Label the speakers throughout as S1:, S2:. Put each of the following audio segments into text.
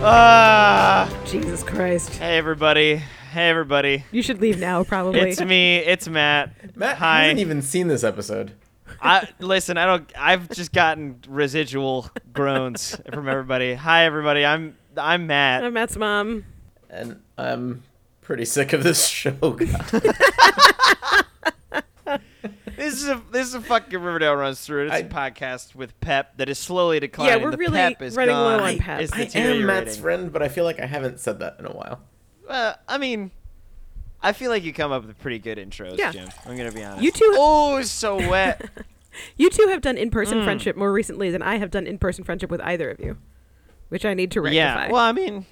S1: Ah,
S2: Jesus Christ.
S1: hey everybody. Hey everybody.
S2: You should leave now, probably.
S1: It's me. It's Matt.
S3: Matt
S1: Hi.
S3: hasn't even seen this episode.
S1: I listen, I don't I've just gotten residual groans from everybody. Hi everybody. I'm I'm Matt.
S2: I'm Matt's mom.
S3: And I'm pretty sick of this show. God.
S1: This is a this is a fucking Riverdale runs through. It's a
S3: I-
S1: podcast with Pep that is slowly declining.
S2: we're
S1: The
S2: really
S1: pep is
S2: running
S1: gone.
S2: low on pep.
S1: It's
S2: I
S3: I am Matt's
S1: deteriorating.
S3: friend, but I feel like I haven't said that in a while.
S1: Uh, I mean, I feel like you come up with pretty good intros,
S2: Yeah.
S1: Jim. I'm gonna be honest.
S2: You two-
S1: Oh, it's so wet.
S2: You two have done in
S1: Mm.
S2: person friendship more recently than I have done in person friendship with either of you, which I need to rectify.
S1: yeah. Well, I mean,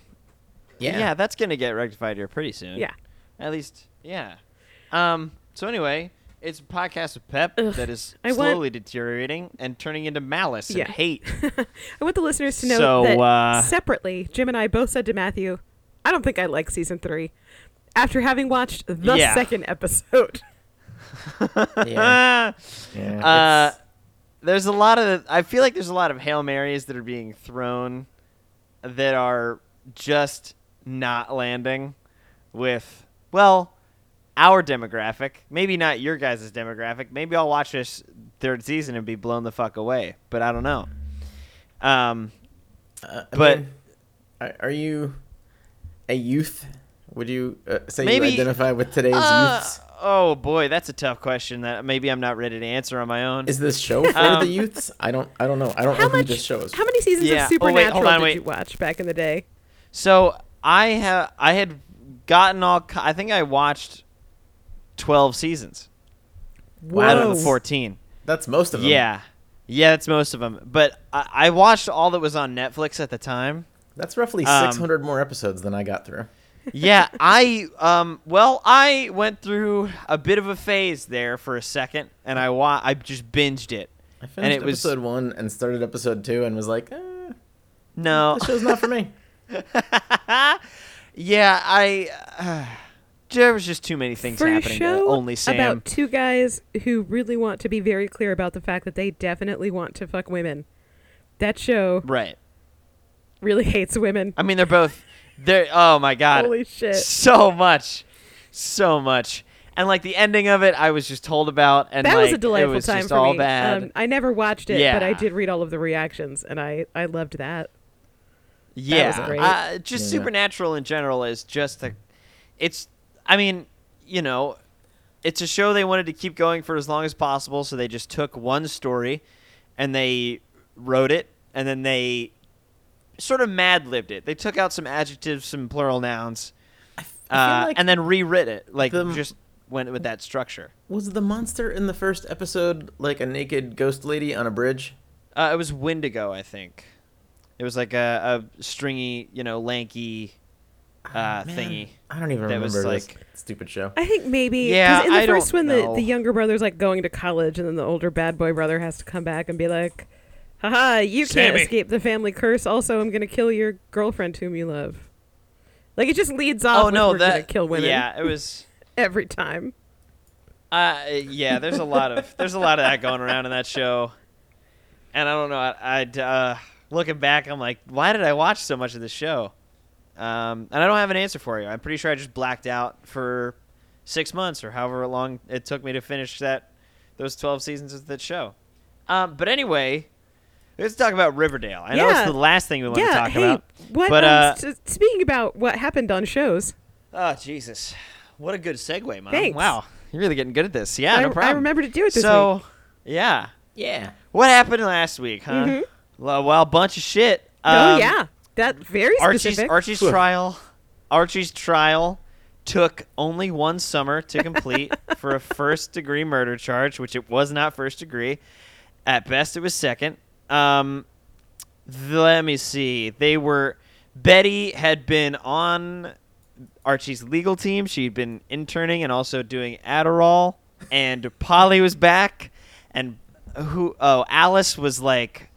S1: yeah.
S3: Yeah.
S1: that's gonna get rectified here pretty soon.
S2: Yeah.
S1: At least, yeah. Um. So anyway, it's a podcast with Pep that is
S2: I want-
S1: slowly deteriorating and turning into malice
S2: Yeah.
S1: and hate.
S2: I want the listeners to know
S1: So,
S2: that
S1: uh,
S2: separately, Jim and I both said to Matthew, I don't think I like season three after having watched the
S1: Yeah.
S2: second episode.
S3: Yeah.
S1: Uh,
S3: It's-
S1: there's a lot of I feel like there's a lot of hail marys that are being thrown that are just not landing with well our demographic maybe not your guys' demographic maybe i'll watch this third season and be blown the fuck away but i don't know um
S3: uh, I
S1: but-
S3: mean, are- are you a youth? Would you uh, say
S1: Maybe-
S3: you identify with today's
S1: uh,
S3: youths?
S1: oh boy that's a tough question that maybe i'm not ready to answer on my own
S3: Is this show for
S1: Um,
S3: the youths? I don't. I don't know. I don't
S2: How
S3: know who
S2: much?
S3: this show is.
S2: How many seasons
S1: Yeah.
S2: of
S1: Oh, wait,
S2: Supernatural
S1: hold on,
S2: did
S1: wait.
S2: you watch back in the day?
S1: So I have I had gotten all ki- I think I watched twelve seasons out of the
S2: Whoa.
S1: fourteen.
S3: That's most of them.
S1: Yeah, yeah, that's most of them. But I, I watched all that was on Netflix at the time.
S3: That's roughly
S1: Um,
S3: 600 more episodes than I got through.
S1: Yeah, I um well I went through a bit of a phase there for a second, and I wa- I just binged it.
S3: I finished
S1: And it was
S3: episode one and started episode two and was like, eh,
S1: no,
S3: this show's not for me.
S1: yeah, I. there was just too many things
S2: for a
S1: happening. to
S2: show
S1: only Sam.
S2: about two guys who really want to be very clear about the fact that they definitely want to fuck women. That show
S1: right.
S2: really hates women.
S1: I mean, they're both. They're oh my god.
S2: Holy shit.
S1: So much, so much, and like the ending of it, I was just told about, and
S2: That
S1: like,
S2: was a delightful
S1: it was
S2: time
S1: just
S2: for
S1: all
S2: me.
S1: bad.
S2: Um, I never watched it, but I
S1: Yeah.
S2: did read all of the reactions, and I I loved that.
S1: yeah,
S2: was great.
S1: Uh, just
S3: Yeah.
S1: supernatural in general is just a. It's, I mean, you know, it's a show they wanted to keep going for as long as possible, so they just took one story, and they wrote it, and then they sort of mad libbed it. They took out some adjectives, some plural nouns,
S3: I
S1: uh,
S3: feel like
S1: and then rewrit it. Like
S3: the-
S1: just went with that structure.
S3: Was the monster in the first episode like a naked ghost lady on a bridge?
S1: Uh, it was Wendigo, I think. It was like a, a stringy, you know, lanky uh,
S3: Oh, Man,
S1: thingy.
S3: I don't even
S1: That was
S3: remember this
S1: like-
S3: stupid show.
S2: I think maybe 'cause
S1: Yeah,
S2: in the
S1: I don't
S2: first one, the,
S1: know.
S2: the younger brother's like going to college, and then the older bad boy brother has to come back and be like, "Haha, you can't
S1: Sammy.
S2: escape the family curse. Also, I'm gonna kill your girlfriend whom you love." Like it just leads off.
S1: oh
S2: with,
S1: no,
S2: we're gonna
S1: that
S2: kill women
S1: Yeah, it was.
S2: every time.
S1: Uh, yeah, there's a lot of there's a lot of that going around in that show, and I don't know. I, I'd uh, looking back, I'm like, why did I watch so much of this show? Um, and I don't have an answer for you. I'm pretty sure I just blacked out for six months or however long it took me to finish that those 12 seasons of that show. Um, but anyway, let's talk about Riverdale. I know
S2: Yeah.
S1: it's the last thing we want
S2: yeah.
S1: to talk
S2: hey,
S1: about.
S2: what?
S1: but
S2: um,
S1: uh,
S2: s- speaking about what happened on shows,
S1: oh Jesus, what a good segue, Mom.
S2: Thanks.
S1: Wow, you're really getting good at this. Yeah,
S2: I,
S1: no problem.
S2: I remember to do it this
S1: so,
S2: week.
S1: yeah.
S3: Yeah.
S1: What happened last week, huh? Well, well, bunch of shit.
S2: Mm-hmm. oh
S1: Um,
S2: yeah, that very
S1: Archie's
S2: specific.
S1: Archie's
S3: Whew.
S1: trial. Archie's trial took only one summer to complete for a first degree murder charge, which it was not first degree. At best, it was second. Um, th- let me see. They were. Betty had been on Archie's legal team. She'd been interning and also doing Adderall. And Polly was back. And who? Oh, Alice was like,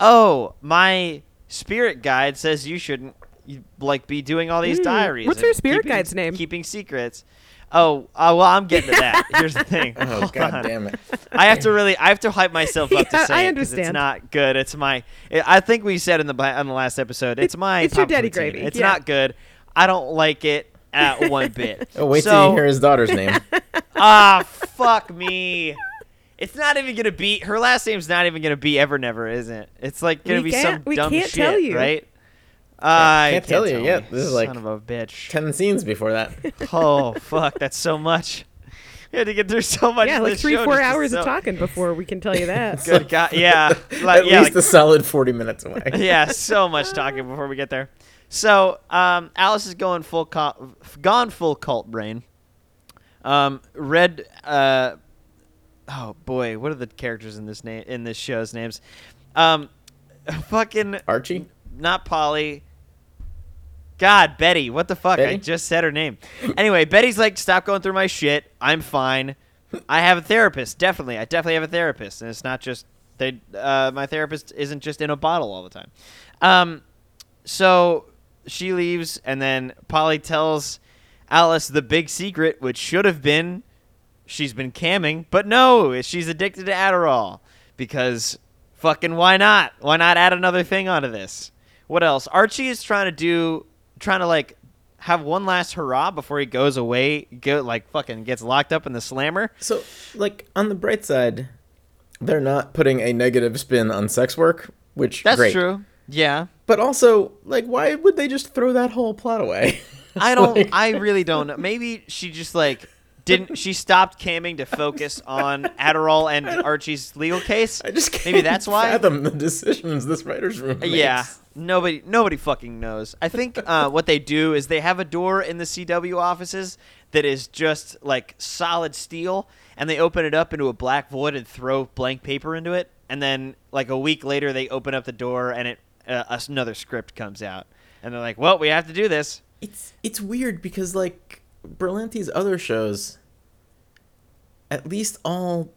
S1: "Oh, my spirit guide says you shouldn't you, like be doing all these
S2: Mm,
S1: diaries."
S2: what's
S1: and
S2: her spirit
S1: keeping-
S2: guide's name?
S1: Keeping secrets. Oh, uh, well, I'm getting to that. Here's the thing.
S3: Oh
S1: Hold
S3: god
S1: on.
S3: damn it.
S1: I have to really, I have to hype myself up
S2: Yeah,
S1: to say
S2: I
S1: it 'cause it's
S2: understand.
S1: not good. It's my, it, I think we said in the ba- on the last episode, it's my,
S2: it's your
S1: pop
S2: daddy
S1: poutine.
S2: gravy,
S1: It's
S2: yeah.
S1: not good. I don't like it at one bit.
S3: Oh, wait till
S1: So-
S3: you hear his daughter's name.
S1: Ah, fuck me. It's not even gonna be her last name's not even gonna be ever never, isn't it? It's like gonna
S2: We
S1: be
S2: can't-
S1: some
S2: we
S1: dumb
S2: can't
S1: shit,
S2: tell you.
S1: right? I
S3: can't tell you yet.
S1: me.
S3: This is
S1: son
S3: like
S1: of a bitch.
S3: Ten scenes before that.
S1: oh fuck, that's so much. We had to get through so much.
S2: yeah,
S1: of
S2: like
S1: this
S2: three,
S1: show
S2: four
S1: just to
S2: hours
S1: so-
S2: of talking before we can tell you that.
S1: Good God, yeah, like,
S3: At
S1: yeah, like,
S3: least a solid forty minutes away.
S1: yeah, so much talking before we get there. So um, Alice is going full co- gone full cult brain. Um, Red, uh, oh boy, what are the characters in this name in this show's names? Um, fucking
S3: Archie?
S1: not Polly. God, Betty. What the fuck? I
S3: Betty?
S1: just said her name. Anyway, Betty's like, stop going through my shit. I'm fine. I have a therapist. Definitely, I definitely have a therapist, and it's not just they. Uh, my therapist isn't just in a bottle all the time. Um, so she leaves, and then Polly tells Alice the big secret, which should have been she's been camming, but no, she's addicted to Adderall because fucking why not? Why not add another thing onto this? What else? Archie is trying to do, trying to like have one last hurrah before he goes away, go like fucking gets locked up in the slammer.
S3: So like on the bright side, they're not putting a negative spin on sex work, which
S1: That's
S3: great.
S1: true. Yeah.
S3: But also, like, why would they just throw that whole plot away?
S1: I don't.
S3: Like-
S1: I really don't know. Maybe she just like didn't. She stopped camming to focus on Adderall and Archie's legal case.
S3: I just can't
S1: maybe that's why.
S3: fathom the decisions this writer's room makes.
S1: Yeah, nobody, nobody fucking knows. I think uh, what they do is they have a door in the CW offices that is just like solid steel, and they open it up into a black void and throw blank paper into it, and then like a week later they open up the door and it uh, another script comes out, and they're like, "Well, we have to do this."
S3: It's it's weird because like Berlanti's other shows at least all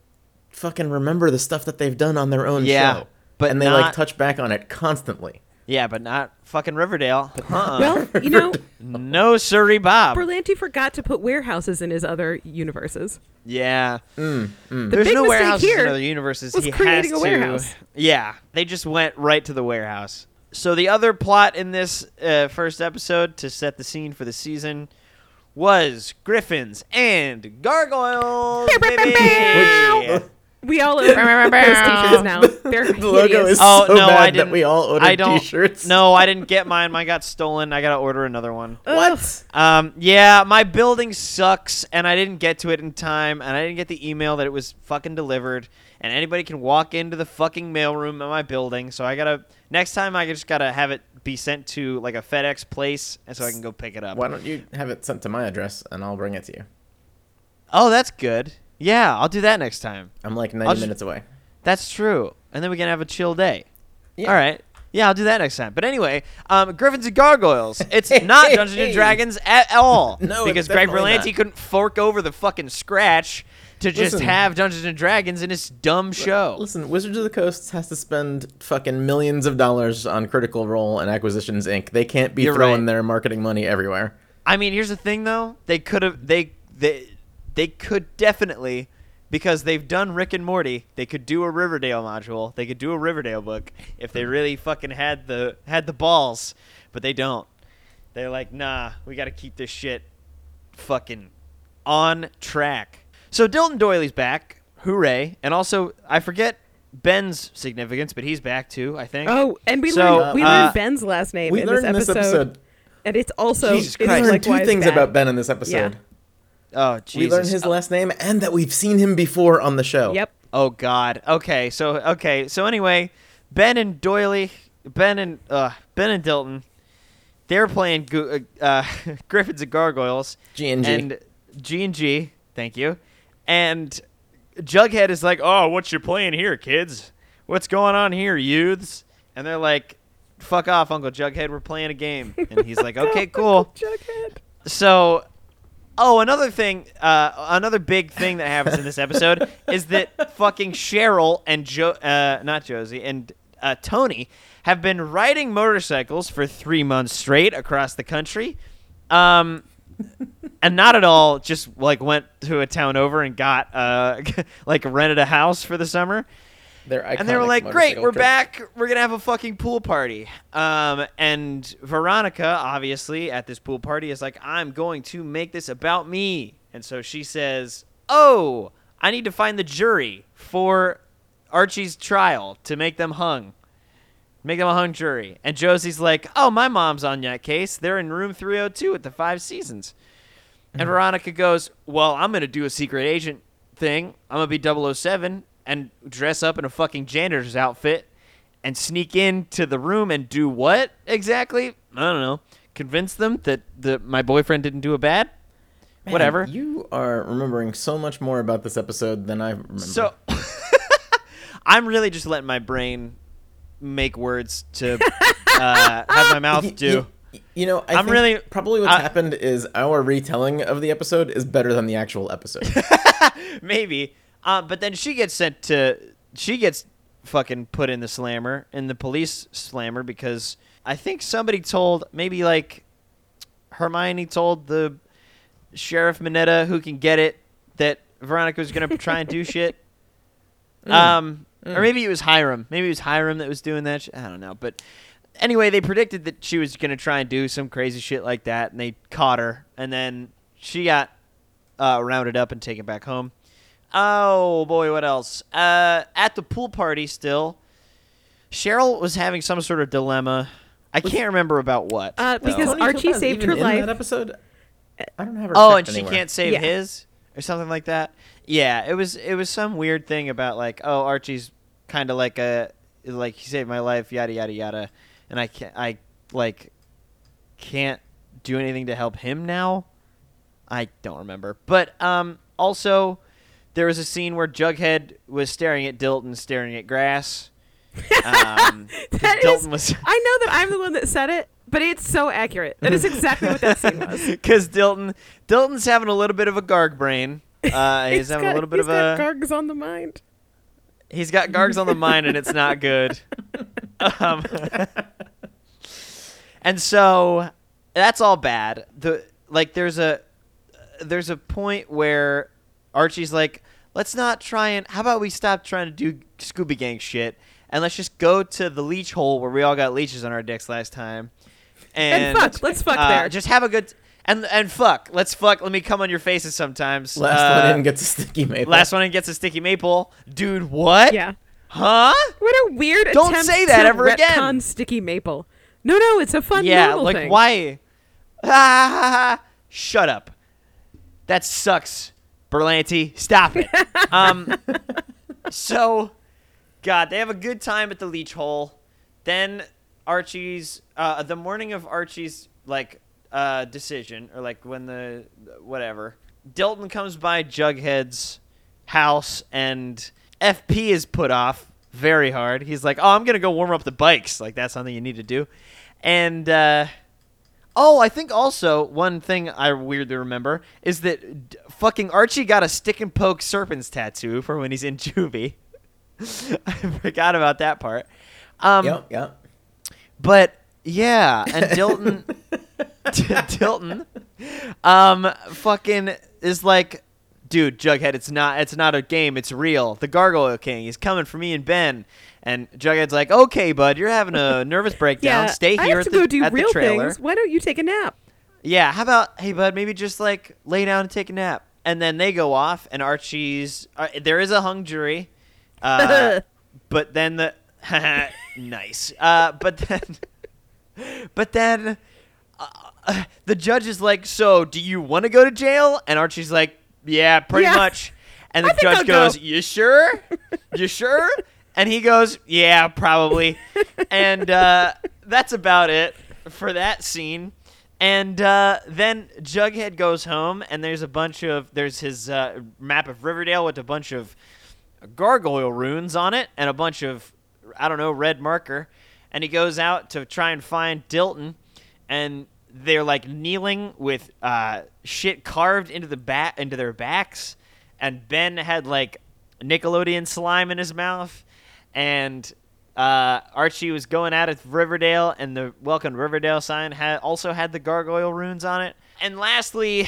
S3: fucking remember the stuff that they've done on their own
S1: Yeah,
S3: show.
S1: but
S3: and they
S1: not-
S3: like touch back on it constantly.
S1: Yeah, but not fucking Riverdale. Huh?
S2: well, you know,
S1: no, sorry, Bob.
S2: Berlanti forgot to put warehouses in his other universes.
S1: Yeah.
S3: Mm,
S2: The
S1: There's
S2: big
S1: no
S2: mistake
S1: warehouses
S2: here
S1: in other universes.
S2: was
S1: he
S2: creating
S1: has
S2: a warehouse.
S1: to. Yeah, they just went right to the warehouse. So the other plot in this uh, first episode to set the scene for the season was griffins and gargoyles. baby!
S2: Which- we all own those t-shirts now. They're
S3: The logo
S2: hideous.
S3: is
S1: Oh
S3: so
S1: no,
S3: bad
S1: I didn't.
S3: that we all ordered
S1: I don't,
S3: t-shirts.
S1: No, I didn't get mine. Mine got stolen. I gotta order another one.
S3: What?
S1: Um, yeah, my building sucks, and I didn't get to it in time, and I didn't get the email that it was fucking delivered. And anybody can walk into the fucking mailroom at my building, so I gotta next time I just gotta have it be sent to like a FedEx place, and so I can go pick it up.
S3: Why don't you have it sent to my address and I'll bring it to you?
S1: Oh, that's good. Yeah, I'll do that next time.
S3: I'm like
S1: I'll
S3: 90
S1: just-
S3: minutes away.
S1: That's true. And then we can have a chill day.
S3: Yeah.
S1: All right. Yeah, I'll do that next time. But anyway, um, Griffins and Gargoyles. It's not Dungeons and Dragons at all.
S3: No,
S1: because
S3: it's
S1: Greg
S3: definitely
S1: Berlanti
S3: not.
S1: couldn't fork over the fucking scratch to just
S3: Listen.
S1: have Dungeons and Dragons in his dumb show.
S3: Listen, Wizards of the Coast has to spend fucking millions of dollars on Critical Role and Acquisitions Inc. They can't be
S1: You're
S3: throwing
S1: right.
S3: their marketing money everywhere.
S1: I mean, here's the thing though. They could have they they they could definitely because they've done Rick and Morty, they could do a Riverdale module. They could do a Riverdale book if they really fucking had the had the balls, but they don't. They're like, "Nah, we got to keep this shit fucking on track." So Dilton Doyley's back. Hooray. And also, I forget Ben's significance, but he's back too, I think.
S2: Oh, and we
S1: So,
S2: learned we
S1: uh,
S2: learned Ben's last name
S3: we
S2: in
S3: learned
S2: this
S3: in this
S2: episode,
S3: episode.
S2: and it's also
S1: Jesus
S2: it's
S1: Christ.
S3: We
S1: Right.
S3: learned
S2: like, why
S3: two
S2: it's
S3: things
S2: bad.
S3: about Ben in this episode.
S1: Oh,
S3: We
S1: Jesus.
S3: learned his last name and that we've seen him before on the show.
S2: Yep,
S1: Oh God. Okay. So okay. So anyway, Ben and Doily, Ben and uh, Ben and Dilton, they're playing go- uh, uh, Griffins and Gargoyles.
S3: G&G.
S1: And G and G. Thank you. And Jughead is like, "Oh, what you playing here, kids? What's going on here, youths?" And they're like, "Fuck off, Uncle Jughead. We're playing a game." And he's like, "Okay, cool."
S2: Jughead.
S1: So, oh, another thing, uh, another big thing that happens in this episode is that fucking Cheryl and Joe, uh, not Josie, and uh, Tony have been riding motorcycles for three months straight across the country. Um, and not at all just like went to a town over and got uh like rented a house for the summer
S3: They're
S1: and they were
S3: iconic
S1: like, "Great,
S3: motorcycle
S1: we're
S3: trips.
S1: back. We're gonna have a fucking pool party." Um, and Veronica, obviously, at this pool party, is like, "I'm going to make this about me," and so she says, "Oh, I need to find the jury for Archie's trial to make them hung, make them a hung jury." And Josie's like, "Oh, my mom's on that case. They're in room 302 at the Five Seasons." And Veronica goes, Well, I'm going to do a secret agent thing. I'm going to be 007 and dress up in a fucking janitor's outfit and sneak into the room and do what exactly? I don't know. Convince them that the, my boyfriend didn't do a bad?
S3: Man,
S1: Whatever.
S3: You are remembering so much more about this episode than I remember.
S1: So I'm really just letting my brain make words to uh, have my
S3: Y-
S1: mouth
S3: y-
S1: do.
S3: y- You know, I
S1: I'm
S3: am
S1: really-
S3: really probably what's
S1: I-
S3: happened is our retelling of the episode is better than the actual episode.
S1: maybe. Uh, but then she gets sent to she gets fucking put in the slammer in the police slammer because I think somebody told maybe like Hermione told the sheriff Minetta who can get it that Veronica was gonna try and do shit.
S2: Mm.
S1: Um, or maybe it was Hiram. Maybe it was Hiram that was doing that. Sh- I don't know. But anyway, they predicted that she was gonna try and do some crazy shit like that, and they caught her, and then she got uh, rounded up and taken back home. Oh boy, what else? Uh, at the pool party, still, Cheryl was having some sort of dilemma. I can't remember about what.
S2: Uh,
S1: though.
S2: Because
S3: Tony
S2: Archie
S3: Topaz
S2: saved
S3: even
S2: her
S3: in
S2: life.
S3: That episode, I don't have her.
S1: oh,
S3: checked
S1: and she
S3: anywhere.
S1: can't save
S2: Yeah.
S1: his or something like that. Yeah, it was it was some weird thing about like oh Archie's kind of like a like he saved my life yada yada yada, and I can't I like can't do anything to help him now. I don't remember, but um also there was a scene where Jughead was staring at Dilton, staring at grass. Um, 'cause
S2: That
S1: Dilton
S2: is-
S1: was.
S2: I know that I'm the one that said it, but it's so accurate. That is exactly what that scene was.
S1: Because Dilton, Dilton's having a little bit of a garg brain. Uh, he's, having
S2: got-
S1: a little bit
S2: he's
S1: of a.
S2: got gargs on the mind.
S1: he's got gargs on the mind, and it's not good. Um, and so that's all bad. The like, there's a there's a point where Archie's like, let's not try and. How about we stop trying to do Scooby Gang shit, and let's just go to the leech hole where we all got leeches on our dicks last time. And,
S2: And fuck, let's fuck
S1: uh,
S2: there.
S1: Just have a good and and fuck. Let's fuck. Let me come on your faces sometimes.
S3: Last
S1: Uh,
S3: one in gets a sticky maple.
S1: Last one in gets a sticky maple. Dude, what?
S2: Yeah.
S1: Huh?
S2: What a weird
S1: Don't
S2: attempt
S1: say that
S2: to
S1: ever again.
S2: retcon Sticky Maple. No, no, it's a fun
S1: yeah,
S2: novel
S1: like
S2: thing.
S1: why? Ah, shut up. That sucks, Berlanti. Stop it. um, so, God, they have a good time at the leech hole. Then Archie's, uh, the morning of Archie's like uh, decision, or like when the whatever, Dilton comes by Jughead's house, and FP is put off very hard. He's like, "Oh, I'm gonna go warm up the bikes. Like that's something you need to do." And uh, Oh, I think also one thing I weirdly remember is that d- fucking Archie got a stick and poke serpents tattoo for when he's in juvie. I forgot about that part. Um,
S3: Yep, yep. Uh,
S1: But yeah, and Dilton, Dilton, um, fucking is like, dude, Jughead, it's not, it's not a game, it's real. The Gargoyle King, he's coming for me and Ben. And Jughead's like, okay, bud, you're having a nervous breakdown.
S2: yeah,
S1: Stay here
S2: I have
S1: at
S2: to
S1: the,
S2: go do
S1: at the
S2: real
S1: trailer.
S2: things. Why don't you take a nap?
S1: Yeah, how about hey bud, maybe just like lay down and take a nap, and then they go off, and Archie's uh, there is a hung jury, uh, but then the nice, uh, but then but then uh, uh, the judge is like, so do you want to go to jail? And Archie's like, yeah, pretty
S2: Yeah.
S1: much. And the
S2: think
S1: judge
S2: I'll go.
S1: goes, you sure? You sure? and he goes, yeah, probably. and uh, that's about it for that scene. And uh, then Jughead goes home, and there's a bunch of there's his uh, map of Riverdale with a bunch of gargoyle runes on it and a bunch of I don't know red marker, and he goes out to try and find Dilton, and they're like kneeling with uh, shit carved into the bat into their backs, and Ben had like Nickelodeon slime in his mouth, and uh, Archie was going out at Riverdale, and the Welcome to Riverdale sign had also had the gargoyle runes on it. And lastly,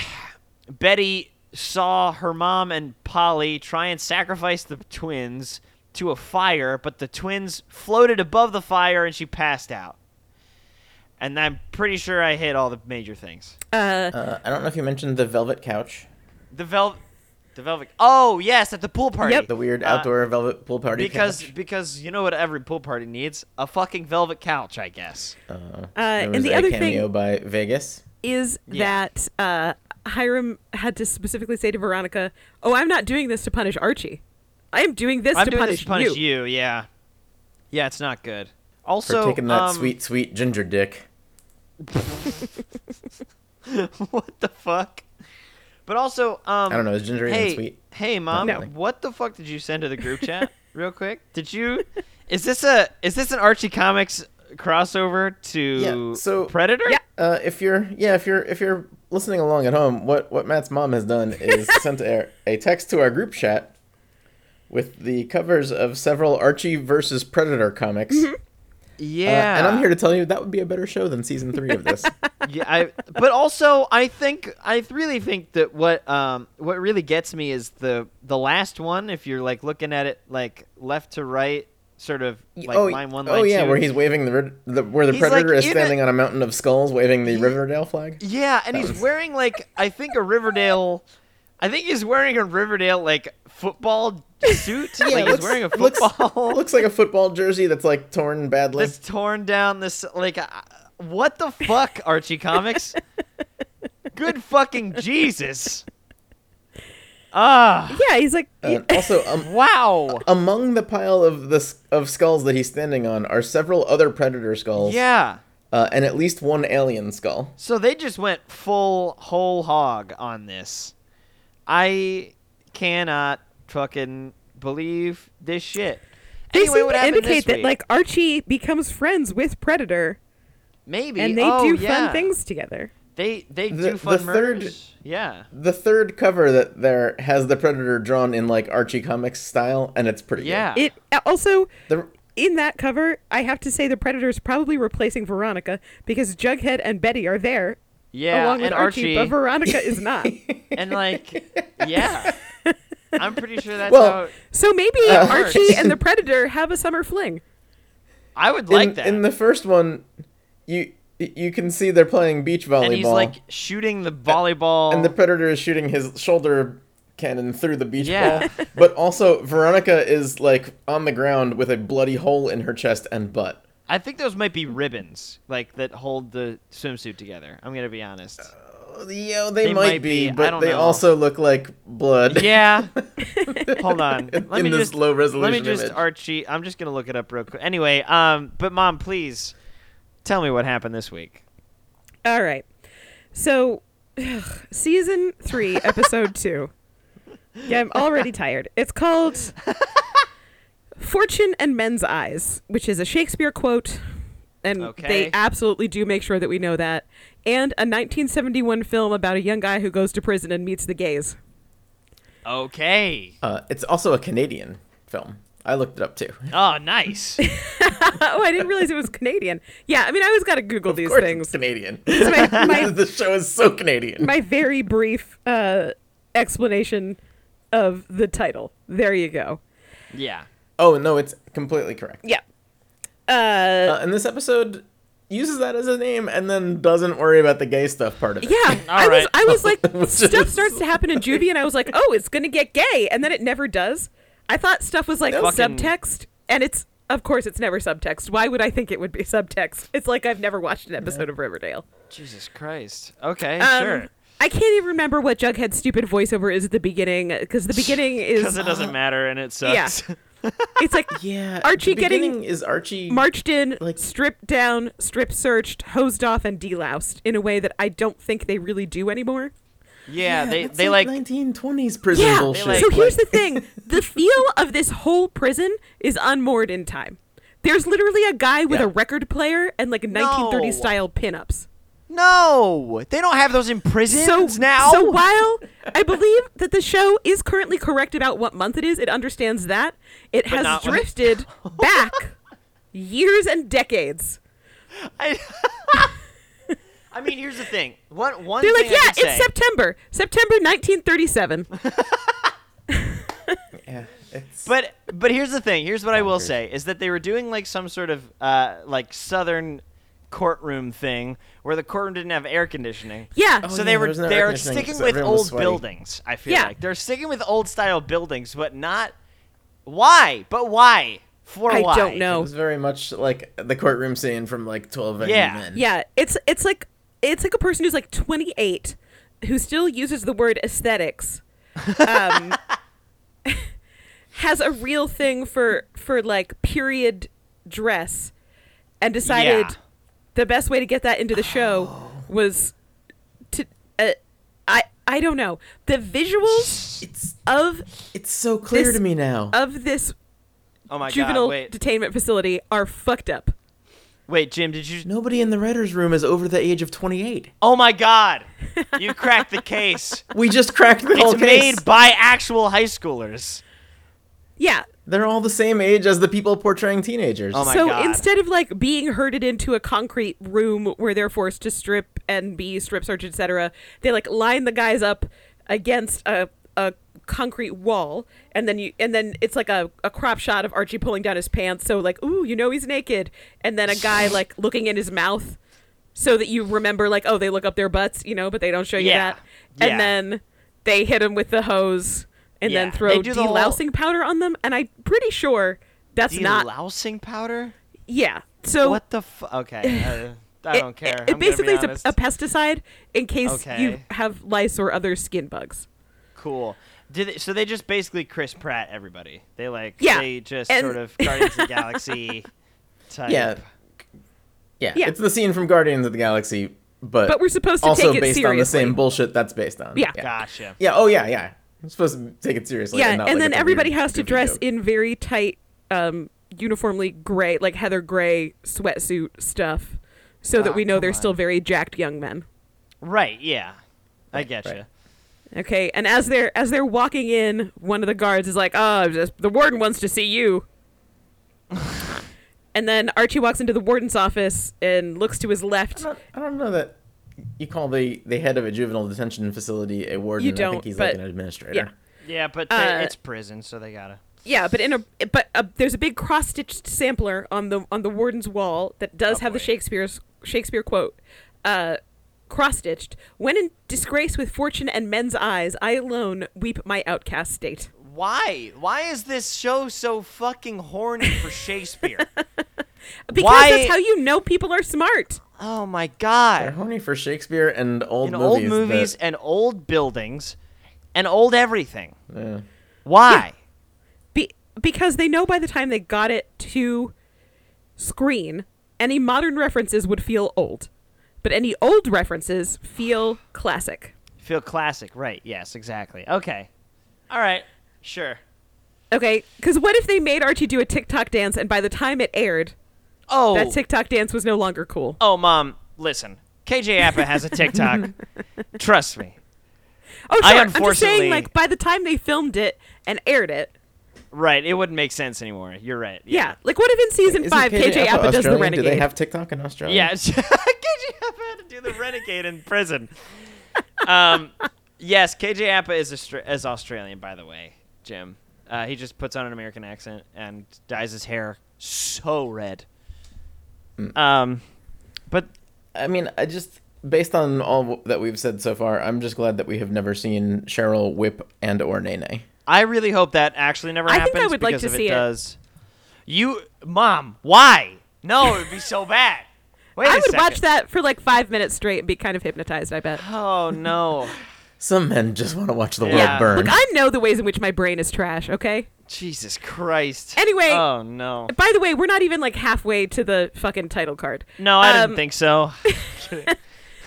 S1: Betty saw her mom and Polly try and sacrifice the twins to a fire, but the twins floated above the fire and she passed out. And I'm pretty sure I hit all the major things.
S2: Uh,
S3: Uh, I don't know if you mentioned the velvet couch,
S1: The velvet, the velvet. Oh yes, at the pool party.
S2: Yep.
S3: the weird
S1: Uh,
S3: outdoor velvet pool party.
S1: because
S3: couch.
S1: because you know what every pool party needs a fucking velvet couch, I guess.
S3: Uh,
S2: and
S3: was
S2: the
S3: a
S2: other thing-
S3: cameo by Vegas.
S2: is
S1: Yeah.
S2: that uh, Hiram had to specifically say to Veronica, "Oh, I'm not doing this to punish Archie. I am doing this,
S1: I'm
S2: to,
S1: doing
S2: punish
S1: this to punish you. Yeah, yeah, it's not good.
S3: For
S1: Also,
S3: taking that
S1: um,
S3: sweet, sweet ginger dick.
S1: what the fuck? But also, um,
S3: I don't know. Is ginger
S1: Hey,
S3: even sweet?
S1: hey, mom,
S2: No.
S1: what the fuck did you send to the group chat? Real quick, did you? Is this a is this an Archie Comics crossover to
S3: Yeah, so-
S1: Predator?
S2: Yeah.
S3: Uh, if you're yeah, if you're if you're listening along at home, what what Matt's mom has done is sent a, a text to our group chat with the covers of several Archie versus Predator comics. Uh,
S1: Mm-hmm. yeah.
S3: and I'm here to tell you that would be a better show than season three of this.
S1: yeah, I, but also I think I really think that what um what really gets me is the the last one. If you're like looking at it like left to right, sort of like
S3: oh,
S1: line one,
S3: oh
S1: line
S3: yeah,
S1: two.
S3: where he's waving the, rid- the where the
S1: He's, like,
S3: Predator is
S1: in
S3: standing
S1: a-
S3: on a mountain of skulls, waving the Riverdale flag.
S1: yeah, and he's wearing like I think a Riverdale. I think he's wearing a Riverdale like football suit. like he's
S3: looks-
S1: wearing a
S3: looks-
S1: football.
S3: Looks like a football jersey that's like torn badly.
S1: this torn down. This like uh, what the fuck, Archie Comics? Good fucking Jesus! Ah.
S2: Yeah, he's like,
S3: Uh, also, um,
S1: Wow.
S3: Among the pile of the s- of skulls that he's standing on are several other predator skulls,
S1: Yeah.
S3: uh, and at least one alien skull.
S1: So they just went full whole hog on this. I cannot fucking believe this shit.
S2: they
S1: anyway,
S2: seem
S1: what
S2: to
S1: happened
S2: indicate
S1: this
S2: that
S1: week?
S2: like Archie becomes friends with Predator,
S1: maybe
S2: and they
S1: oh,
S2: do
S1: yeah.
S2: fun things together.
S1: They they
S3: The-
S1: do fun
S3: the third-
S1: murders. Yeah.
S3: The third cover that there has the predator drawn in like Archie comics style, and it's pretty.
S1: Yeah.
S2: It also
S3: Good. The,
S2: in that cover, I have to say the Predator is probably replacing Veronica because Jughead and Betty are there
S1: yeah.
S2: along with
S1: and Archie,
S2: Archie, but Veronica is not.
S1: and like yeah. I'm pretty sure that's
S3: Well,
S1: how
S2: So maybe
S3: Uh,
S2: Archie and the Predator have a summer fling.
S1: I would
S3: in,
S1: like that.
S3: in the first one, you you can see they're playing beach volleyball,
S1: and he's like shooting the volleyball
S3: and the predator is shooting his shoulder cannon through the beach
S1: Yeah.
S3: ball. But also, Veronica is like on the ground with a bloody hole in her chest and butt.
S1: I think those might be ribbons, like that hold the swimsuit together. I'm gonna be honest.
S3: Yeah, they,
S1: They
S3: might,
S1: might
S3: be,
S1: be, I
S3: but
S1: don't
S3: they
S1: know.
S3: also look like blood.
S1: Yeah. Hold on. Let
S3: in
S1: me
S3: this
S1: just,
S3: low
S1: Let me
S3: resolution
S1: just
S3: image.
S1: Archie. I'm just gonna look it up real quick. Anyway, um, but mom, please tell me what happened this week.
S2: All right. So, season three, episode two. Yeah, I'm already tired. It's called Fortune and Men's Eyes, which is a Shakespeare quote. And
S1: Okay.
S2: they absolutely do make sure that we know that. And a 1971 film about a young guy who goes to prison and meets the gays.
S1: Okay.
S3: Uh, it's also a Canadian film. I looked it up too.
S1: Oh, nice.
S2: oh, I didn't realize it was Canadian. Yeah, I mean, I always got to Google
S3: of
S2: these
S3: course,
S2: things.
S3: it's Canadian.
S2: So my, my
S3: the show is so Canadian.
S2: my very brief uh, explanation of the title. There you go.
S1: Yeah.
S3: oh no, it's completely correct.
S2: Yeah. Uh,
S3: Uh, and this episode uses that as a name and then doesn't worry about the gay stuff part of it.
S2: yeah, I was
S1: right.
S2: I was like
S3: Which
S2: stuff
S3: is-
S2: starts to happen in juvie and I was like, "Oh, it's going to get gay." And then it never does. I thought stuff was like
S1: Fucking-
S2: subtext and it's of course it's never subtext. Why would I think it would be subtext? It's like I've never watched an episode of Riverdale.
S1: Jesus Christ. Okay.
S2: Um,
S1: sure.
S2: I can't even remember what Jughead's stupid voiceover is at the beginning because the beginning
S1: Because
S2: is
S1: it doesn't matter and it sucks.
S2: uh, yeah. it's like
S3: Yeah.
S2: Archie
S3: the
S2: getting-
S3: beginning is Archie.
S2: marched in,
S3: Like-
S2: stripped down, strip searched, hosed off, and deloused in a way that I don't think they really do anymore.
S1: Yeah, They
S3: that's
S1: they like
S3: 1920s prison bullshit.
S1: like-
S2: so here's the thing: the feel of this whole prison is unmoored in time. There's literally a guy with
S3: Yeah.
S2: a record player and like 1930s style pinups.
S1: no. They don't have those in
S2: So
S1: prisons now.
S2: so while I believe that the show is currently correct about what month it is, it understands that it has
S1: not when-
S2: drifted back years and decades.
S1: I, I mean, here's the thing. One one
S2: They're
S1: thing
S2: like, yeah,
S1: I
S2: it's
S1: could say,
S2: September, September 1937.
S3: Yeah, it's
S1: but but here's the thing. Here's what I will
S3: Bonkers.
S1: say is that they were doing like some sort of uh, like southern courtroom thing where the courtroom didn't have air conditioning.
S2: Yeah.
S3: Oh,
S1: so they
S3: yeah,
S1: were
S3: there was no air
S1: they're
S3: conditioning
S1: sticking
S3: 'cause
S1: with
S3: everyone was
S1: old
S3: sweaty.
S1: buildings. I feel
S2: Yeah.
S1: like they're sticking with old style buildings, but not why? But why? For
S2: I
S1: why?
S2: don't know.
S3: it was very much like the courtroom scene from like Twelve Angry
S1: Yeah.
S3: Men.
S2: Yeah, it's it's like it's like a person who's like 28 who still uses the word aesthetics. Um, has a real thing for for like period dress and decided
S1: Yeah. Oh.
S2: the best way to get that into the show was to uh, I I don't know. The visuals
S3: It's
S2: of
S3: it's so clear
S2: This-
S3: to me now.
S2: of this
S1: Oh my
S2: juvenile
S1: god! Wait,
S2: detainment facility are fucked up.
S1: wait, Jim, did you?
S3: Nobody in the writers' room is over the age of twenty-eight.
S1: Oh my god! You cracked the case.
S3: We just cracked the whole
S1: it's
S3: case.
S1: made by actual high schoolers.
S2: Yeah,
S3: They're all the same age as the people portraying teenagers.
S1: Oh my
S2: so
S1: God.
S2: instead of like being herded into a concrete room where they're forced to strip and be strip searched, etc., they like line the guys up against a a concrete wall, and then you and then it's like a, a crop shot of Archie pulling down his pants, so like ooh, you know he's naked, and then a guy like looking in his mouth, so that you remember like oh they look up their butts, you know, but they don't show you
S1: Yeah.
S2: that, and
S1: Yeah.
S2: then they hit him with the hose, and
S1: Yeah.
S2: then
S1: They
S2: throw
S1: do the whole-
S2: delousing powder on them, and I'm pretty sure that's not
S1: Delousing powder?
S2: yeah. So
S1: what the f Okay, uh, I
S2: it-
S1: don't care.
S2: It, it
S1: I'm gonna
S2: basically
S1: be
S2: is
S1: honest.
S2: a, a pesticide in case you
S1: Okay.
S2: have lice or other skin bugs.
S1: cool. Did they, so they just basically Chris Pratt everybody. They like
S2: Yeah,
S1: they just
S2: and-
S1: sort of Guardians of the Galaxy type.
S3: Yeah. Yeah,
S2: Yeah.
S3: it's the scene from Guardians of the Galaxy, but
S2: But we're supposed to
S3: also
S2: take it
S3: based on the
S2: seriously.
S3: same bullshit that's based on.
S2: Yeah.
S3: yeah,
S1: Gotcha.
S3: Yeah, Oh yeah, yeah. I'm supposed to take it seriously.
S2: yeah,
S3: and, not
S2: and
S3: like
S2: then
S3: it's a
S2: everybody
S3: weird,
S2: has to
S3: goofy
S2: dress
S3: joke.
S2: in very tight, um, uniformly gray, like heather gray sweatsuit stuff, so that
S1: Ah,
S2: we know
S1: come
S2: they're
S1: on.
S2: still very jacked young men.
S1: Right. Yeah. I get
S3: right.
S1: you.
S2: Okay, and as they're as they're walking in, one of the guards is like, "Oh, just, the warden wants to see you." and then Archie walks into the warden's office and looks to his
S3: I
S2: left.
S3: don't, I don't know that you call the the head of a juvenile detention facility a warden.
S2: You
S3: I
S2: don't,
S3: think he's
S2: but-
S3: like an administrator.
S2: yeah.
S1: Yeah, but they-
S2: Uh,
S1: it's prison, so they gotta.
S2: Yeah, but in a but uh there's a big cross stitched sampler on the on the warden's wall that does
S1: Oh,
S2: have the
S1: boy.
S2: Shakespeare's Shakespeare quote, uh, cross stitched. When in disgrace with fortune and men's eyes, I alone weep my outcast state.
S1: Why? Why is this show so fucking horny for Shakespeare?
S2: Because
S1: Why-
S2: that's how you know people are smart.
S1: oh my
S3: They're
S1: god!
S3: horny for Shakespeare and old
S1: In old
S3: movies.
S1: movies
S3: that-
S1: and old buildings, and old everything.
S3: yeah.
S1: Why?
S2: Be- because they know by the time they got it to screen, any modern references would feel old, but any old references feel classic.
S1: Feel classic, right? Yes, exactly. Okay. All right. Sure.
S2: Okay, because what if they made Archie do a TikTok dance, and by the time it aired,
S1: Oh.
S2: that TikTok dance was no longer cool?
S1: oh, mom. Listen, KJ Appa has a TikTok. Trust me.
S2: Oh, sure.
S1: I
S2: I'm just
S1: unfortunately-
S2: saying, like, by the time they filmed it and aired it,
S1: Right. It wouldn't make sense anymore. You're right.
S2: yeah. Like, what if in season
S3: Isn't
S2: five, KJ,
S3: Appa
S2: Appa does the
S3: Australian? Do they
S2: Renegade?
S3: have TikTok in Australia?
S1: Yeah. KJ Appa had to do the renegade in prison. Um, yes, KJ Appa is, Austra- is Australian, by the way, Jim. Uh, he just puts on an American accent and dyes his hair so red. Um, but
S3: I mean, I just based on all w- that we've said so far, I'm just glad that we have never seen Cheryl whip and or Nene.
S1: I really hope that actually never
S2: I
S1: happens
S2: think I would like
S1: because
S2: to
S1: if
S2: see
S1: it
S2: it.
S1: does, you mom, why? No, it would be so bad. Wait
S2: I
S1: a
S2: would
S1: second.
S2: watch that for like five minutes straight and be kind of hypnotized. I bet.
S1: Oh no,
S3: Some men just want to watch the world
S1: Yeah.
S3: burn.
S2: Look, I know the ways in which my brain is trash. Okay.
S1: Jesus Christ.
S2: Anyway-
S1: oh no,
S2: By the way, we're not even like halfway to the fucking title card.
S1: no, I
S2: Um,
S1: didn't think so.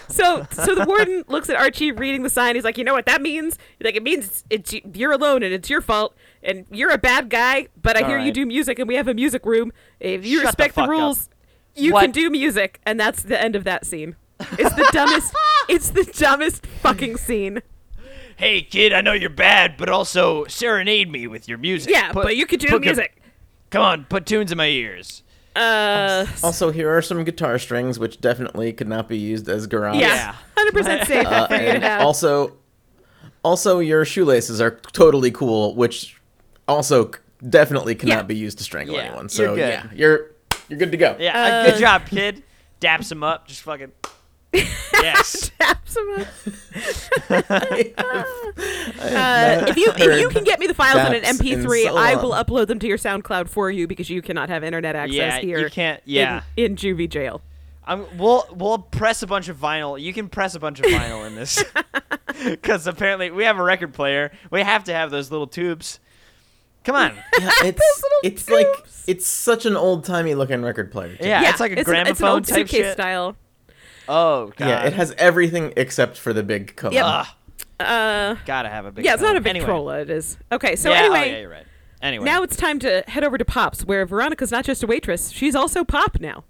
S2: So, so the warden looks at Archie reading the sign. He's like, "You know what that means? He's like, it means it's, it's you're alone and it's your fault, and you're a bad guy. But I
S1: All
S2: hear you
S1: right.
S2: do music, and we have a music room. If you
S1: Shut the
S2: respect the,
S1: fuck up.
S2: rules, you
S1: What?
S2: can do music." And that's the end of that scene. It's the dumbest. it's the dumbest fucking scene.
S1: hey kid, I know you're bad, but also serenade me with your music.
S2: Yeah,
S1: Put-
S2: but you can do
S1: put-
S2: music.
S1: Come on, put tunes in my ears.
S2: Uh,
S3: Also, here are some guitar strings, which definitely could not be used as garage.
S1: Yeah.
S2: yeah, hundred percent safe
S3: Uh,
S2: for you to
S3: and
S2: have.
S3: also, also your shoelaces are totally cool, which also c- definitely cannot
S2: Yeah.
S3: be used to strangle
S1: Yeah,
S3: anyone.
S1: you're
S3: So
S1: good.
S3: yeah, you're you're good to go.
S1: Yeah,
S2: Uh,
S1: good job, kid. Daps him up. Just fucking. Yes.
S2: Absolutely.
S3: Uh,
S2: if you if you can get me the files on an
S3: That's
S2: MP3,
S3: in so
S2: I will
S3: long.
S2: upload them to your SoundCloud for you because you cannot have internet access
S1: yeah,
S2: here.
S1: you can't.
S2: in-
S1: Yeah,
S2: in, juvie jail.
S1: I'm, we'll we'll press a bunch of vinyl. You can press a bunch of vinyl in this, because apparently we have a record player. We have to have those little tubes. Come on.
S3: Yeah, it's
S2: little
S3: it's like
S2: tubes.
S3: it's such an old timey looking record player. too.
S1: Yeah, it's like a
S2: an-
S1: gramophone
S2: it's an old
S1: type
S2: suitcase
S1: shit.
S2: style.
S1: Oh god.
S3: yeah, it has everything except for the big cover.
S2: Yep.
S1: Ugh,
S2: Uh,
S1: gotta have a big.
S2: yeah, it's not a
S1: phone.
S2: big
S1: anyway.
S2: Victrola. It is okay. So
S1: yeah,
S2: anyway,
S1: oh, yeah, you're right. Anyway,
S2: now it's time to head over to Pop's, where Veronica's not just a waitress; she's also Pop now.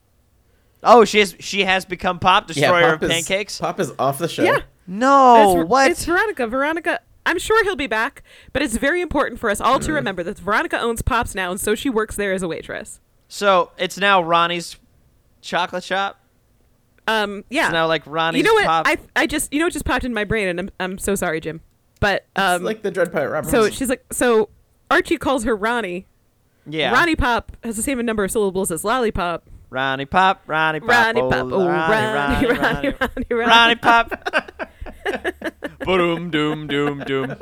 S1: oh, she has she has become pop
S3: Yeah,
S1: destroyer of
S3: Pop is-
S1: pancakes.
S3: Pop is off the show.
S2: Yeah.
S1: no, Oh,
S2: It's-
S1: what?
S2: It's Veronica. Veronica. I'm sure he'll be back, but it's very important for us all to remember that Veronica owns Pops now, and so she works there as a waitress.
S1: so it's now Ronnie's chocolate shop.
S2: Um, yeah.
S1: It's now like Ronnie's
S2: you know what?
S1: pop.
S2: I I just you know it just popped in my brain, and I'm I'm so sorry, Jim. But
S3: It's
S2: um,
S3: like the Dread Pirate Roberts.
S2: so she's like so Archie calls her Ronnie.
S1: yeah,
S2: Ronnie Pop has the same number of syllables as lollipop.
S1: Ronnie Pop, Ronnie Pop,
S2: Ronnie
S1: oh,
S2: Pop, oh, Ronnie, Ronnie, Ronnie, Ronnie,
S1: Ronnie Pop. Boom, doom, doom, doom.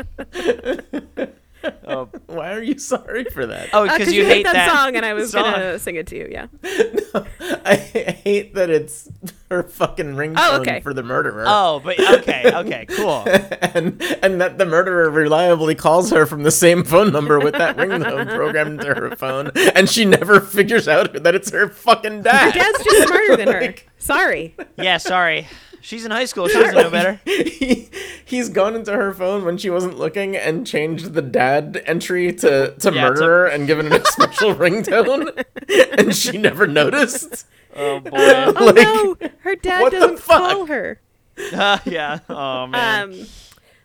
S1: Oh,
S3: why are you sorry for that?
S1: oh,
S2: Because
S1: because
S2: Uh, you, hate that,
S1: that
S2: song, and I was
S1: song.
S2: gonna sing it to you. Yeah.
S3: I hate that it's her fucking ringtone
S2: Oh, okay.
S3: for the murderer.
S1: Oh, but okay, okay, cool.
S3: and and that the murderer reliably calls her from the same phone number with that ringtone programmed into her phone, and she never figures out that it's her fucking
S2: Her
S3: dad.
S2: dad's just smarter than her.
S3: Like-
S2: Sorry.
S1: Yeah, sorry. She's in high school. She doesn't know better.
S3: He, he's gone into her phone when she wasn't looking and changed the dad entry to, to
S1: Yeah, it's a-
S3: murderer and given it a special ringtone, and she never noticed.
S1: Oh boy.
S2: Oh
S3: Like,
S2: no, her dad
S3: what the
S2: doesn't
S3: fuck?
S2: call her.
S1: Uh, yeah. Oh man.
S2: Um,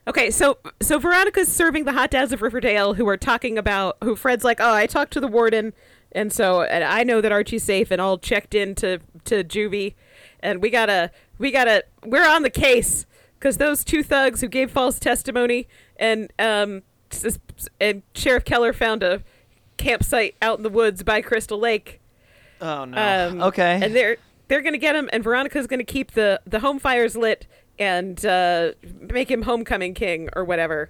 S2: okay, so so Veronica's serving the hot dads of Riverdale, who are talking about who Fred's like, oh, I talked to the warden, and so and I know that Archie's safe and all checked in to to juvie, and we gotta we gotta we're on the case because those two thugs who gave false testimony and um s- and Sheriff Keller found a campsite out in the woods by Crystal Lake.
S1: oh no.
S2: Um,
S1: okay.
S2: And they're they're gonna get him, and Veronica's gonna keep the the home fires lit and uh, make him homecoming king or whatever.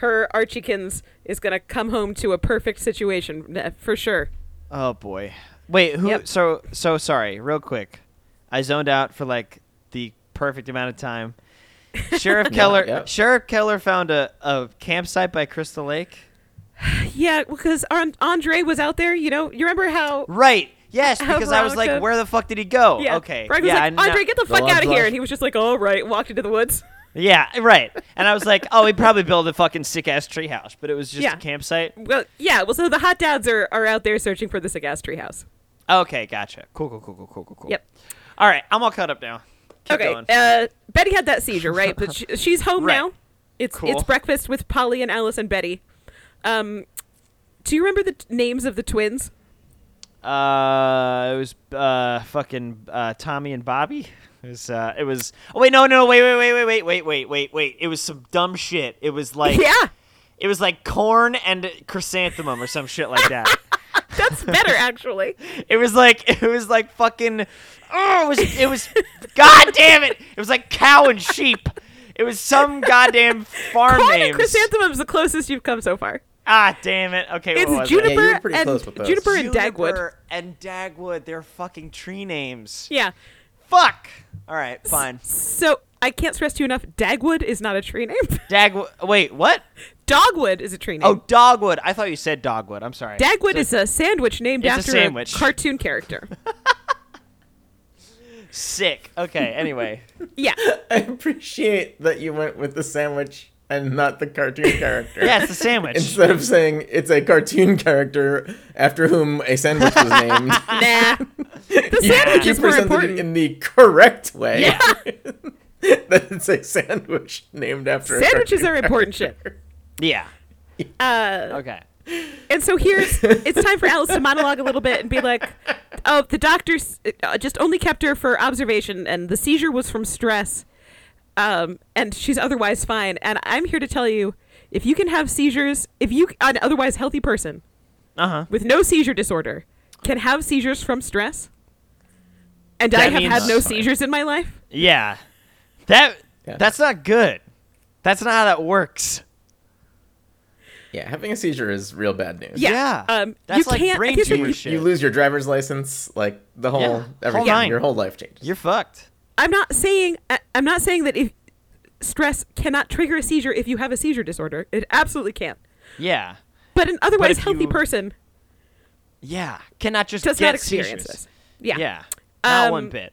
S2: Her Archiekins is gonna come home to a perfect situation uh, for sure.
S1: oh boy. Wait. Who?
S2: Yep.
S1: So so sorry. Real quick. I zoned out for like the perfect amount of time. Sheriff Keller.
S3: yeah.
S1: Sheriff Keller found a, a campsite by Crystal Lake.
S2: Yeah, because Andre was out there. You know, you remember how?
S1: Right. Yes.
S2: How
S1: Because I was like,
S2: Veronica-
S1: where the fuck did he go?
S2: Oh, Yeah,
S1: Okay.
S2: Frank was
S1: yeah. I
S2: like,
S1: know-
S2: Andre, get the, fuck
S3: lodge
S2: out of here,
S3: life.
S2: and he was just like, all right, walked into the woods.
S1: Yeah. Right. And I was like, oh, he probably built a fucking sick ass treehouse, but it was just
S2: Yeah.
S1: a campsite.
S2: Well, yeah. Well, so the hot dads are, are out there searching for the Sagas treehouse.
S1: Okay. Gotcha. Cool. Cool. Cool. Cool. Cool. Cool. Cool.
S2: Yep.
S1: All right. I'm all cut up now. Keep
S2: okay.
S1: Going.
S2: Uh, Betty had that seizure, right? But sh she's home
S1: Right.
S2: now. It's
S1: Cool.
S2: it's breakfast with Polly and Alice and Betty. Um, do you remember the t- names of the twins?
S1: Uh, it was uh fucking uh Tommy and Bobby. It was uh it was oh wait no no wait wait wait wait wait wait wait wait wait it was some dumb shit. It was like
S2: yeah,
S1: it was like corn and chrysanthemum or some shit like that.
S2: that's better actually.
S1: it was like it was like fucking oh it was it was god damn it it was like cow and sheep. It was some goddamn farm
S2: Corn and
S1: names.
S2: chrysanthemum's the closest you've come so far.
S1: ah damn it okay what
S2: It's
S1: was it?
S2: juniper
S3: Yeah, you were pretty
S2: and
S3: close with those.
S2: juniper and Dagwood.
S1: Juniper and Dagwood they're fucking tree names.
S2: Yeah.
S1: Fuck. All right, fine.
S2: So I can't stress to you enough. Dagwood is not a tree name.
S1: Dagwood. Wait, what?
S2: Dogwood is a tree name.
S1: Oh, dogwood. I thought you said dogwood. I'm sorry.
S2: Dagwood
S1: So-
S2: is a sandwich named
S1: It's a
S2: after
S1: sandwich.
S2: cartoon character.
S1: sick. Okay. Anyway.
S2: yeah.
S3: I appreciate that you went with the sandwich and not the cartoon character.
S1: yeah, it's a sandwich.
S3: Instead of saying it's a cartoon character after whom a sandwich was named,
S2: Nah. The
S3: you,
S2: sandwich
S3: you
S2: is more
S3: presented
S2: important.
S3: it in the correct way.
S1: Yeah.
S3: that it's a sandwich named after a
S2: Sandwiches
S3: cartoon
S2: are important
S3: character.
S1: yeah.
S2: Uh,
S1: Okay.
S2: And so here's it's time for Alice to monologue a little bit and be like, "Oh, the doctor s- uh, just only kept her for observation, and the seizure was from stress, um, and she's otherwise fine." And I'm here to tell you, if you can have seizures, if you an otherwise healthy person
S1: Uh huh.
S2: with no seizure disorder can have seizures from stress, and I
S1: That
S2: have
S1: means-
S2: had no
S3: That's fine.
S2: seizures in my life.
S1: Yeah. That
S3: Yeah.
S1: that's not good. That's not how that works.
S3: Yeah, having a seizure is real bad news.
S2: Yeah,
S1: Yeah.
S2: um,
S1: That's
S2: you
S1: like
S2: can't- I
S1: brain
S2: guess you-
S1: tumor
S2: you
S1: shit.
S3: You lose your driver's license, like the whole
S1: Yeah,
S3: everything.
S1: whole nine.
S3: Your whole life changes.
S1: You're fucked.
S2: I'm not saying I- I'm not saying that if stress cannot trigger a seizure if you have a seizure disorder. It absolutely can't.
S1: Yeah.
S2: But an otherwise
S1: if
S2: healthy
S1: you
S2: person
S1: Yeah. Cannot just
S2: does
S1: get
S2: not experience
S1: seizures.
S2: this. Yeah.
S1: Yeah. Not
S2: Um,
S1: one bit.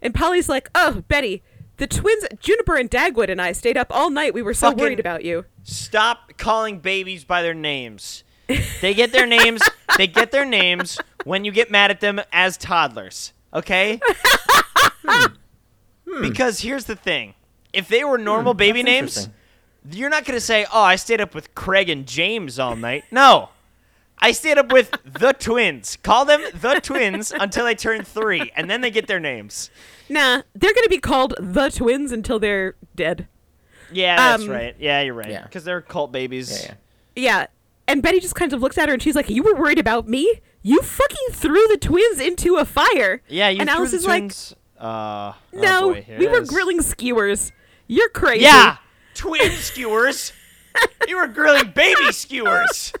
S2: And Polly's like, "Oh, Betty, the twins Juniper and Dagwood and I stayed up all night. We were so
S1: Fucking-
S2: worried about you."
S1: Stop calling babies by their names. They get their names. they get their names when you get mad at them as toddlers. Okay?
S3: Hmm.
S1: Because here's the thing. If they were normal baby
S3: that's
S1: names,
S3: interesting.
S1: you're not going to say, "Oh, I stayed up with Craig and James all night." No. I stayed up with the twins. Call them the twins until they turn 3 and then they get their names.
S2: Nah, they're going to be called the twins until they're dead.
S1: Yeah, that's
S2: Um,
S1: right. Yeah, you're right.
S3: Yeah.
S1: Because they're cult babies.
S3: Yeah, yeah.
S2: Yeah. And Betty just kind of looks at her and she's like, "You were worried about me? You fucking threw the twins into a fire."
S1: Yeah, you
S2: And
S1: threw
S2: Alice
S1: the
S2: is like,
S1: twins- uh, oh
S2: "No,
S1: boy, here
S2: we
S1: it
S2: were
S1: is.
S2: grilling skewers. You're crazy."
S1: Yeah, twin skewers. You were grilling baby skewers.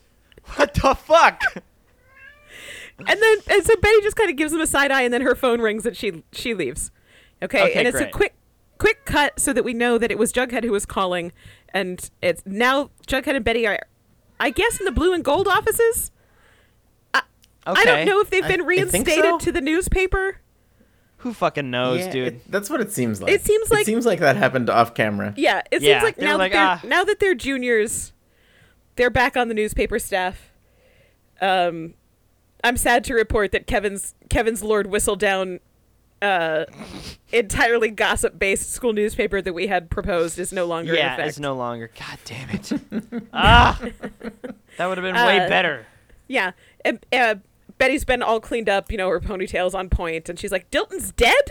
S1: What the fuck?
S2: And then and so Betty just kind of gives him a side eye, and then her phone rings and she she leaves. Okay,
S1: Okay,
S2: and it's a
S1: great.
S2: quick quick cut so that we know that it was Jughead who was calling, and it's now Jughead and Betty are, I guess, in the blue and gold offices.
S1: Okay.
S2: I don't know if they've
S3: I-
S2: been
S3: I think
S2: reinstated
S3: so.
S2: to the newspaper.
S1: Who fucking knows,
S3: Yeah,
S1: dude?
S3: it- that's what it seems like.
S2: It seems like-
S3: it seems like that happened off camera.
S2: Yeah, it
S1: Yeah,
S2: seems like
S1: they're
S2: now
S1: like,
S2: that they're
S1: "Ah."
S2: now that they're juniors, they're back on the newspaper staff. Um, I'm sad to report that Kevin's Kevin's Lord whistled down uh entirely gossip based school newspaper that we had proposed is no longer in
S1: yeah,
S2: effect.
S1: it's no longer. God damn it. ah, that would have been way
S2: Uh,
S1: better.
S2: yeah. And, uh, Betty's been all cleaned up, you know, her ponytail's on point, and she's like, Dilton's dead?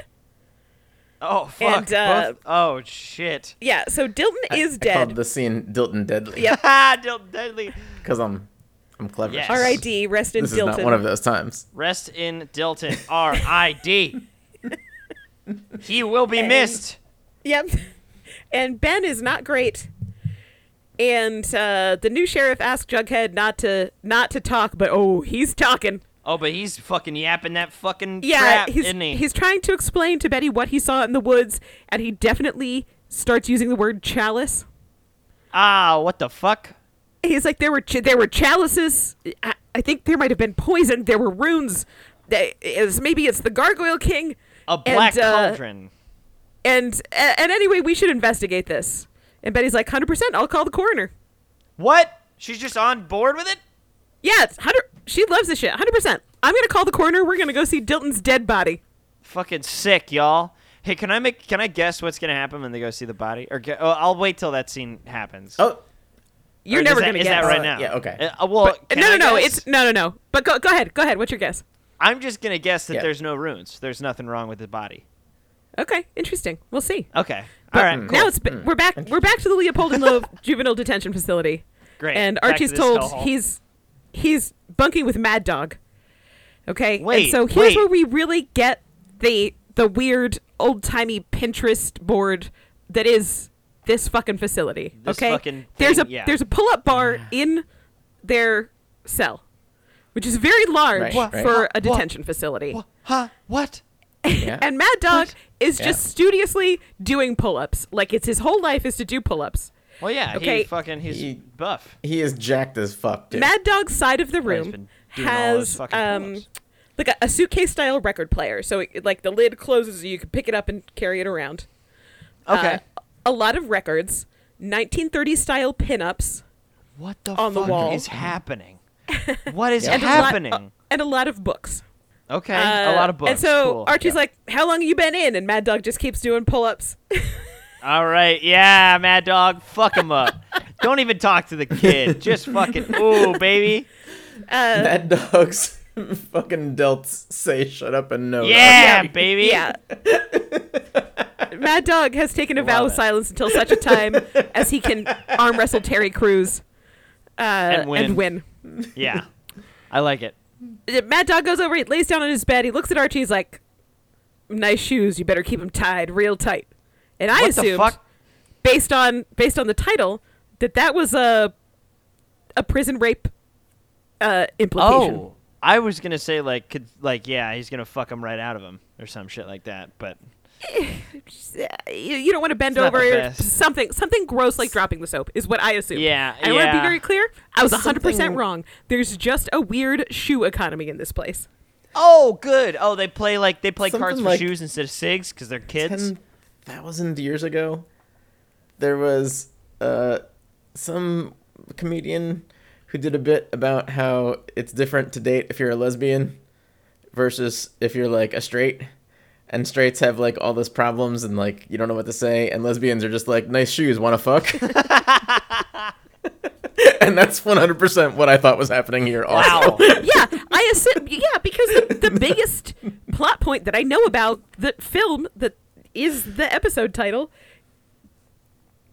S1: Oh fuck.
S2: and, uh,
S1: both- oh shit.
S2: Yeah, so Dilton is
S3: I called
S2: dead.
S3: the scene Dilton Deadly.
S2: Yep.
S1: Ha! Dil- Deadly.
S3: Because I'm, I'm clever.
S1: Yes. All right.
S2: R.I.D. rest in
S3: This is
S2: Dilton.
S3: not one of those times.
S1: Rest in Dilton. R I D. He will be missed.
S2: Yep. And Ben is not great. And uh, the new sheriff asked Jughead not to not to talk, but oh, he's talking.
S1: Oh, but he's fucking yapping that fucking
S2: Yeah,
S1: crap,
S2: he's
S1: isn't he?
S2: he's trying to explain to Betty what he saw in the woods, and he definitely starts using the word chalice.
S1: Ah, what the fuck?
S2: He's like there were ch- there were chalices. I, I think there might have been poison. There were runes. They, is maybe it's the Gargoyle King.
S1: A black
S2: and, uh,
S1: cauldron.
S2: And and anyway, we should investigate this. And Betty's like, hundred percent. I'll call the coroner.
S1: What? She's just on board with it?
S2: Yeah, it's 100 she loves this shit. 100%. I'm going to call the coroner. We're going to go see Dilton's dead body.
S1: Fucking sick, y'all. Hey, can I make? Can I guess what's gonna happen when they go see the body? Or ge- oh, I'll wait till that scene happens.
S3: Oh,
S2: You're
S1: Or is
S2: never
S1: that-
S2: going to
S1: Is
S2: guess.
S1: that right
S3: Uh,
S1: now?
S3: yeah, okay.
S1: Uh, well, can
S2: no,
S1: I
S2: no, no.
S1: guess?
S2: It's no, no, no. But go, go ahead. Go ahead. What's your guess?
S1: I'm just gonna guess that
S3: Yeah.
S1: there's no runes. There's nothing wrong with the body.
S2: Okay, interesting. We'll see.
S1: Okay. All right. Cool.
S2: Now it's ba- we're back we're back to the Leopold and Loeb juvenile detention facility.
S1: Great.
S2: And
S1: Back to
S2: Archie's
S1: this
S2: told
S1: hellhole.
S2: he's he's bunking with Mad Dog. Okay.
S1: Wait,
S2: and so here's
S1: wait.
S2: where we really get the the weird old timey Pinterest board that is this fucking facility.
S1: This
S2: okay.
S1: fucking
S2: there's a
S1: thing, yeah.
S2: there's a pull up bar in their cell, which is very large
S3: Right, What? right.
S2: for
S1: What?
S2: a detention facility.
S1: Wha- Huh? What?
S3: yeah.
S2: And Mad Dog
S1: What?
S2: is
S3: Yeah.
S2: just studiously doing pull ups. Like it's his whole life is to do pull ups.
S1: Well, yeah. He
S2: Okay.
S1: fucking he's
S3: He-
S1: buff.
S3: he is jacked as fuck, dude.
S2: Mad Dog's side of the
S1: Probably
S2: room
S1: he's been doing all those
S2: has
S1: fucking
S2: um,
S1: pull-ups.
S2: like a, a suitcase style record player. So it, like the lid closes, so you can pick it up and carry it around.
S1: Okay.
S2: Uh, a lot of records, 1930s style pinups,
S1: what the Mm-hmm.
S2: on the
S1: fuck
S2: wall.
S1: is happening? what is
S2: and a lot-
S1: happening?
S2: uh, and a lot of books.
S1: okay.
S2: Uh,
S1: a lot of books.
S2: And so
S1: cool.
S2: Archie's
S3: Yeah.
S2: like, "How long have you been in?" And Mad Dog just keeps doing pull ups.
S1: All right, yeah, Mad Dog, fuck him up. Don't even talk to the kid. Just fucking ooh, baby.
S2: Uh,
S3: Mad Dog's fucking delts say shut up and no.
S1: Yeah,
S2: yeah,
S1: baby.
S2: yeah. Mad Dog has taken a vow
S1: Love
S2: of
S1: it.
S2: silence until such a time as he can arm wrestle Terry Crews uh, and
S1: win.
S2: win.
S1: Yeah. I like it.
S2: Uh, Mad Dog goes over, he lays down on his bed, he looks at Archie, he's like, "Nice shoes. You better keep them tied real tight." And I
S1: what the
S2: assumed,
S1: fuck?
S2: based on based on the title, that that was a a prison rape uh, implication.
S1: Oh, I was gonna say like could like yeah, he's gonna fuck him right out of him or some shit like that. But
S2: you, you don't want to bend
S1: It's not the
S2: over.
S1: best.
S2: Something something gross like dropping the soap is what I assume.
S1: Yeah,
S2: I want to
S1: yeah.
S2: be very clear. I was hundred percent
S3: Something-
S2: wrong. There's just a weird shoe economy in this place.
S1: oh, good. Oh, they play like they play cards
S3: Something
S1: for
S3: like
S1: shoes instead of cigs because they're kids.
S3: ten thousand years ago, there was uh, some comedian who did a bit about how it's different to date if you're a lesbian versus if you're like a straight. And straights have like all those problems and like you don't know what to say. And lesbians are just like, nice shoes, wanna fuck? and that's 100% what I thought was happening here.
S1: Wow.
S3: Also.
S2: yeah, I assume. Yeah, because the, the biggest plot point that I know about the film that is the episode title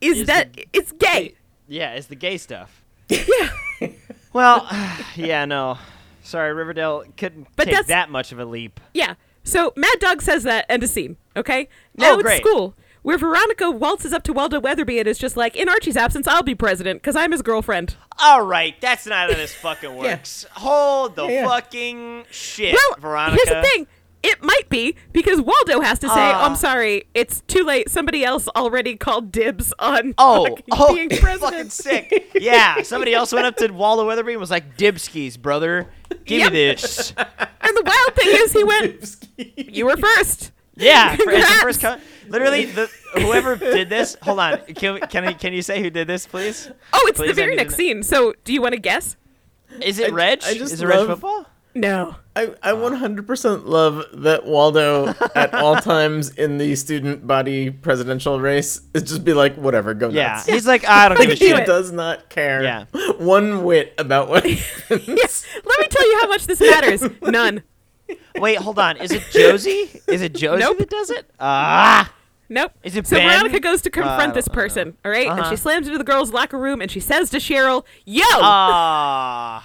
S2: is,
S1: Is
S2: that
S1: the-
S2: it's gay.
S1: yeah, it's the gay stuff.
S2: Yeah.
S1: Well, yeah, no. Sorry, Riverdale couldn't
S2: But
S1: take
S2: that's-
S1: that much of a leap.
S2: Yeah. So Mad Dog says that, end of scene. Okay. Now it's
S1: Oh, great.
S2: school, where Veronica waltzes up to Welda Weatherby and is just like, "In Archie's absence, I'll be president because I'm his girlfriend."
S1: All right, that's not how this fucking works. Hold the
S3: Yeah, yeah.
S1: fucking shit,
S2: Well,
S1: Veronica.
S2: here's the thing. It might be because Waldo has to say,
S1: Ah.
S2: "I'm sorry, it's too late. Somebody else already called dibs on
S1: Oh,
S2: fucking
S1: oh,
S2: being
S1: fucking
S2: president."
S1: sick. Yeah, somebody else went up to Waldo Weatherby and was like, "Dibskis, brother, give
S2: Yep.
S1: me this."
S2: And the wild thing is, he went, "You were first.
S1: Yeah, for- it's the
S2: Congrats.
S1: first co- literally the whoever did this. Hold on, can can, I, can you say who did this, please?
S2: Oh, it's
S1: Please, I
S2: the very
S1: need
S2: next
S1: to
S2: scene. So, do you want to guess?
S1: Is it
S3: I-
S1: Reg?
S3: I just
S1: Is it Reg
S3: love-
S1: football?
S2: No.
S3: I,
S1: Uh.
S3: I 100% love that Waldo at all times in the student body presidential race is just be like whatever go
S1: Yeah,
S3: nuts.
S1: he's like, I don't give a
S2: Fucking do
S3: he
S1: shit.
S2: it.
S3: does not care
S1: Yeah.
S3: one whit about what
S2: Yes. Let me tell you how much this matters. None.
S1: Wait, hold on. Is it Josie? Is it Josie
S2: Nope.
S1: that does it? Ah,
S2: Nope.
S1: Is it
S2: so
S1: Ben?
S2: Veronica goes to
S1: I
S2: confront
S1: don't
S2: this person, all right? And
S1: Uh-huh.
S2: she slams into the girls' locker room and she says to Cheryl, "Yo,
S1: ah.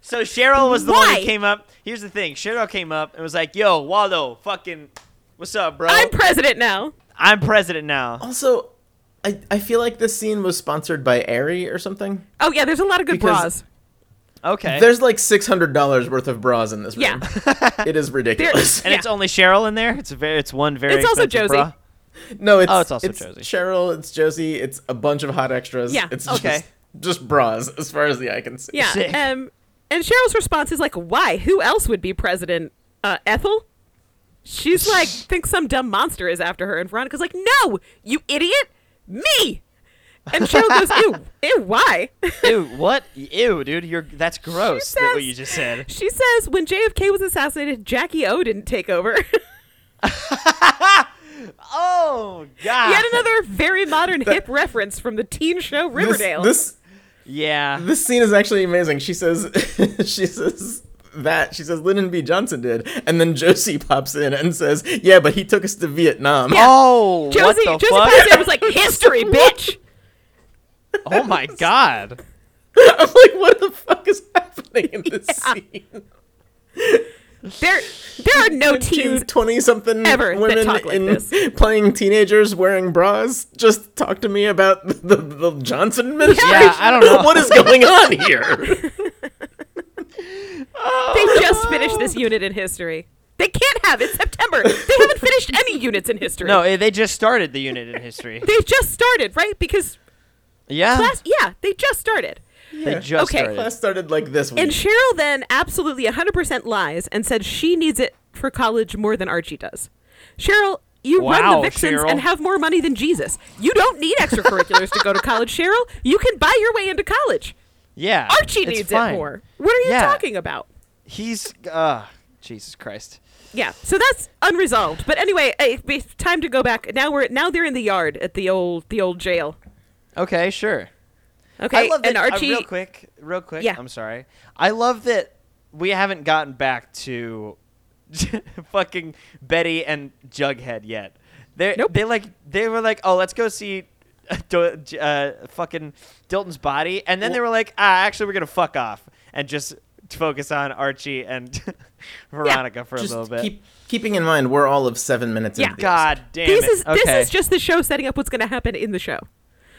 S1: So Cheryl was the one
S2: Why?
S1: who came up. Here's the thing: Cheryl came up and was like, "Yo, Waldo, fucking, what's up, bro?
S2: I'm president now."
S1: I'm president now."
S3: also I, I feel like this scene was sponsored by Aerie or something
S2: Oh yeah, there's a lot of good
S3: Because-
S2: bras.
S1: Okay.
S3: there's like $600 worth of bras in this room it is ridiculous
S1: and it's only Cheryl in there. It's a very, it's one very.
S2: It's also
S1: expensive
S2: Josie.
S1: bra.
S3: no it's,
S1: Oh, it's also Josie.
S3: Cheryl it's Josie it's a bunch of hot extras
S2: Yeah,
S3: it's
S1: okay.
S3: just, just bras as far as the eye can see
S2: Yeah.
S1: Sick.
S2: Um, and Cheryl's response is like, "Why? Who else would be president? Uh, Ethel?" She's like, thinks some dumb monster is after her, and Veronica's like, "No, you idiot, me." And Cheryl goes, "Ew, ew, why?"
S1: Ew, what? Ew, dude, you're that's gross. That what
S2: says-
S1: you just said.
S2: she says, "When JFK was assassinated, Jackie O didn't take over."
S1: Oh God.
S2: Yet another very modern hip reference from the teen show
S3: This-
S2: Riverdale.
S3: this
S1: Yeah.
S3: This scene is actually amazing. She says, she says that she says Lyndon B. Johnson did, and then Josie pops in and says, "Yeah, but he took us to Vietnam."
S1: Oh,
S2: Josie,
S1: what the
S2: Josie
S1: fuck?
S2: Pazzo was like, "History, bitch."
S1: Oh my God.
S3: I'm like, what the fuck is happening in this
S2: Yeah.
S3: scene?
S2: There, there are no
S3: Two
S2: teens.
S3: twenty-something
S2: ever that
S3: women
S2: talk like
S3: in
S2: this.
S3: playing teenagers wearing bras just talk to me about the, the, the Johnson administration.
S1: Yeah, I don't know.
S3: what is going on here.
S2: They just finished this unit in history. They can't have it's September. They haven't finished any units in history.
S1: No, eh, they just started the unit in history.
S2: they just started, right? Because
S1: Yeah.
S2: class, yeah, they just started.
S1: They just
S2: Okay.
S1: started.
S3: Class started like this week.
S2: And Cheryl then absolutely 100% lies and said she needs it for college more than Archie does. Cheryl, you run
S1: Wow,
S2: the Vixens
S1: Cheryl.
S2: and have more money than Jesus. You don't need extracurriculars to go to college, Cheryl. You can buy your way into college.
S1: Yeah.
S2: Archie
S1: it's
S2: needs
S1: fine.
S2: it more. What are you
S1: Yeah.
S2: talking about?
S1: He's uh Jesus Christ.
S2: Yeah, so that's unresolved. But anyway, eh, it's time to go back. Now we're now they're in the yard at the old the old jail.
S1: Okay, sure.
S2: Okay,
S1: I love that,
S2: and
S1: uh,
S2: Archie-
S1: real quick, real quick.
S2: Yeah.
S1: I'm sorry. I love that we haven't gotten back to fucking Betty and Jughead yet. They
S2: Nope.
S1: they like they were like, "Oh, let's go see Do- uh, fucking Dilton's body." And then they were like, "Ah, actually we're going to fuck off and just focus on Archie and Veronica for a
S3: Just
S1: little bit."
S3: keep keeping in mind we're all of seven minutes.
S2: Yeah.
S3: into this.
S1: God damn
S2: this
S1: it.
S2: is this
S1: Okay.
S2: is just the show setting up what's going to happen in the show.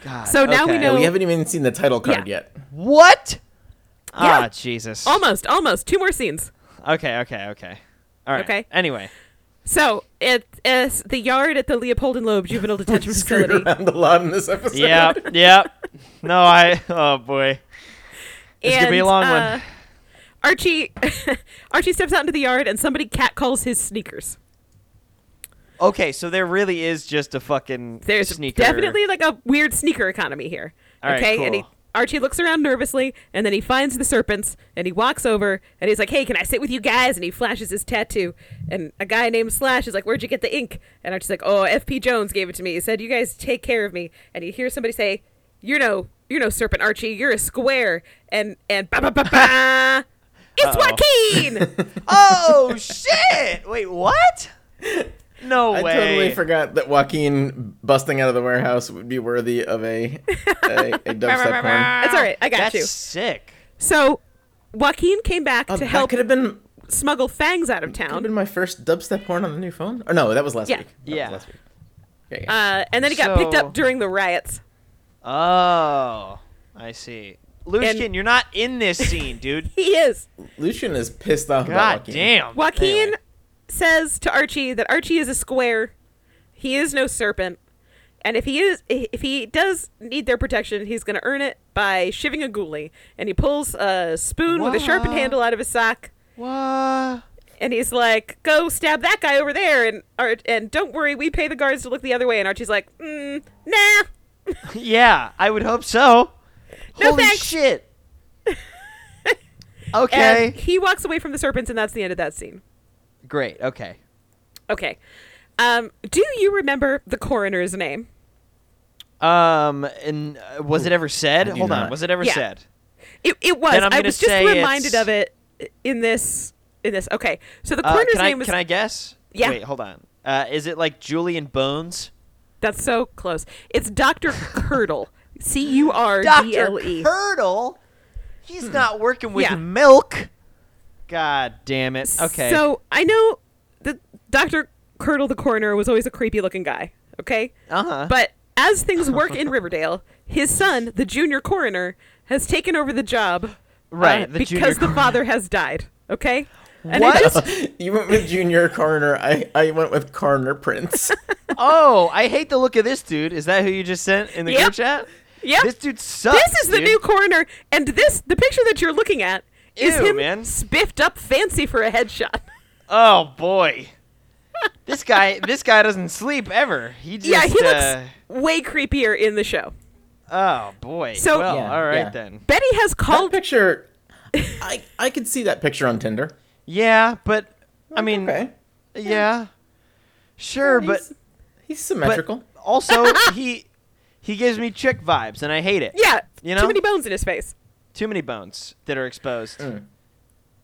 S1: God,
S2: so now we
S1: okay.
S2: know-
S3: We haven't even seen the title card
S2: Yeah.
S3: yet.
S1: what?
S2: Yeah. Um,
S1: Ah, Jesus.
S2: Almost, almost. Two more scenes.
S1: Okay, okay, okay. All right.
S2: Okay.
S1: Anyway,
S2: So it is the yard at the Leopold and Loeb Juvenile Detention
S3: Screwed
S2: Facility.
S3: around a lot in this episode.
S1: yep, yep. No, I. Oh boy, this
S2: and,
S1: could be a long
S2: uh, Archie, Archie steps out into the yard, and somebody catcalls his sneakers.
S1: one. Okay, so there really is just a fucking
S2: There's
S1: sneaker.
S2: definitely like a weird sneaker economy here.
S1: All right,
S2: okay, and he,
S1: cool.
S2: Archie looks around nervously, and then he finds the serpents, and he walks over, and he's like, "Hey, can I sit with you guys?" And he flashes his tattoo, and a guy named Slash is like, "Where'd you get the ink?" And Archie's like, "Oh, F.P. Jones gave it to me. He said you guys take care of me." And he hears somebody say, "You're no, you're no serpent, Archie. You're a square." And and ba ba ba ba. It's Joaquin.
S1: Oh shit! Wait, what? No
S3: I
S1: way.
S3: totally forgot that Joaquin busting out of the warehouse would be worthy of a a, a dubstep horn.
S2: That's all right. I got
S1: That's
S2: you.
S1: sick.
S2: So Joaquin came back to
S3: Um, That
S2: help
S3: could have been
S2: smuggle fangs out of
S3: could have
S2: town.
S3: been my first dubstep horn on the new phone. Or no, that was last
S2: Yeah.
S3: week. That was
S1: Yeah.
S3: last week. Yeah, yeah.
S2: Uh, and then he got picked
S1: So-
S2: up during the riots.
S1: Oh, I see. Lushkin, you're not in this scene, dude.
S2: He is.
S3: Lucian is pissed off
S1: God
S3: about Joaquin.
S1: damn.
S2: Joaquin
S1: Anyway.
S2: says to Archie that Archie is a square. He is no serpent. And if he is if he does need their protection, he's going to earn it by shiving a ghoulie. And he pulls a spoon with a sharpened
S1: What?
S2: handle out of his sock.
S1: What?
S2: And he's like, "Go stab that guy over there, and Ar- and don't worry, we pay the guards to look the other way." And Archie's like, mm, "Nah,
S1: Yeah, I would hope so.
S2: No
S1: Holy
S2: thanks.
S1: shit. okay.
S2: And he walks away from the serpents, and that's the end of that scene.
S1: Great. Okay.
S2: Okay. Um, do you remember the coroner's name?
S1: Um, and uh, was it ever said?
S3: do
S1: Hold on.
S3: not.
S1: Was it ever
S2: Yeah.
S1: said?
S2: It, it was.
S1: Then I'm
S2: I
S1: gonna
S2: was just
S1: say
S2: reminded
S1: it's-
S2: of it in this. In this. Okay. So the
S1: Uh,
S2: coroner's
S1: can I
S2: name was.
S1: can I guess?
S2: Yeah.
S1: Wait. Hold on. Uh, is it like Julian Bones?
S2: That's so close. It's Doctor Curdle. C U R D
S1: Doctor
S2: L E. Hmm.
S1: Hurdle. He's not working with
S2: Yeah.
S1: milk. God damn it. Okay.
S2: So I know that Doctor Curdle, the coroner, was always a creepy looking guy. Okay.
S1: Uh-huh.
S2: But as things work in Riverdale, his son, the junior coroner, has taken over the job. uh,
S1: Right, the junior
S2: because the
S1: coroner.
S2: father has died. Okay. And
S1: What?
S2: I just
S3: you went with Junior Coroner. I, I went with Coroner Prince.
S1: oh, I hate the look of this dude. Is that who you just sent in the
S2: Yep.
S1: group chat?
S2: Yep.
S1: This dude sucks.
S2: This is the
S1: dude.
S2: new coroner, and this the picture that you're looking at is
S1: Ew,
S2: him
S1: man.
S2: spiffed up fancy for a headshot.
S1: Oh boy. this guy this guy doesn't sleep ever. He just
S2: yeah, he
S1: uh,
S2: looks way creepier in the show.
S1: Oh boy.
S2: So-
S1: well,
S3: Yeah,
S1: all right
S3: yeah.
S1: then.
S2: Betty has
S3: that
S2: called
S3: picture, I I could see that picture on Tinder.
S1: Yeah, but I mean
S3: Okay,
S1: yeah. Sure, but
S3: he's, he's
S1: but
S3: symmetrical.
S1: also he he gives me chick vibes and I hate it.
S2: yeah,
S1: You know?
S2: too many bones in his face.
S1: Too many bones that are exposed.
S3: Mm.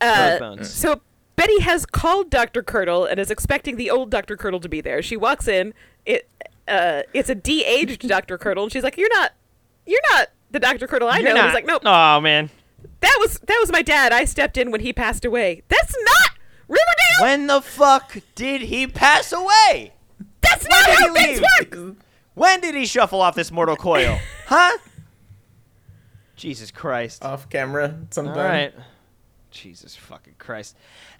S1: Those
S2: Uh,
S1: bones.
S2: so Betty has called Doctor Curdle and is expecting the old Doctor Curdle to be there. She walks in. It uh, it's a de-aged Doctor Curdle, and she's like, "You're not, you're not the Doctor Curdle I
S1: You're
S2: know." And
S1: not.
S2: He's like, "Nope,
S1: Oh man.
S2: that was that was my dad. I stepped in when he passed away. That's not Riverdale."
S1: When the fuck did he pass away?
S2: That's not
S1: did
S2: how
S1: he
S2: things
S1: leave?
S2: work.
S1: When did he shuffle off this mortal coil? Huh? Jesus Christ.
S3: Off camera, sometime.
S1: All right. Jesus fucking Christ.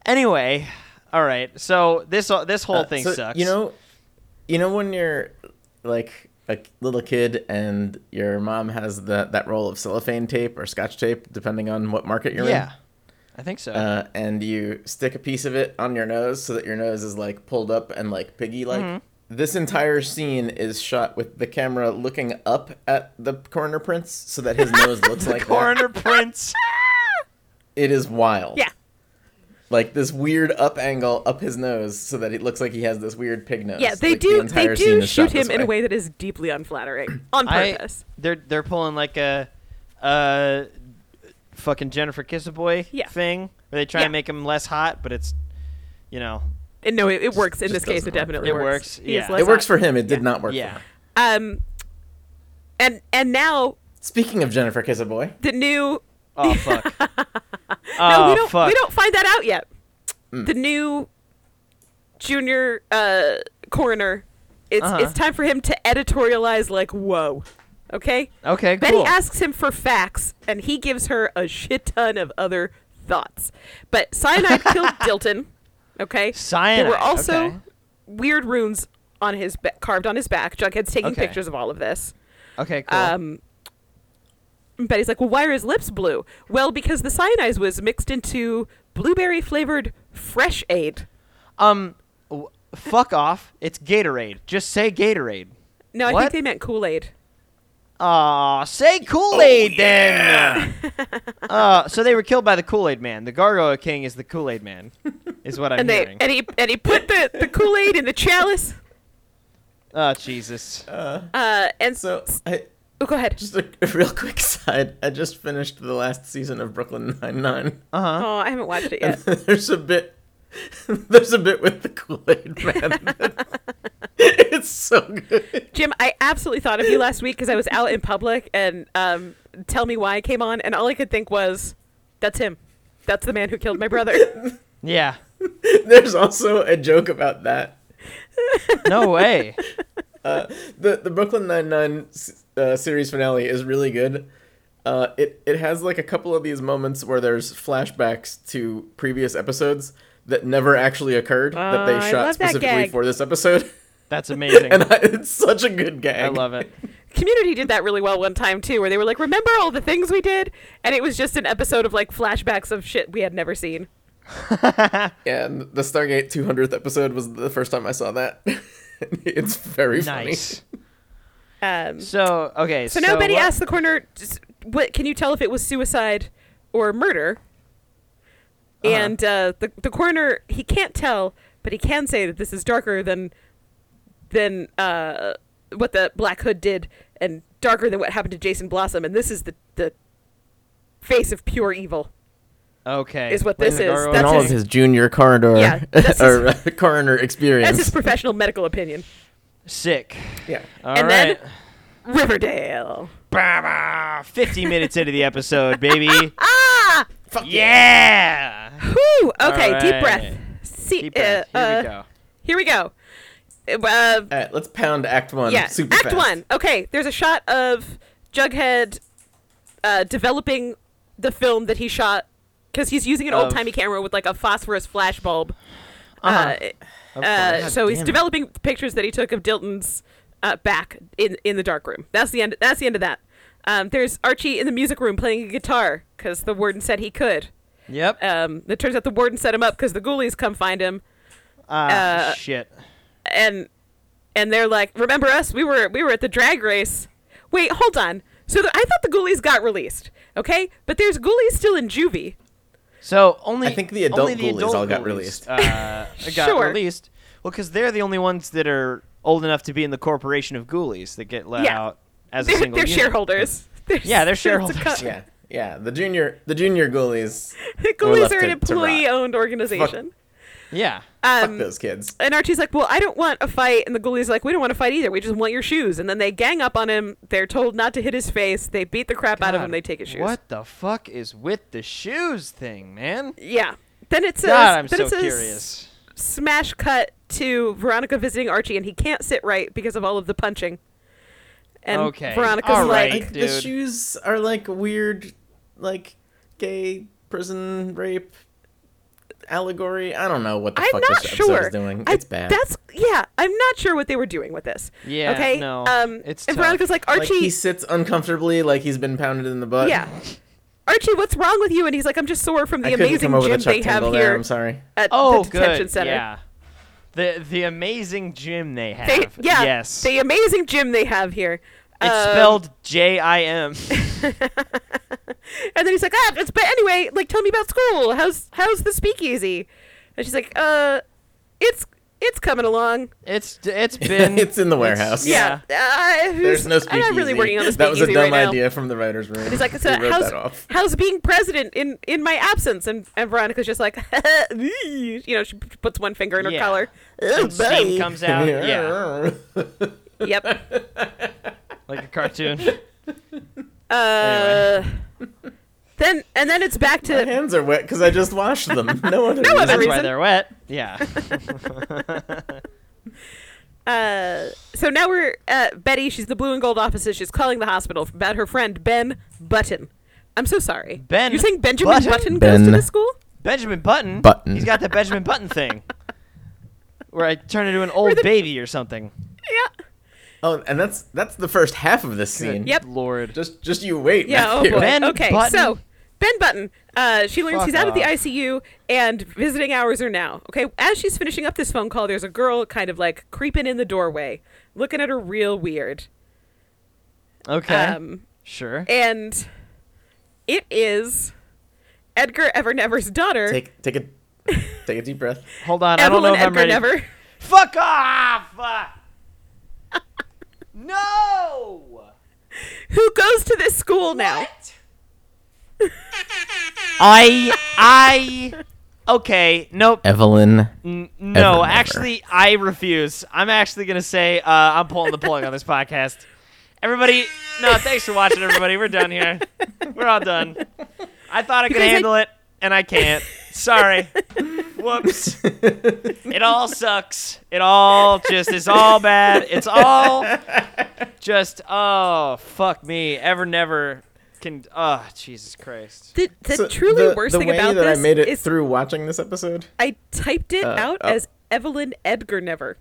S1: Anyway, all right. So this this whole
S3: Uh,
S1: thing
S3: so,
S1: sucks.
S3: You know, you know when you're like a little kid and your mom has the that roll of cellophane tape or scotch tape, depending on what market you're
S1: Yeah. I think so.
S3: in. Uh, and you stick a piece of it on your nose so that your nose is like pulled up and like piggy like.
S1: Mm-hmm.
S3: This entire scene is shot with the camera looking up at the coroner prince so that his nose looks like that.
S1: Coroner Prince.
S3: It is wild.
S2: Yeah.
S3: Like this weird up angle up his nose so that it looks like he has this weird pig nose.
S2: Yeah, they
S3: Like, the
S2: do. they
S3: entire scene
S2: do
S3: is shot
S2: shoot him
S3: this
S2: in a way that is deeply unflattering on
S1: I,
S2: purpose.
S1: they're they're pulling like a uh, fucking Jennifer Kissaboy
S2: Yeah.
S1: thing where they try
S2: Yeah.
S1: and make him less hot, but it's, you know,
S2: And no, it, it works in this
S3: just
S2: case.
S3: doesn't
S2: It
S3: work.
S2: definitely
S1: It
S2: works.
S1: works,
S2: He is
S1: yeah.
S2: less
S3: it works
S2: hot.
S3: for him. It did not work. For
S1: yeah.
S3: him.
S2: Um, and and now
S3: Speaking of Jennifer Kissaboy,
S2: the new
S1: Oh fuck.
S2: no,
S1: oh
S2: we don't
S1: fuck.
S2: we don't find that out yet.
S3: Mm.
S2: The new junior uh, coroner. It's
S1: Uh-huh.
S2: it's time for him to editorialize like whoa, okay.
S1: Okay,
S2: Betty
S1: cool.
S2: asks him for facts, and he gives her a shit ton of other thoughts. But cyanide killed Dilton. Okay. There
S1: Cyanide,
S2: were also
S1: okay.
S2: weird runes on his ba- carved on his back. Jughead's taking
S1: Okay.
S2: pictures of all of this.
S1: okay, cool.
S2: Um, Betty's like, well, why are his lips blue? Well, because the cyanide was mixed into blueberry flavored fresh aid.
S1: um, w- fuck off. It's Gatorade. Just say Gatorade.
S2: No, I think
S1: What?
S2: they meant Kool Aid.
S1: Aw, say Kool Aid then. uh, so they were killed by the Kool Aid Man. The Gargoyle King is the Kool Aid Man, is what I'm
S2: And they
S1: hearing.
S2: and he and he put the, the Kool Aid in the chalice.
S1: oh Jesus.
S2: Uh, and
S3: so I
S2: oh, go ahead.
S3: just a, a real quick side. I just finished the last season of Brooklyn Nine Nine.
S1: Uh-huh.
S2: Oh, I haven't watched it
S3: And
S2: yet.
S3: there's a bit there's a bit with the Kool-Aid man. it's so good.
S2: Jim, I absolutely thought of you last week because I was out in public and um, Tell Me Why came on, and all I could think was, that's him. That's the man who killed my brother.
S1: yeah.
S3: There's also a joke about that.
S1: No way.
S3: The the Brooklyn Nine Nine uh, series finale is really good. Uh, it it has like a couple of these moments where there's flashbacks to previous episodes that never actually occurred that
S2: Oh, I
S3: they shot
S2: love that
S3: specifically
S2: gag.
S3: for this episode,
S1: That's amazing.
S3: and I, it's such a good gag.
S1: I love it.
S2: Community did that really well one time too, where they were like, "Remember all the things we did," and it was just an episode of like flashbacks of shit we had never seen.
S3: Yeah, and the Stargate 200th episode was the first time I saw that. it's very funny.
S1: Nice.
S2: Um,
S1: So
S2: so,
S1: okay. So,
S2: now Betty
S1: what-
S2: asks the coroner, just, "What can you tell if it was suicide or murder?"
S1: Uh-huh.
S2: And uh, the the coroner he can't tell, but he can say that this is darker than than uh, what the Black Hood did, and darker than what happened to Jason Blossom, and this is the the face of pure evil.
S1: Okay.
S2: is what
S1: Wait,
S2: this
S1: the
S2: is.
S1: Gargoyle
S2: That's
S3: all
S1: King-
S2: his-
S3: of his junior corridor
S2: Yeah, that's
S3: or uh, coroner experience.
S2: That's his professional medical opinion.
S1: Sick.
S3: yeah.
S1: All right.
S2: And then- Riverdale.
S1: Bah, bah. 50 minutes into the episode, baby.
S2: Ah!
S3: Fuck
S1: yeah.
S2: Whew! Okay, deep
S1: right.
S2: breath. See,
S1: Deep breath.
S2: uh,
S1: Here we
S2: uh,
S1: go.
S2: Here we go. Uh,
S3: All right, let's pound Act One.
S2: yeah,
S3: super
S2: Act
S3: fast.
S2: One. Okay, there's a shot of Jughead uh, developing the film that he shot because he's using an
S1: Of-
S2: old timey camera with like a phosphorus flash bulb.
S1: Uh-huh.
S2: Uh,
S1: Of
S2: Uh,
S1: course.
S2: so he's
S3: damn it.
S2: developing pictures that he took of Dilton's uh, back in in the dark room. That's the end. That's the end of that. Um, there's Archie in the music room playing a guitar because the warden said he could.
S1: Yep.
S2: Um, it turns out the warden set him up because the ghoulies come find him,
S1: Ah,
S2: uh,
S1: shit.
S2: and and they're like, "Remember us? We were we were at the drag race." Wait, hold on. So the, I thought the ghoulies got released, okay? But there's ghoulies still in juvie.
S1: So only
S3: I think the adult
S1: only the
S3: ghoulies
S1: adult
S3: all got
S1: ghoulies,
S3: released.
S1: Uh, got
S2: Sure.
S1: released. Well, because they're the only ones that are old enough to be in the corporation of ghoulies that get let
S2: Yeah.
S1: out as a
S2: They're,
S1: single.
S2: they're
S1: unit.
S2: shareholders. There's-
S1: Yeah, they're
S2: there's a
S1: shareholders.
S2: co-
S3: Yeah, yeah. The junior, the junior ghoulies.
S2: The
S3: We're
S2: ghoulies
S3: left
S2: are an
S3: to- to rot.
S2: employee-owned organization.
S1: Yeah.
S3: Fuck those kids.
S2: And Archie's like, "Well, I don't want a fight," and the ghoulies like, "We don't want to fight either. We just want your shoes." And then they gang up on him. They're told not to hit his face. They beat the crap out of
S1: God,
S2: him. They take his shoes.
S1: What the fuck is with the shoes thing, man?
S2: Yeah. Then it says.
S1: God, I'm
S2: then
S1: so
S2: it says,
S1: curious.
S2: Smash cut to Veronica visiting Archie, and he can't sit right because of all of the punching. And
S1: Okay,
S2: Veronica's
S1: all
S2: like,
S1: right.
S3: Like the
S1: dude.
S3: shoes are like weird, like gay prison rape allegory. I don't know what the
S2: "I'm
S3: fuck
S2: not
S3: this episode
S2: sure."
S3: is doing.
S2: I-
S3: it's bad.
S2: That's yeah. I'm not sure what they were doing with this.
S1: Yeah,
S2: Okay.
S1: no,
S2: um.
S1: it's
S2: and
S1: tough.
S2: Veronica's like,
S3: like
S2: Archie.
S3: he sits uncomfortably, like he's been pounded in the butt.
S2: yeah. Archie, what's wrong with you? And he's like, I'm just sore from the
S3: I couldn't
S2: amazing
S3: come over
S2: gym
S3: the Chuck
S2: they have
S3: Tingle
S2: here.
S3: there. I'm sorry.
S2: at
S1: Oh,
S2: the detention
S1: good.
S2: center.
S1: Yeah. The the amazing gym they have.
S2: They, yeah,
S1: Yes.
S2: the amazing gym they have here.
S1: it's
S2: Um,
S1: spelled J I M.
S2: And then he's like, ah, it's, but anyway, like, tell me about school. How's how's the speakeasy? And she's like, uh, it's It's coming along.
S1: It's it's been
S3: it's in the warehouse.
S1: Yeah.
S2: Yeah. Uh, who's-
S3: There's no speakeasy.
S2: I'm not really working on this.
S3: That was a dumb
S2: right Now.
S3: idea from the writers' room.
S2: He's like,
S3: They
S2: so
S3: wrote that
S2: how's,
S3: off.
S2: how's being president in, in my absence? And, and Veronica's just like, you know, she p- puts one finger in her
S1: Yeah.
S2: collar.
S1: and steam
S2: Ugh,
S1: comes out. yeah,
S2: buddy. Yep.
S1: like a cartoon.
S2: Uh, then and then it's back
S3: My
S2: to
S3: hands are wet because I just washed them. No other reason.
S2: other
S1: That's why
S2: reason.
S1: they're wet. Yeah.
S2: uh, so now we're uh, Betty. She's the blue and gold officer. She's calling the hospital about her friend Ben Button. I'm so sorry,
S1: Ben
S2: You're saying Benjamin
S1: Button?
S2: Button, goes to
S3: Ben.
S2: the school?
S1: Benjamin Button.
S3: Button.
S1: He's got that Benjamin Button thing, where I turn into an old
S2: the-
S1: baby or something.
S2: Yeah.
S3: Oh, and that's that's the first half of this scene.
S2: Yep.
S1: Lord.
S3: Just just you wait.
S2: Yeah. Oh
S3: Matthew.
S2: boy.
S1: Ben
S2: okay.
S1: Button.
S2: So Ben Button. Uh, she learns
S1: Fuck
S2: he's out of the
S1: off.
S2: ICU and visiting hours are now. Okay. As she's finishing up this phone call, there's a girl kind of like creeping in the doorway, looking at her real weird.
S1: Okay.
S2: Um,
S1: sure.
S2: and it is Edgar Evernever's daughter,
S3: Take take a take a deep breath.
S1: Hold on. I don't
S2: Evelyn
S1: know if I'm
S2: Edgar
S1: ready.
S2: Never.
S1: Fuck off! no!
S2: who goes to this school now.
S1: I I okay. Nope.
S3: Evelyn.
S1: N- no,
S3: never.
S1: actually, I refuse. I'm actually gonna say uh, I'm pulling the plug on this podcast. Everybody, no, thanks for watching. Everybody, we're done here. We're all done. I thought I could
S2: guys, I-
S1: handle it, and I can't. Sorry. Whoops. It all sucks. It all just it's all bad. It's all just oh fuck me. Ever never can oh Jesus Christ.
S2: The, the
S3: So
S2: truly
S3: the,
S2: worst
S3: the
S2: thing
S3: way
S2: about
S3: that
S2: this
S3: I made it
S2: is
S3: through watching this episode.
S2: I typed it out
S3: oh.
S2: as Evelyn Edgar Never.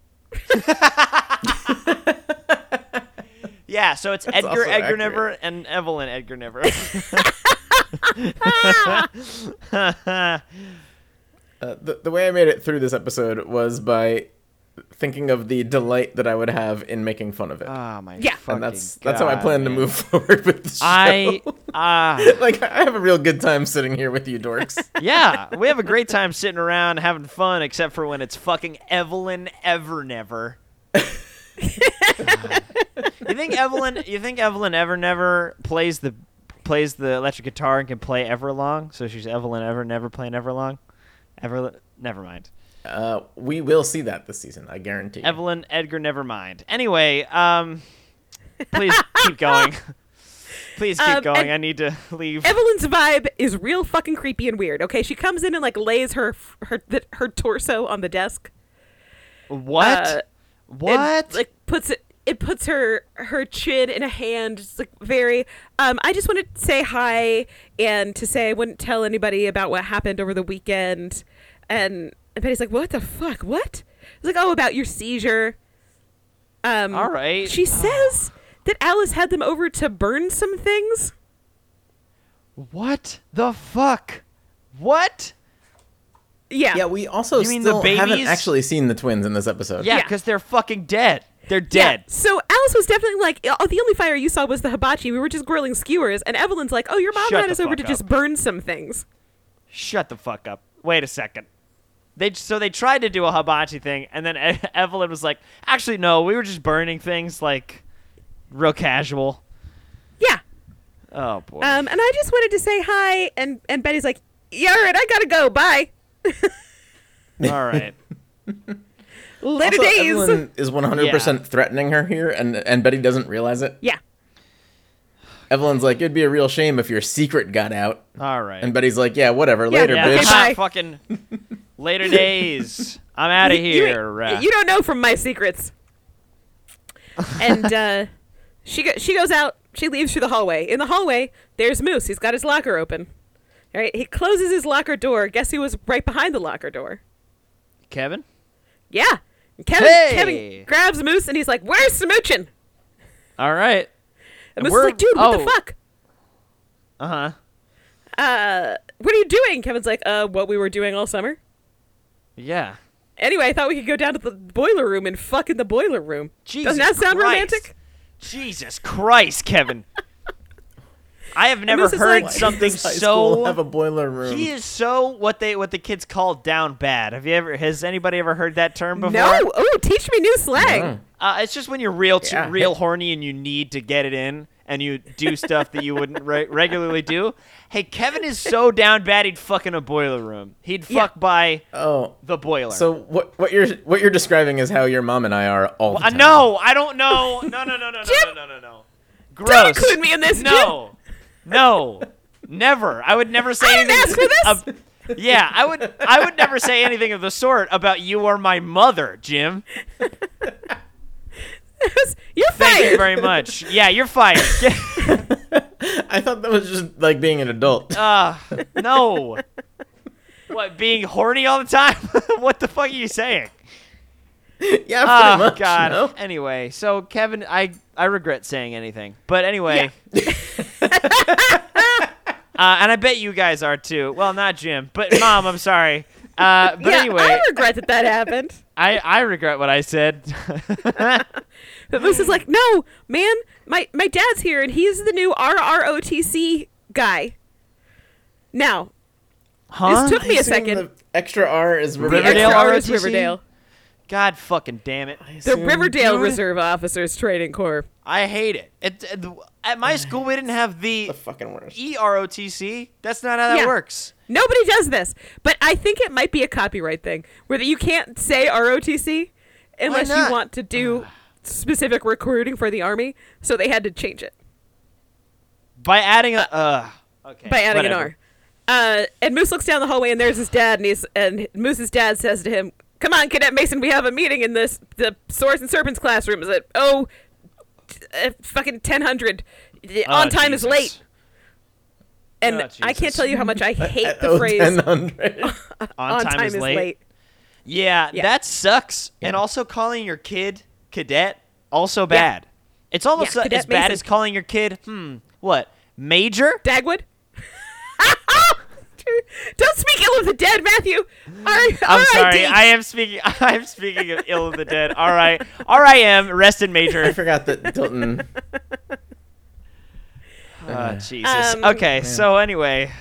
S1: Yeah, so it's Edgar
S3: also
S1: Edgar
S3: accurate.
S1: Never and Evelyn Edgar Never.
S3: Uh, the, the way I made it through this episode was by thinking of the delight that I would have in making fun
S2: Ah.
S3: of it.
S1: oh my
S2: Yeah.
S1: fucking
S3: and that's that's how I
S1: God,
S3: plan to
S1: man.
S3: move forward with the show.
S1: I ah
S3: like I have a real good time sitting here with you dorks.
S1: yeah, we have a great time sitting around having fun, except for when it's fucking Evelyn Evernever. you think Evelyn? You think Evelyn Evernever plays the plays the electric guitar and can play Everlong? So she's Evelyn Evernever playing Everlong. Ever, never mind.
S3: Uh, we will see that this season, I guarantee.
S1: Evelyn Edgar, never mind. Anyway, um, please keep going. please keep
S2: Um,
S1: going.
S2: and-
S1: I need to leave.
S2: Evelyn's vibe is real fucking creepy and weird. Okay, she comes in and like lays her her th- her torso on the desk.
S1: what?
S2: uh, It,
S1: what?
S2: like puts it it puts her her chin in a hand. It's like very. Um, I just want to say hi and to say I wouldn't tell anybody about what happened over the weekend. And and Betty's like, "What the fuck? What?" It's like, "Oh, about your seizure." Um,
S1: All right.
S2: She says that Alice had them over to burn some things.
S1: What the fuck? What?
S2: Yeah.
S3: yeah, we also
S1: You mean the
S3: still haven't
S1: babies?
S3: actually seen the twins in this episode.
S1: Yeah,
S2: Yeah.
S1: because they're fucking dead. They're
S2: Yeah,
S1: dead.
S2: So Alice was definitely like, "Oh, the only fire you saw was the hibachi. We were just grilling skewers." And Evelyn's like, "Oh, your mom
S1: Shut
S2: had
S1: the
S2: us over
S1: fuck
S2: to
S1: up.
S2: just burn some things."
S1: Shut the fuck up. Wait a second. They so they tried to do a hibachi thing, and then E- Evelyn was like, "Actually, no, we were just burning things like real casual."
S2: Yeah.
S1: Oh boy.
S2: Um, and I just wanted to say hi, and and Betty's like, "Yeah, all right, I gotta go. Bye.
S1: All right.
S2: Later
S3: Also,
S2: days."
S3: Evelyn is 100% threatening her here, and, and Betty doesn't realize it.
S2: Yeah.
S3: Evelyn's like, it'd be a real shame if your secret got out.
S1: All right.
S3: And Betty's like, yeah, whatever, later,
S1: yeah,
S2: okay,
S1: I'm
S3: bitch.
S1: out
S2: bye.
S1: fucking later days. I'm out of
S2: You-
S1: here. uh.
S2: You, you don't know from my secrets. And uh, she go- she goes out. She leaves through the hallway. In the hallway, there's Moose. He's got his locker open. All right. He closes his locker door. Guess who was right behind the locker door?
S1: Kevin.
S2: Yeah. And Kevin,
S1: Hey!
S2: Kevin grabs Moose and he's like, "Where's Smoochin?"
S1: All right.
S2: And Moose
S1: we're-
S2: is like, "Dude, what
S1: oh.
S2: the fuck?
S1: Uh huh.
S2: Uh, what are you doing?" Kevin's like, "Uh, what we were doing all summer."
S1: Yeah.
S2: Anyway, I thought we could go down to the boiler room and fuck in the boiler room.
S1: Jesus
S2: Doesn't that sound
S1: Christ.
S2: romantic?
S1: Jesus Christ, Kevin. I have never
S2: this is
S1: heard
S2: like-
S1: something
S3: Does high school have
S1: so.
S3: a boiler room.
S1: He is so what they what the kids call down bad. Have you ever has anybody ever heard that term before?
S2: No. Oh, teach me new slang.
S1: Uh, it's just when you're real, too,
S3: Yeah.
S1: real horny, and you need to get it in, and you do stuff that you wouldn't re- regularly do. Hey, Kevin is so down bad he'd fuck in a boiler room. He'd
S2: Yeah.
S1: fuck by
S3: oh,
S1: the boiler.
S3: so what? What you're what you're describing is how your mom and I are all. the
S1: uh,
S3: time.
S1: no, I don't know. No, no, no, no,
S2: Jim,
S1: no, no, no, no. Gross.
S2: include me in this,
S1: No, no, never. I would never say
S2: I didn't
S1: anything.
S2: ask for
S1: ab- yeah, I would. I would never say anything of the sort about you or my mother, Jim.
S2: You're
S1: Thank you
S2: fired.
S1: very much. Yeah, you're fired. Get-
S3: I thought that was just like being an adult.
S1: Uh, no. what, being horny all the time? what the fuck are you saying?
S3: yeah,
S1: Oh,
S3: pretty much.
S1: God.
S3: no?
S1: Anyway, so Kevin, I, I regret saying anything. But anyway. uh, and I bet you guys are too. Well, not Jim, but Mom, I'm sorry. Uh, but
S2: yeah,
S1: anyway,
S2: I regret that that happened.
S1: I, I regret what I said.
S2: But Moose is like, no, man, my my dad's here and he's the new RROTC guy. Now,
S1: huh?
S2: This took me
S3: I
S2: a
S3: assume
S2: second.
S3: the extra R is
S2: the
S1: Riverdale
S2: extra R is
S1: ROTC?
S2: Riverdale.
S1: God fucking damn it.
S2: The
S3: Assume-
S2: Riverdale
S1: Dude.
S2: Reserve Officers Training Corps.
S1: I hate it. It, it- At my school, we didn't have the E
S3: The fucking worst.
S1: EROTC. That's not how that
S2: Yeah.
S1: works.
S2: Nobody does this, but I think it might be a copyright thing where that you can't say ROTC unless you
S1: not?
S2: want to do specific recruiting for the army. So they had to change it
S1: By adding a uh, okay.
S2: by adding
S1: whatever.
S2: an R. Uh, and Moose looks down the hallway and there's his dad, and he's and Moose's dad says to him, "Come on, Cadet Mason, we have a meeting in this the Swords and Serpents classroom. Is it oh, t- uh, fucking ten hundred?
S1: Oh,
S2: On time is
S1: Jesus.
S2: late." And
S1: Oh,
S2: I can't
S1: Jesus.
S2: tell you how much I hate
S3: At
S2: the phrase
S3: 1000.
S1: On, time, is, late. Yeah,
S2: Yeah.
S1: that sucks. And also calling your kid cadet also bad. It's almost
S2: Yeah,
S1: a-
S2: Cadet
S1: as bad
S2: Mason.
S1: as calling your kid hmm what major.
S2: Dagwood? Don't speak ill of the dead, Matthew. R-
S1: I'm sorry.
S2: R.I.D..
S1: I am speaking. I am speaking of ill of the dead. All right. All right. Am rest in
S3: I
S1: major.
S3: forgot that Tilton.
S1: Oh, Jesus.
S2: Um,
S1: okay. So anyway,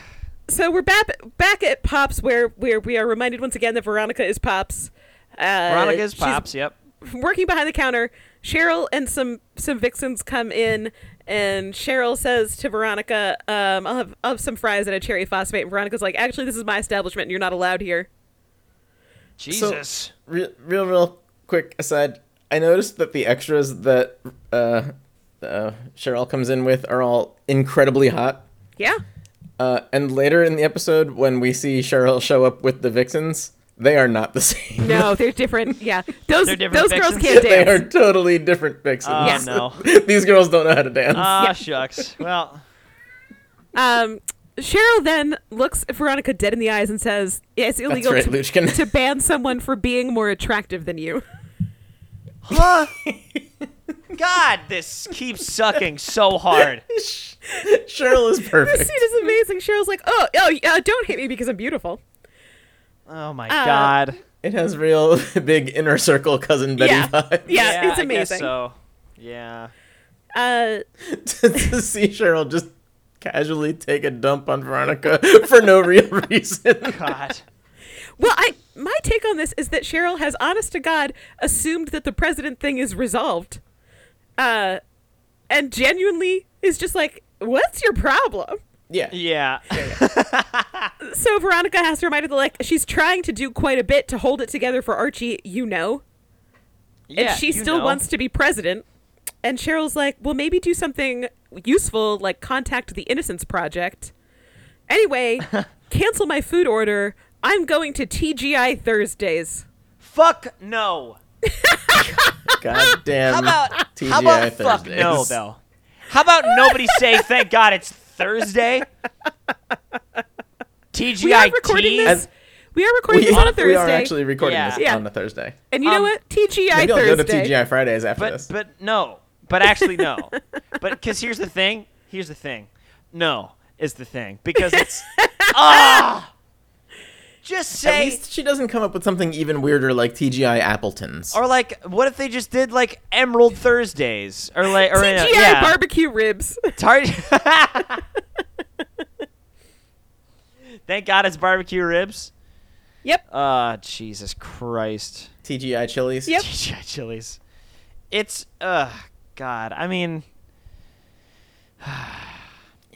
S2: so we're back back at Pops, where where we are reminded once again that Veronica is Pops. Uh,
S1: Veronica is
S2: she's
S1: pops. Yep.
S2: working behind the counter. Cheryl and some some vixens come in, and Cheryl says to Veronica, um, "I'll have, I'll have some fries and a cherry phosphate." And Veronica's like, "Actually, this is my establishment. And you're not allowed here."
S1: Jesus.
S3: Real, real, real quick aside. I noticed that the extras that uh, uh, Cheryl comes in with are all incredibly hot.
S2: Yeah,
S3: Uh, and later in the episode, when we see Cheryl show up with the Vixens, they are not the same.
S2: no, they're different. Yeah, those
S1: They're different
S2: those girls
S1: vixens.
S2: can't
S3: they
S2: dance.
S3: are totally different Vixens.
S1: Oh
S2: Yeah.
S1: no.
S3: These girls don't know how to dance.
S1: Ah
S2: Yeah.
S1: shucks. Well.
S2: Um, Cheryl then looks Veronica dead in the eyes and says, yeah, "It's
S3: That's
S2: illegal
S3: right,
S2: to,
S3: Luchkin.
S2: to ban someone for being more attractive than you."
S1: Huh? God, this keeps sucking so hard.
S3: Cheryl is
S2: this
S3: perfect.
S2: scene is amazing. Cheryl's like, "Oh, oh, uh, don't hate me because I'm beautiful."
S1: Oh my
S2: Uh,
S1: god.
S3: It has real big inner circle cousin Betty
S2: Yeah.
S3: vibe.
S2: Yeah, it's
S1: I guess
S2: amazing.
S1: so. Yeah.
S2: Uh,
S3: to see Cheryl just casually take a dump on Veronica for no real reason.
S1: God.
S2: well, I my take on this is that Cheryl has, honest to God, assumed that the president thing is resolved, uh, and genuinely is just like, "What's your problem?"
S3: Yeah.
S1: Yeah.
S2: So Veronica has to remind her, like, she's trying to do quite a bit to hold it together for Archie. You know.
S1: yeah
S2: and she
S1: you
S2: still
S1: know.
S2: wants to be president. And Cheryl's like, well, maybe do something useful, like contact the Innocence Project. Anyway, cancel my food order. I'm going to TGI Thursdays.
S1: Fuck no.
S3: God damn.
S1: How about
S3: TGI
S1: how about fuck
S3: Thursdays.
S1: no though? How about nobody say thank God it's Thursday? TGI
S2: We are recording this.
S3: As-
S2: we are recording
S3: We,
S2: this on a
S3: we
S2: Thursday.
S3: are actually recording
S1: Yeah.
S3: this
S2: Yeah.
S3: on a Thursday.
S2: and you know
S1: um,
S2: what? TGI
S3: Maybe I'll
S2: Thursday.
S3: go to TGI Fridays after
S1: But
S3: this.
S1: but no. But actually no. but because here's the thing. Here's the thing. No is the thing because it's ah Just
S3: At
S1: say
S3: least she doesn't come up with something even weirder like TGI Appleton's.
S1: Or like, what if they just did like Emerald Thursdays or like or you
S3: uh,
S1: know,
S2: TGI
S1: yeah,
S2: barbecue ribs.
S1: Tar- Thank God it's barbecue ribs.
S2: yep.
S1: Uh Jesus Christ.
S3: TGI Chili's.
S2: Yep.
S1: TGI Chili's. It's uh God. I mean,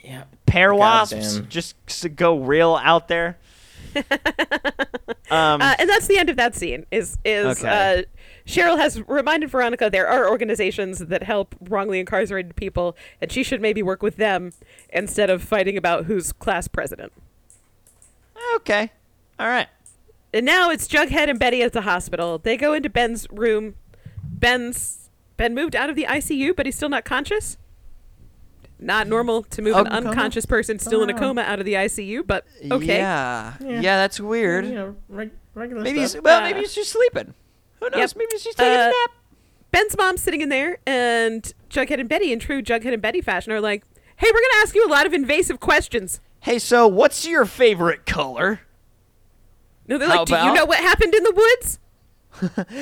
S3: Yeah.
S1: pair wasps.
S3: Goddamn.
S1: Just s- go real out there. um,
S2: Uh, and that's the end of that scene. Is is
S1: Okay.
S2: uh, Cheryl has reminded Veronica there are organizations that help wrongly incarcerated people, and she should maybe work with them instead of fighting about who's class president.
S1: okay. All right.
S2: And now it's Jughead and Betty at the hospital. They go into Ben's room. Ben's Ben moved out of the ICU, but he's still not conscious. Not normal to move an
S1: Oh, coma?
S2: unconscious person still in a
S3: Oh.
S2: coma out of the ICU, but okay.
S1: Yeah.
S3: Yeah.
S1: that's weird.
S3: Yeah, reg- regular
S1: Maybe he's,
S3: stuff.
S1: well,
S2: Uh,
S1: maybe he's just sleeping. Who knows?
S2: yep.
S1: Maybe he's just taking a
S2: Uh,
S1: nap.
S2: Ben's mom's sitting in there, and Jughead and Betty, in true Jughead and Betty fashion, are like, "Hey, we're gonna ask you a lot of invasive questions."
S1: Hey, so what's your favorite color?
S2: No, they're
S1: How
S2: like, "Do you
S1: about-
S2: know what happened in the woods?"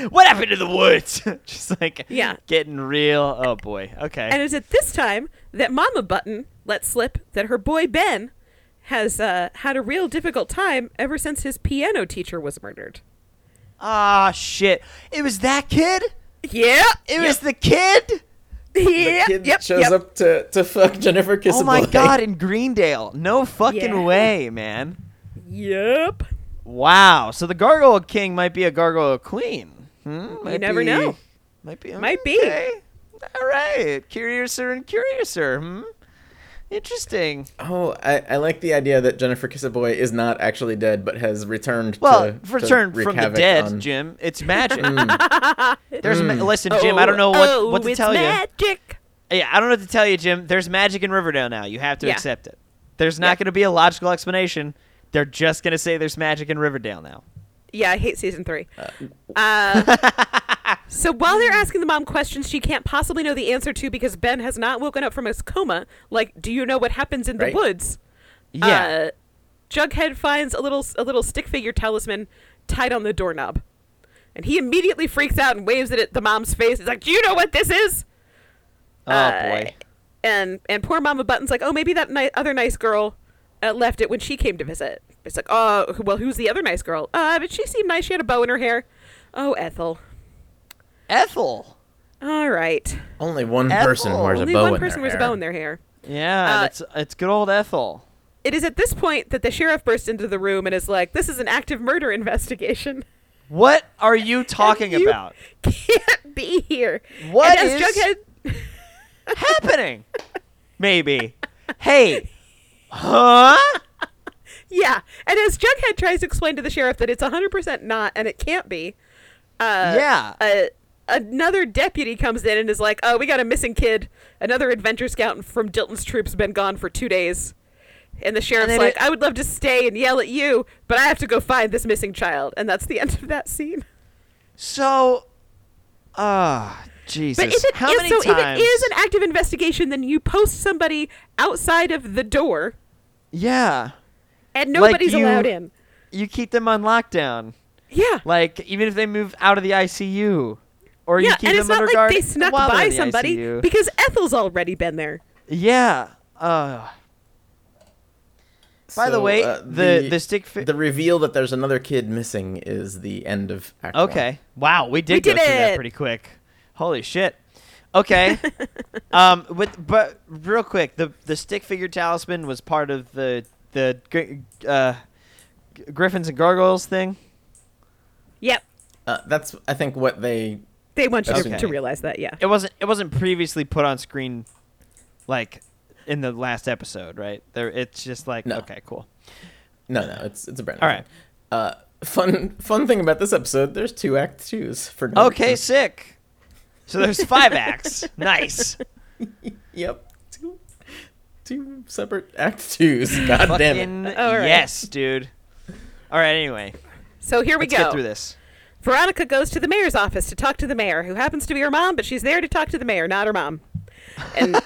S1: What happened to the woods? Just like
S2: Yeah.
S1: getting real. Oh boy. Okay.
S2: And it's at this time that Mama Button let slip that her boy Ben has uh, had a real difficult time ever since his piano teacher was murdered.
S1: Ah shit! It was that kid.
S2: Yeah,
S1: It was the kid.
S2: yeah,
S3: Kid
S2: yep,
S3: shows
S2: yep.
S3: up to, to fuck Jennifer Kissable.
S1: Oh my god! In Greendale. No fucking
S2: Yeah.
S1: way, man.
S2: yep.
S1: Wow. So the Gargoyle King might be a Gargoyle Queen. Hmm? Might
S2: never
S1: be-
S2: know.
S1: Might be.
S2: Might be.
S1: okay. All right. Curiouser and curiouser. Hmm. Interesting.
S3: Oh, I, I like the idea that Jennifer Kissaboy is not actually dead, but has returned.
S1: Well,
S3: to,
S1: return
S3: to wreak
S1: from the
S3: havoc
S1: dead,
S3: on- Hmm.
S1: Jim. It's magic. There's ma- listen, Jim. I
S2: Oh,
S1: don't know what,
S2: oh,
S1: what to
S2: it's
S1: tell you.
S2: magic.
S1: Yeah, I don't know what to tell you, Jim. There's magic in Riverdale now. You have to
S2: Yeah.
S1: accept it. There's not
S2: Yeah.
S1: going to be a logical explanation. They're just going to say there's magic in Riverdale now.
S2: Yeah, I hate season three. Uh, so while they're asking the mom questions she can't possibly know the answer to because Ben has not woken up from his coma, like, do you know what happens in the
S3: Right.
S2: woods?
S1: Yeah.
S2: Uh, Jughead finds a little a little stick figure talisman tied on the doorknob, and he immediately freaks out and waves it at the mom's face. He's like, "Do you know what this is?"
S1: oh boy.
S2: uh, And and poor Mama Button's like, "Oh, maybe that ni- other nice girl uh, left it when she came to visit." It's like, "Oh, who- well, who's the other nice girl?" Uh, but she seemed nice. She had a bow in her hair. Oh, Ethel.
S1: Ethel.
S2: All right.
S3: Only one
S1: Ethel.
S3: person wears
S2: Only
S3: a bow
S2: one
S3: in
S2: person
S3: their
S2: wears a
S3: hair.
S2: bow in their hair.
S1: Yeah,
S2: Uh,
S1: that's it's good old Ethel.
S2: It is at this point that the sheriff bursts into the room and is like, "This is an active murder investigation."
S1: What are you talking
S2: you-
S1: about?
S2: can't be here.
S1: What
S2: and as
S1: is-
S2: Jughead?
S1: Happening. Maybe. Hey. Huh?
S2: Yeah, and as Jughead tries to explain to the sheriff that it's hundred percent not, and it can't be. Uh,
S1: Yeah.
S2: a- another deputy comes in and is like, "Oh, we got a missing kid. Another adventure scout from Dilton's troop's been gone for two days." And the sheriff's
S1: then
S2: like,
S1: it-
S2: "I would love to stay and yell at you, but I have to go find this missing child." And that's the end of that scene.
S1: So ah Jesus.
S2: But if it
S1: How
S2: is-
S1: many
S2: so,
S1: times?
S2: if it is an active investigation, then you post somebody outside of the door,
S1: yeah. Like
S2: and nobody's
S1: you-
S2: allowed in.
S1: You keep them on lockdown.
S2: Yeah.
S1: Like even if they move out of the ICU, or you
S2: yeah,
S1: keep
S2: and
S1: them
S2: it's not
S1: under
S2: like
S1: guard
S2: they snuck
S1: while they're
S2: by
S1: in the
S2: somebody
S1: ICU.
S2: because Ethel's already been there.
S1: yeah. Uh, By the
S3: So,
S1: way,
S3: uh,
S1: the, the stick. Fi-
S3: the reveal that there's another kid missing is the end of Act One.
S1: okay. Wow, we did
S2: We
S1: go
S2: did
S1: through that
S2: it.
S1: pretty quick. Holy shit. Okay. um, with but real quick, the the stick figure talisman was part of the the gr- uh, g- Griffins and Gargoyles thing.
S2: Yep.
S3: Uh, that's I think what they
S2: They want you
S3: Okay.
S2: to, to realize that, yeah.
S1: It wasn't it wasn't previously put on screen, like in the last episode, right? There, it's just like
S3: No.
S1: okay, cool.
S3: no no it's it's a brand. new
S1: All right.
S3: thing. Uh, fun fun thing about this episode, there's two Act Twos for no
S1: Okay,
S3: reason.
S1: sick. So there's five acts. Nice.
S3: Yep. Two two separate Act Twos. God damn it.
S1: Fucking
S2: All right.
S1: yes, dude. All right. Anyway,
S2: So here we
S1: let's
S2: go.
S1: get through this.
S2: Veronica goes to the mayor's office to talk to the mayor, who happens to be her mom, but she's there to talk to the mayor, not her mom. And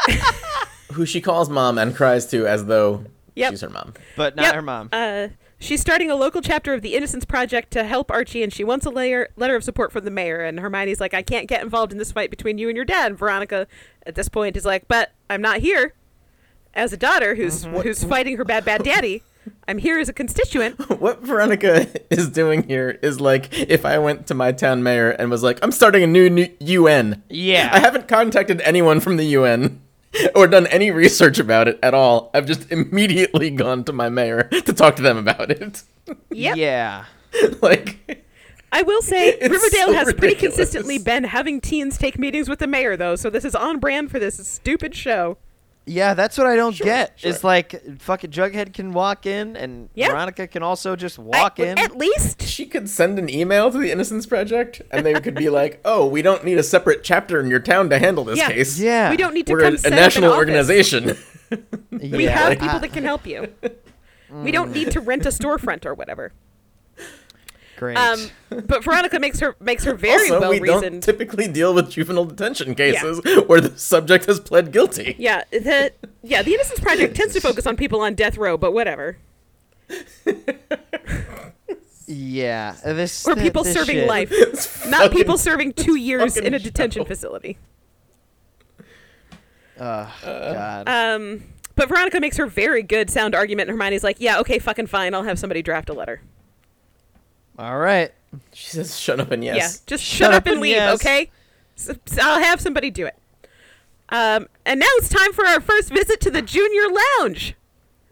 S3: Who she calls mom and cries to as though
S2: Yep.
S3: She's her mom.
S1: but not
S2: Yep.
S1: her mom.
S2: Uh, she's starting a local chapter of the Innocence Project to help Archie, and she wants a layer, letter of support from the mayor. And Hermione's like, I can't get involved in this fight between you and your dad. And Veronica, at this point, is like, But I'm not here as a daughter who's
S3: Mm-hmm.
S2: who's fighting her bad bad daddy. I'm here as a constituent.
S3: What Veronica is doing here is like if I went to my town mayor and was like, I'm starting a new, new UN.
S1: Yeah.
S3: I haven't contacted anyone from the UN or done any research about it at all. I've just immediately gone to my mayor to talk to them about it.
S2: Yep.
S1: Yeah.
S3: like,
S2: I will say
S3: It's
S2: Riverdale
S3: so
S2: has pretty
S3: ridiculous.
S2: consistently been having teens take meetings with the mayor, though, so this is on brand for this stupid show.
S1: Yeah, that's what I don't get.
S3: sure.
S1: It's like fucking Jughead can walk in, and
S2: Yeah.
S1: Veronica can also just
S2: I-
S1: walk in.
S2: At least.
S3: she could send an email to the Innocence Project and they could be like, oh, we don't need a separate chapter in your town to handle this
S2: Yeah.
S3: case.
S1: Yeah.
S2: We don't need to
S3: We're
S2: come
S3: a, a
S2: set up an
S3: national
S2: office.
S3: organization.
S2: We
S1: Yeah.
S2: have
S1: Like-
S2: people that can help you. We don't need to rent a
S1: Mm.
S2: storefront or whatever.
S1: Great.
S2: Um, but Veronica makes her makes her very
S3: also,
S2: well
S3: we don't
S2: reasoned.
S3: typically deal with juvenile detention cases where the subject has pled guilty.
S2: yeah, the yeah the Innocence Project tends to focus on people on death row, but whatever.
S1: yeah. This
S2: Or
S1: th-
S2: people
S1: this
S2: serving
S1: shit.
S2: life,
S3: It's
S2: not
S3: fucking-
S2: people serving two years
S3: fucking
S2: in a detention
S3: show.
S2: facility.
S1: Oh, God.
S2: Um, but Veronica makes her very good sound argument, and Hermione's like, "Yeah, okay, fucking fine. I'll have somebody draft a letter.
S1: All right.
S3: She says, "Shut up and yes."
S2: Yeah, just shut, up, and leave,
S1: yes.
S2: okay? S- s- I'll have somebody do it." Um, and now it's time for our first visit to the junior lounge.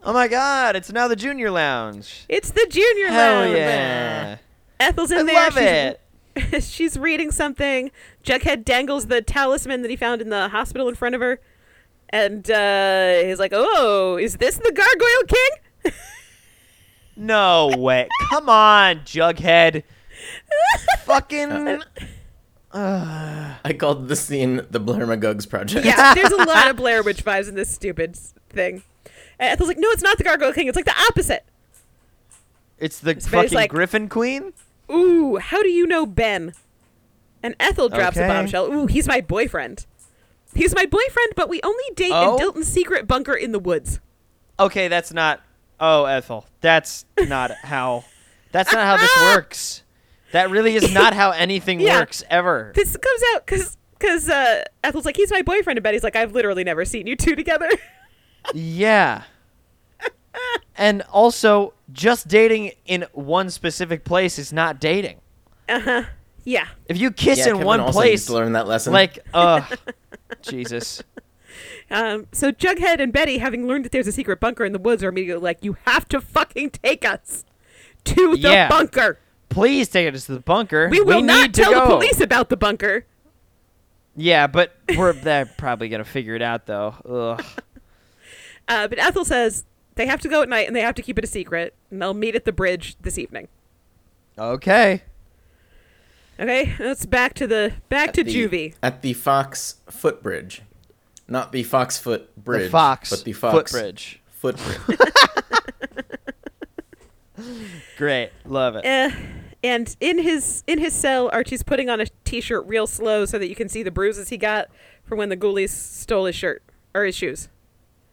S1: Oh my God! It's now the Junior Lounge.
S2: It's the junior
S1: Hell
S2: lounge.
S1: yeah!
S2: Ethel's in
S1: I
S2: there.
S1: love
S2: she's,
S1: it.
S2: she's reading something. Jughead dangles the talisman that he found in the hospital in front of her, and uh, he's like, "Oh, is this the Gargoyle King?"
S1: No way! Come on, Jughead.
S2: Uh,
S1: Fucking.
S3: I called the scene the Blermagugs project.
S2: Yeah, there's a lot of Blair Witch vibes in this stupid s- thing. And Ethel's like, no, it's not the Gargoyle King. It's like the opposite.
S1: It's the
S2: but it's
S1: fucking
S2: like-
S1: Griffin Queen.
S2: Ooh, how do you know Ben? And Ethel drops a
S1: Okay.
S2: bombshell. Ooh, he's my boyfriend. He's my boyfriend, but we only date
S1: Oh?
S2: in Dilton's secret bunker in the woods.
S1: Okay, that's not. Oh, Ethel, that's not how. That's not how this works. That really is not how anything
S2: Yeah.
S1: works ever.
S2: This comes out because because uh, Ethel's like, he's my boyfriend, and Betty's like, I've literally never seen you two together.
S1: Yeah. And also, just dating in one specific place is not dating.
S2: yeah,
S1: If you kiss
S3: Yeah,
S1: in
S3: Kevin
S1: one
S3: also needs
S1: place,
S3: to learn that lesson.
S1: like, uh, Jesus.
S2: Um, so Jughead and Betty, having learned that there's a secret bunker in the woods, are immediately like, "You have to fucking take us to the
S1: Yeah.
S2: bunker.
S1: Please take us to the bunker.
S2: We will
S1: need
S2: not
S1: to
S2: tell the
S1: go."
S2: police about the bunker."
S1: Yeah, but we're they're probably gonna figure it out though. Ugh.
S2: Uh, but Ethel says they have to go at night and they have to keep it a secret, and they'll meet at the bridge this evening.
S1: Okay.
S2: Okay, let's back to the back to
S3: The-
S2: juvie.
S3: at the Fox Footbridge, not the Fox Foot Bridge,
S1: the fox.
S3: but the Fox
S1: footbridge.
S3: Footbridge.
S1: Great. Love it.
S2: Uh, and in his in his cell, Archie's putting on a t-shirt real slow so that you can see the bruises he got from when the ghoulies stole his shirt or his shoes.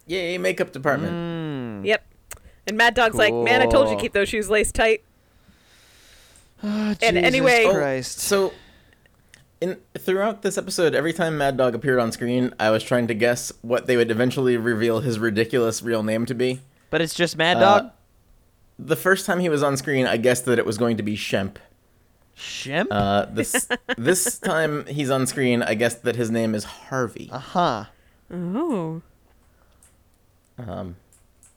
S3: Yay, makeup
S1: Mm.
S3: department.
S2: Yep. And Mad Dog's like, man, I told you
S1: Cool.
S2: keep those shoes laced tight.
S1: Oh,
S2: and anyway- Oh,
S1: Christ.
S3: So, in throughout this episode, every time Mad Dog appeared on screen, I was trying to guess what they would eventually reveal his ridiculous real name to be.
S1: but it's just Mad
S3: Uh,
S1: Dog.
S3: The first time he was on screen, I guessed that it was going to be Shemp.
S1: Shemp. Uh
S3: Uh, this this time he's on screen, I guessed that his name is Harvey.
S1: huh.
S2: Oh.
S3: Um,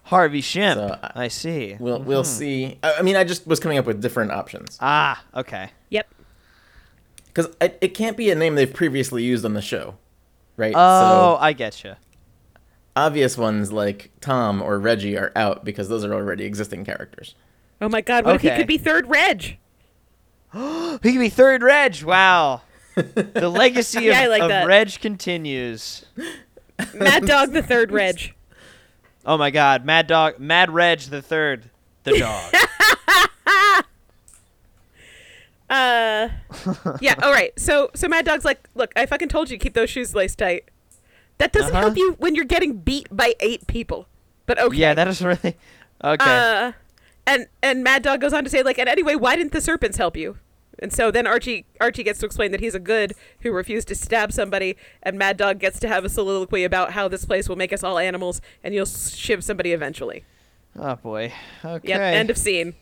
S1: Harvey Shemp.
S3: So, uh,
S1: I, see.
S3: We'll we'll see. I, I mean, I just was coming up with different options
S1: ah. Okay.
S2: Yep.
S3: because it can't be a name they've previously used on the show, right?
S1: Oh, I get you.
S3: obvious ones like Tom or Reggie are out because those are already existing characters.
S2: Oh my God, what if
S1: Okay.
S2: he could be third Reg?
S1: He could be third Reg. Wow. the legacy
S2: Yeah, I
S1: of,
S2: like
S1: of
S2: that.
S1: Reg continues.
S2: Mad Dog the third Reg.
S1: Oh my God, Mad Dog, Mad Reg the third, the dog.
S2: Uh, yeah. All right. So so Mad Dog's like, look, I fucking told you keep those shoes laced tight. That doesn't
S1: Uh-huh.
S2: help you when you're getting beat by eight people. But okay.
S1: Yeah, that is really okay.
S2: Uh, and and Mad Dog goes on to say like, and anyway, why didn't the serpents help you? And so then Archie Archie gets to explain that he's a good who refused to stab somebody, and Mad Dog gets to have a soliloquy about how this place will make us all animals, and you'll shiv somebody eventually.
S1: oh boy. Okay.
S2: Yep. End of scene.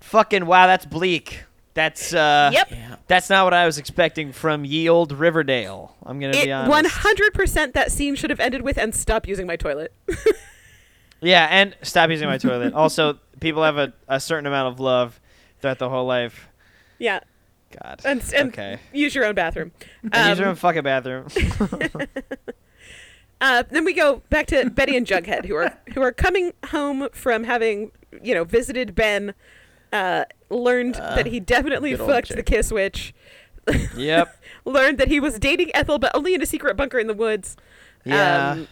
S1: Fucking wow, that's bleak. That's uh
S2: Yep.
S3: Yeah.
S1: That's not what I was expecting from ye old Riverdale. I'm gonna be
S2: It
S1: honest.
S2: one hundred percent that scene should have ended with and stop using my toilet.
S1: Yeah, and stop using my toilet. Also, people have a, a certain amount of love throughout the whole life.
S2: yeah.
S1: God.
S2: And, and
S1: okay.
S2: use your own bathroom.
S1: And use
S2: Um,
S1: your own fucking bathroom.
S2: Uh, then we go back to Betty and Jughead, who are who are coming home from having you know visited Ben, uh, learned that he definitely
S3: good old
S2: fucked the
S3: chick.
S2: Kiss Witch,
S1: yep.
S2: learned that he was dating Ethel but only in a secret bunker in the woods.
S1: Yeah.
S2: Um,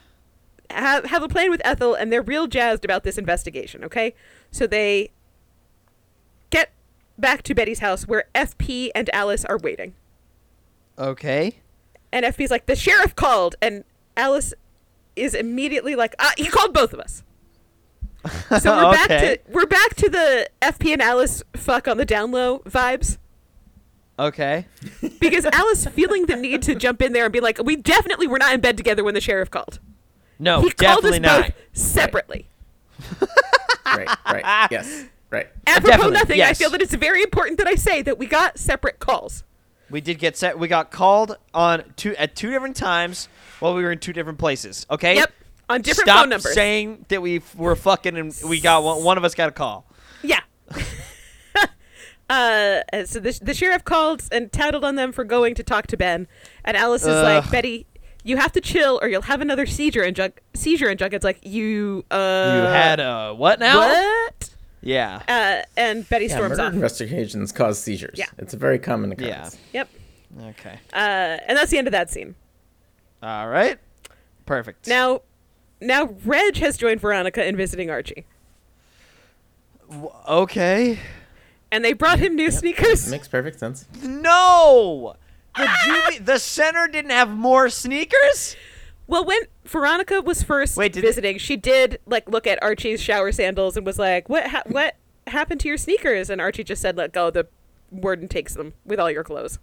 S2: have have a plan with Ethel, and they're real jazzed about this investigation. Okay, so they get back to Betty's house where FP and Alice are waiting.
S1: okay.
S2: And FP's like, the sheriff called. And Alice is immediately like, ah, he called both of us. So we're back
S1: Okay.
S2: to we're back to the FP and Alice fuck on the down low vibes.
S1: Okay.
S2: Because Alice feeling the need to jump in there and be like, we definitely were not in bed together when the sheriff called.
S1: No,
S2: he called us
S1: definitely not.
S2: both separately.
S3: Right, right. yes, right.
S2: Apropos
S1: Uh, Definitely,
S2: nothing, I
S1: yes.
S2: feel that it's very important that I say that we got separate calls.
S1: We did get set. We got called on two at two different times while we were in two different places. Okay.
S2: Yep. On different
S1: Stop
S2: phone numbers.
S1: saying that we f- were fucking and we got one. One of us got a call.
S2: Yeah. uh, and so the, the sheriff called and tattled on them for going to talk to Ben, and Alice is like,
S1: Ugh.
S2: Betty, you have to chill or you'll have another seizure. And Jug seizure, and Jughead's like, you uh,
S1: you had a what now?
S2: what?
S1: Yeah.
S2: Uh, and Betty
S3: Yeah,
S2: storms
S3: murder
S2: off.
S3: investigations cause seizures.
S2: Yeah.
S3: It's a very common
S1: Yeah.
S3: occurrence.
S2: Yep.
S1: Okay.
S2: Uh, and that's the end of that scene.
S1: All right. Perfect.
S2: Now, now Reg has joined Veronica in visiting Archie,
S1: W- okay.
S2: and they brought him new sneakers.
S3: Makes perfect sense.
S1: No. The juvie, the center didn't have more sneakers.
S2: Well, when Veronica was first
S1: Wait, did they-
S2: visiting, she did like look at Archie's shower sandals and was like, "What? Ha- what happened to your sneakers?" And Archie just said, "Let go." The warden takes them with all your clothes.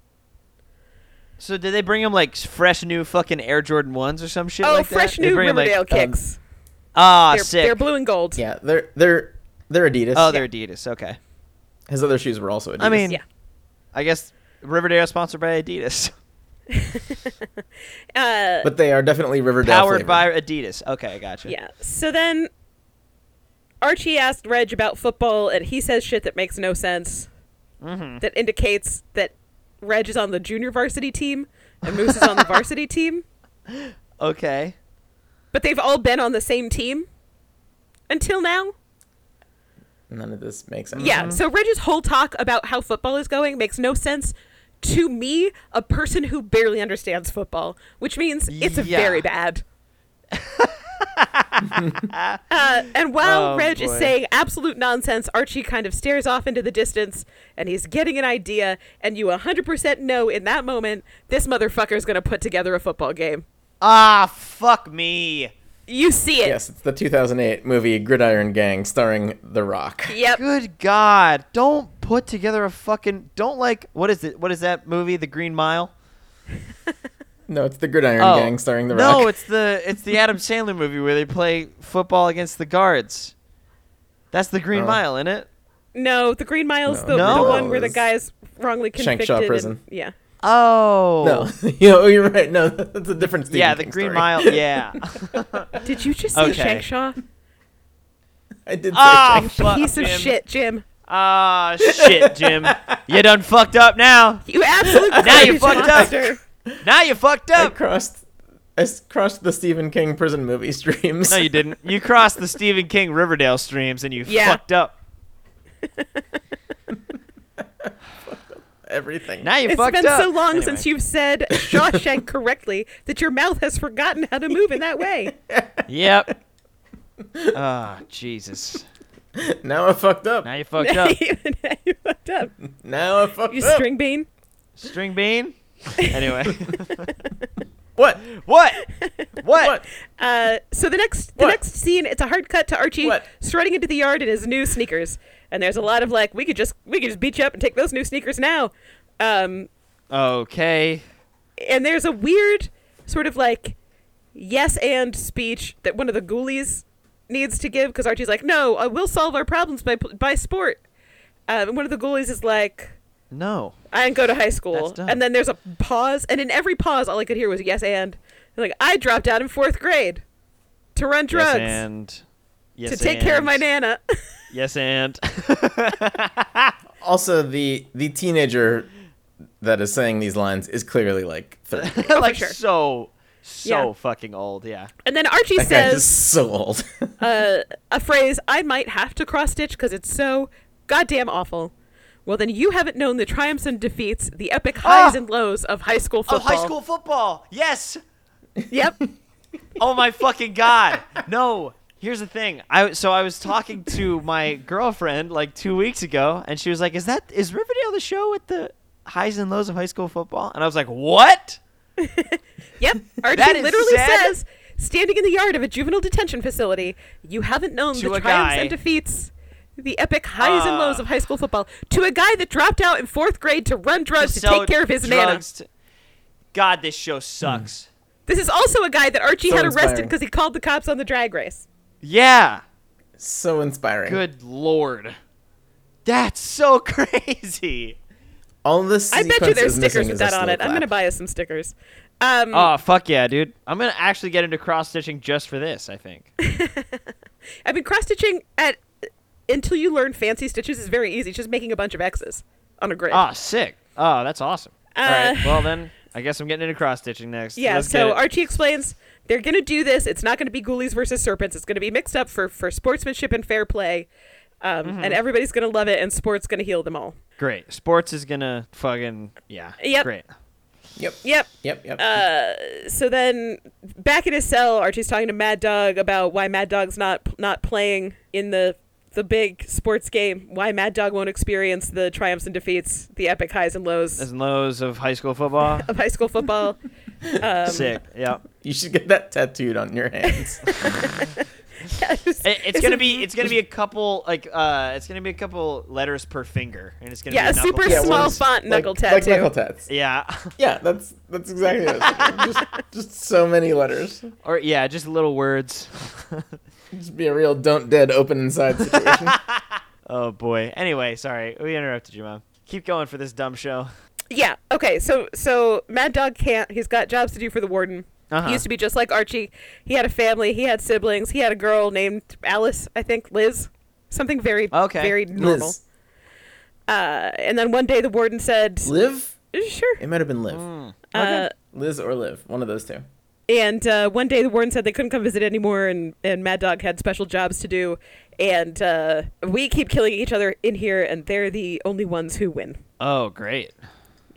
S1: So did they bring him like s- fresh new fucking Air Jordan ones or some shit
S2: oh,
S1: like that?
S2: fresh
S1: They
S2: new
S1: bring him, like- um,
S2: Riverdale kicks.
S1: Ah,
S2: they're,
S1: sick.
S2: they're blue and gold.
S3: Yeah, they're they're they're Adidas.
S1: Oh, they're Adidas. Okay.
S3: His other shoes were also Adidas.
S1: I mean,
S2: Yeah.
S1: I guess Riverdale sponsored by Adidas.
S2: Uh,
S3: but they are definitely Riverdale.
S1: Powered
S3: flavored.
S1: by Adidas. Okay, I gotcha.
S2: yeah. So then Archie asked Reg about football, and he says shit that makes no sense.
S1: Mm-hmm.
S2: That indicates that Reg is on the junior varsity team and Moose is on the varsity team.
S1: Okay.
S2: but they've all been on the same team until now.
S3: None of this makes sense.
S1: Mm-hmm.
S2: Yeah. So Reg's whole talk about how football is going makes no sense to me, a person who barely understands football, which means it's
S1: Yeah.
S2: very bad. uh, and while
S1: Oh,
S2: Reg is
S1: boy.
S2: saying absolute nonsense, Archie kind of stares off into the distance and he's getting an idea. And you 100% know in that moment, this motherfucker is going to put together a football game.
S1: Ah, fuck me.
S2: You see it.
S3: Yes, it's the 2008 movie Gridiron Gang starring The Rock.
S2: Yep.
S1: Good God. Don't put together a fucking. Don't like. What is it? What is that movie? The Green Mile?
S3: No, it's the Gridiron
S1: Oh.
S3: Gang starring The Rock.
S1: No, it's the it's the Adam Sandler movie where they play football against the guards. That's the Green
S3: Oh.
S1: Mile, isn't it?
S2: No, the Green Mile's
S3: No.
S2: the,
S1: No.
S2: the one where the
S3: It's
S2: guy is wrongly
S3: Shank
S2: convicted.
S3: Shaw
S2: and-
S3: prison.
S2: yeah.
S1: Oh.
S3: no, you know, you're right. No, that's a different Stephen
S1: Yeah, the
S3: King
S1: Green
S3: story.
S1: Mile. Yeah.
S2: Did you just say
S1: Okay.
S2: Shank Shaw?
S3: I did say
S1: Ah,
S3: Shank Shaw.
S1: fuck,
S2: Piece of
S1: Jim.
S2: shit, Jim.
S1: Ah, shit, Jim. You done fucked up now.
S2: You absolute
S1: Now you
S2: garbage
S1: fucked up.
S2: monster.
S1: Now you fucked
S3: I
S1: up.
S3: crossed, I s- crossed the Stephen King prison movie streams.
S1: No, you didn't. You crossed the Stephen King Riverdale streams and you
S2: Yeah.
S1: fucked up.
S3: everything.
S1: Now you
S2: It's
S1: fucked
S2: been
S1: up.
S2: so long
S1: Anyway.
S2: since you've said Shawshank correctly that your mouth has forgotten how to move in that way.
S1: Yep. Ah, Jesus.
S3: Now I fucked up.
S1: Now you fucked
S2: now
S1: up.
S2: you fucked up.
S3: Now I fucked
S1: Oh.
S2: You
S3: up.
S2: string bean.
S1: String bean. Anyway.
S3: What?
S1: What? What?
S3: What?
S2: Uh, so the next the
S3: What?
S2: next scene, it's a hard cut to Archie
S3: What?
S2: strutting into the yard in his new sneakers, and there's a lot of like, we could just we could just beat you up and take those new sneakers now. Um,
S1: Okay.
S2: and there's a weird sort of like yes and speech that one of the ghoulies needs to give because Archie's like, no, uh, we'll solve our problems by by sport. Um, and one of the ghoulies is like,
S1: No.
S2: I didn't go to high school.
S1: That's dumb.
S2: And then there's a pause, and in every pause, all I could hear was yes and. And, like I dropped out in fourth grade to run drugs
S1: Yes and. Yes
S2: to take care of my
S1: and.
S2: nana. Oh,
S1: Yes and.
S3: Also, the the teenager that is saying these lines is clearly like 30.
S1: like
S2: sure.
S1: so, so
S2: Yeah.
S1: fucking old. Yeah.
S2: and then Archie
S3: That guy
S2: says
S3: is so old.
S2: uh, a phrase I might have to cross stitch because it's so goddamn awful. Well, then you haven't known the triumphs and defeats, the epic highs
S1: Ah!
S2: and lows of high school
S1: Oh,
S2: football.
S1: high school football. Yes.
S2: Yep.
S1: Oh my fucking god. No. Here's the thing. I so I was talking to my girlfriend like 2 weeks ago and she was like, "Is that is Riverdale the show with the highs and lows of high school football?" And I was like, "What?"
S2: Yep. Archie
S1: That is
S2: literally
S1: sad.
S2: says, standing in the yard of a juvenile detention facility, you haven't known
S1: To
S2: the
S1: a
S2: triumphs
S1: guy.
S2: and defeats, the epic highs and
S1: Uh.
S2: lows of high school football, to a guy that dropped out in fourth grade to run drugs to,
S1: So
S2: take care of his nana. Hmm.
S1: drugs t- God, this show sucks.
S2: This is also a guy that Archie
S3: So
S2: had arrested
S3: inspiring.
S2: because he called the cops on the drag race.
S1: Yeah.
S3: so inspiring.
S1: Good lord. That's so crazy.
S3: All this
S2: I bet you
S3: sequence
S2: there's
S3: is missing
S2: stickers with
S3: is a
S2: that on
S3: slow
S2: it. I'm going to
S3: clap.
S2: buy us some stickers. Um,
S1: Oh, fuck yeah, dude. I'm going to actually get into cross stitching just for this, I think.
S2: I've been cross stitching at until you learn fancy stitches is very easy. It's Just making a bunch of X's on a grid.
S1: Ah, sick. Oh, that's awesome. All right.
S2: Uh,
S1: Well, then, I guess I'm getting into cross stitching next.
S2: Yeah,
S1: Let's get
S2: so
S1: it.
S2: Archie explains they're going to do this. It's not going to be ghoulies versus serpents. It's going to be mixed up for, for sportsmanship and fair play. Um,
S1: Mm-hmm.
S2: And everybody's going to love it, and sport's going to heal them all.
S1: Great. Sports is gonna fucking yeah.
S2: Yep.
S1: Great.
S3: Yep.
S2: Yep.
S3: Yep. Yep.
S2: Uh, So then back in his cell, Archie's talking to Mad Dog about why Mad Dog's not not playing in the the big sports game, why Mad Dog won't experience the triumphs and defeats, the epic highs and
S1: As
S2: lows
S1: and lows of high school football.
S2: of high school football. Um,
S1: Sick. Yeah.
S3: you should get that tattooed on your hands.
S1: It, it's gonna be it's gonna be a couple like uh it's gonna be a couple letters per finger and it's gonna
S2: Yeah,
S1: be
S2: a super
S1: knuckle-
S3: one
S2: small
S3: of those,
S2: font knuckle
S3: Like
S2: tattoo.
S3: knuckle tats.
S1: Yeah.
S3: Yeah, that's that's exactly it. just, just so many letters.
S1: or yeah, just little words.
S3: Just be a real don't dead open inside situation.
S1: oh boy. Anyway, sorry we interrupted you, mom. Keep going for this dumb show.
S2: Yeah. Okay. So so Mad Dog can't. He's got jobs to do for the warden.
S1: Uh-huh.
S2: He used to be just like Archie. He had a family. He had siblings. He had a girl named Alice, I think, Liz, something very
S1: Okay.
S2: very normal.
S3: Liz,
S2: Uh, and then one day the warden said,
S3: live.
S2: "Sure."
S3: It might have been live.
S2: Uh,
S3: Liz or live. One of those two.
S2: and uh, one day the warden said they couldn't come visit anymore, and and Mad Dog had special jobs to do, and uh, we keep killing each other in here, and they're the only ones who win.
S1: Oh great.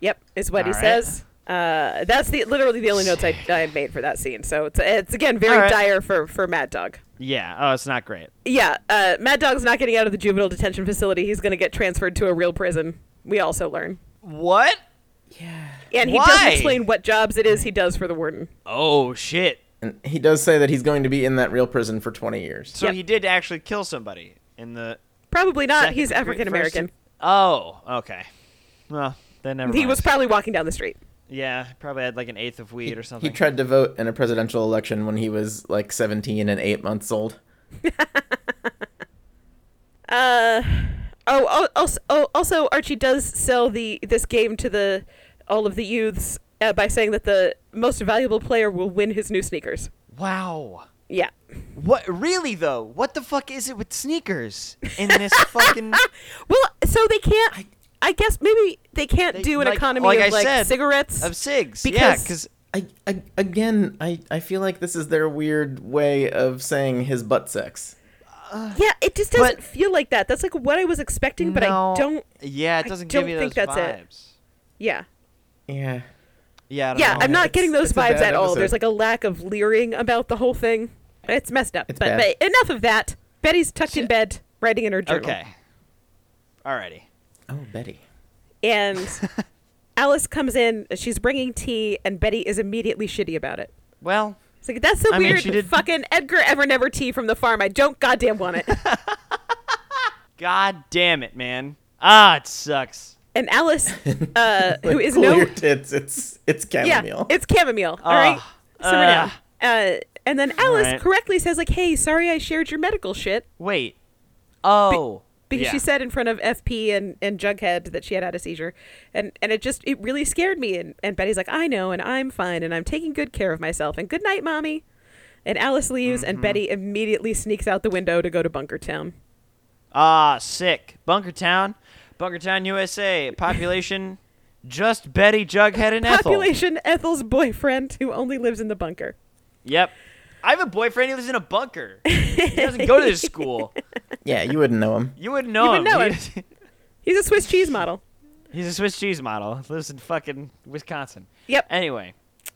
S2: Yep, is what
S1: All
S2: he
S1: right.
S2: says. Uh, that's the literally the only notes I, I made for that scene. So it's it's again very
S1: All right.
S2: dire for for Mad Dog.
S1: Yeah. Oh, it's not great.
S2: Yeah, uh, Mad Dog's not getting out of the juvenile detention facility. He's going to get transferred to a real prison. We also learn,
S1: What?
S2: and he doesn't
S1: Why?
S2: explain what jobs it is he does for the warden.
S1: Oh shit.
S3: And he does say that he's going to be in that real prison for 20 years.
S1: So
S2: Yep.
S1: he did actually kill somebody in the.
S2: Probably not.
S1: second
S2: He's
S1: degree-
S2: African American.
S1: first- Oh, okay. Well, then never
S2: He
S1: mind.
S2: was probably walking down the street.
S1: Yeah, probably had like an eighth of weed or something.
S3: He tried to vote in a presidential election when he was like 17 and 8 months old.
S2: Uh, oh, al- also, oh, also, Archie does sell the this game to the all of the youths uh, by saying that the most valuable player will win his new sneakers.
S1: wow.
S2: Yeah.
S1: What really though? What the fuck is it with sneakers in this fucking
S2: Well, so they can't. I, guess maybe they can't
S1: They-
S2: do an
S1: like-
S2: economy
S1: like
S2: of
S1: I
S2: like
S1: said,
S2: cigarettes.
S1: of cigs? yeah,
S2: Because-
S1: because
S3: I, I again, I, I feel like this is their weird way of saying his butt sex.
S1: uh,
S2: yeah, it just doesn't
S1: but-
S2: feel like that. That's like what I was expecting, but I don't.
S1: Yeah,
S2: I
S1: it doesn't
S2: don't
S1: give you
S2: think
S1: those
S2: that's it.
S1: vibes.
S2: Yeah.
S3: Yeah.
S1: Yeah, I don't
S2: Yeah,
S1: know.
S2: I'm not
S3: It's-
S2: getting those
S3: it's a
S2: vibes
S3: bad
S2: at all.
S3: episode.
S2: There's like a lack of leering about the whole thing. It's messed up.
S3: It's
S2: but,
S3: bad.
S2: but enough of that. Betty's tucked in bed, writing in her journal.
S1: okay. Alrighty.
S3: Oh, Betty.
S2: And Alice comes in. She's bringing tea, and Betty is immediately shitty about it.
S1: Well,
S2: It's like that's so
S1: I mean,
S2: weird.
S1: she did-
S2: Fucking Edgar Ever Never tea from the farm. I don't goddamn want it.
S1: god damn it, man. Ah, it sucks.
S2: and Alice, uh, who is
S3: cool
S2: no
S3: your tits. It's it's
S2: yeah,
S3: chamomile.
S2: it's chamomile. all right, simmer
S1: uh.
S2: down. Uh, and then Alice
S1: right.
S2: correctly says like, "Hey, sorry I shared your medical shit."
S1: Wait. Oh.
S2: because
S1: yeah.
S2: she said in front of FP and, and Jughead that she had had a seizure, and and it just it really scared me. And and Betty's like, I know, and I'm fine, and I'm taking good care of myself, and good night, mommy. And Alice leaves,
S1: Mm-hmm.
S2: and Betty immediately sneaks out the window to go to Bunker Town.
S1: Ah, sick. Bunkertown, Bunkertown, USA. Population, just Betty, Jughead, and Ethel.
S2: Population Ethel's boyfriend who only lives in the bunker.
S1: Yep. I have a boyfriend. He lives in a bunker. He doesn't go to this school.
S3: yeah, you wouldn't know him.
S1: You wouldn't know
S2: You
S1: him.
S2: wouldn't know
S1: He-
S2: He's a Swiss cheese model.
S1: He's a Swiss cheese model. Lives in fucking Wisconsin.
S2: Yep.
S1: Anyway,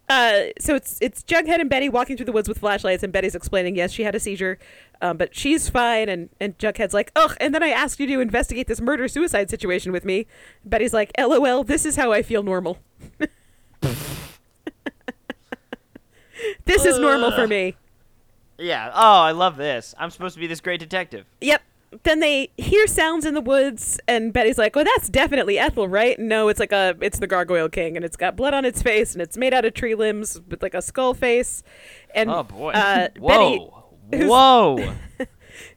S2: Uh, so it's it's Jughead and Betty walking through the woods with flashlights, and Betty's explaining, yes, she had a seizure, um, but she's fine. And and Jughead's like, ugh. And then I asked you to investigate this murder suicide situation with me. Betty's like, lol, this is how I feel normal. this is normal for me.
S1: yeah. Oh, I love this. I'm supposed to be this great detective.
S2: Yep. Then they hear sounds in the woods, and Betty's like, "Well, that's definitely Ethel, right?" No, it's like a, it's the Gargoyle King, and it's got blood on its face, and it's made out of tree limbs with like a skull face. And
S1: Oh boy.
S2: uh, Betty,
S1: Whoa.
S2: who's-
S1: Whoa.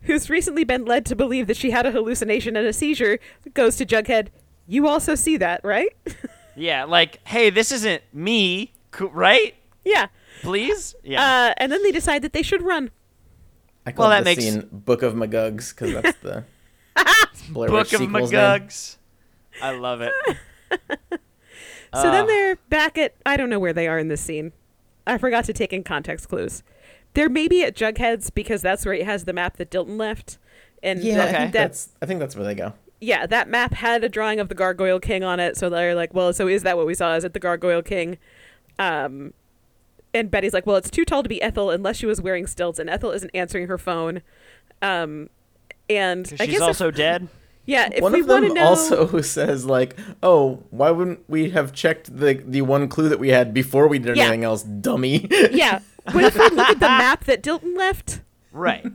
S2: who's recently been led to believe that she had a hallucination and a seizure, goes to Jughead. You also see that, right?
S1: yeah. Like, hey, this isn't me, co- right?
S2: yeah.
S1: Please. Yeah.
S2: Uh, and then they decide that they should run.
S3: I call
S1: Well,
S3: it
S1: that
S3: the
S1: makes-
S3: scene Book of Magugs because that's the Blair
S1: Book
S3: Witch
S1: of
S3: sequel's name.
S1: McGugs. I love it.
S2: So then
S1: Ah.
S2: they're back at I don't know where they are in this scene. I forgot to take in context clues. They're maybe at Jughead's because that's where he has the map that Dilton left. And
S3: Yeah,
S2: I
S1: Okay.
S3: I
S2: think
S3: think
S2: that's
S3: that's I think that's where they go.
S2: yeah, that map had a drawing of the Gargoyle King on it. So they're like, well, so is that what we saw? Is it the Gargoyle King? Um, and Betty's like, well, it's too tall to be Ethel unless she was wearing stilts, and Ethel isn't answering her phone. Um, and
S1: 'Cause
S2: I
S1: she's
S2: guess
S1: also
S2: if,
S1: dead.
S2: yeah, if
S3: one
S2: we
S3: of them
S2: want to know,
S3: also who says like, "Oh, why wouldn't we have checked the the one clue that we had before we did
S2: Yeah.
S3: anything else, dummy?"
S2: yeah, what if we look at the map that Dilton left?
S1: Right.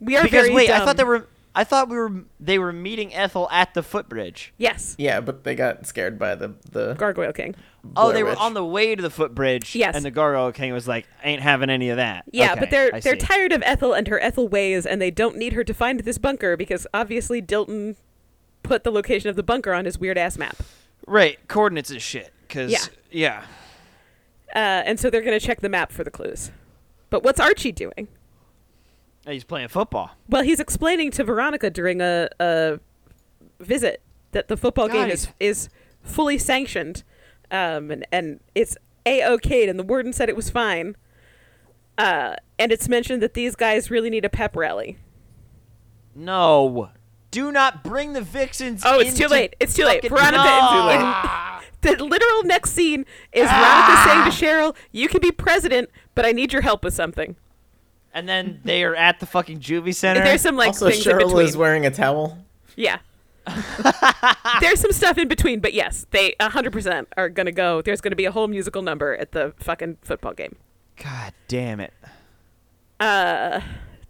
S2: We are
S1: Because
S2: very
S1: wait, I
S2: dumb.
S1: thought they were. I thought we were. They were meeting Ethel at the footbridge.
S2: yes,
S3: yeah, but they got scared by the the.
S2: Gargoyle King.
S1: Oh,
S3: Blair
S1: they were
S3: Witch.
S1: on the way to the footbridge.
S2: Yes.
S1: And the Gargoyle King was like, "Ain't having any of that."
S2: Yeah,
S1: Okay,
S2: but they're
S1: I
S2: they're
S1: see.
S2: tired of Ethel and her Ethel ways, and they don't need her to find this bunker because obviously Dilton put the location of the bunker on his weird ass map.
S1: Right, coordinates is shit. Cause
S2: Yeah.
S1: yeah.
S2: Uh, and so they're going to check the map for the clues. But what's Archie doing?
S1: Oh, he's playing football.
S2: Well, he's explaining to Veronica during a, a visit that the football game is,
S1: Guys.
S2: is fully sanctioned um, and, and it's a okayed, and the warden said it was fine. Uh, and it's mentioned that these guys really need a pep rally.
S1: No, do not bring the vixens.
S2: Oh, it's too
S1: into
S2: late. It's too late.
S1: fucking-
S2: Veronica
S1: No.
S2: and- the literal next scene is Veronica saying to Cheryl, "You can be president, but I need your help with something."
S1: And then they are at the fucking juvie
S2: And
S1: center.
S2: there's some like
S3: also,
S2: things in
S3: Cheryl
S2: between.
S3: is wearing a towel.
S2: yeah. there's some stuff in between, but yes, they 100% are going to go. There's going to be a whole musical number at the fucking football game.
S1: God damn it.
S2: Uh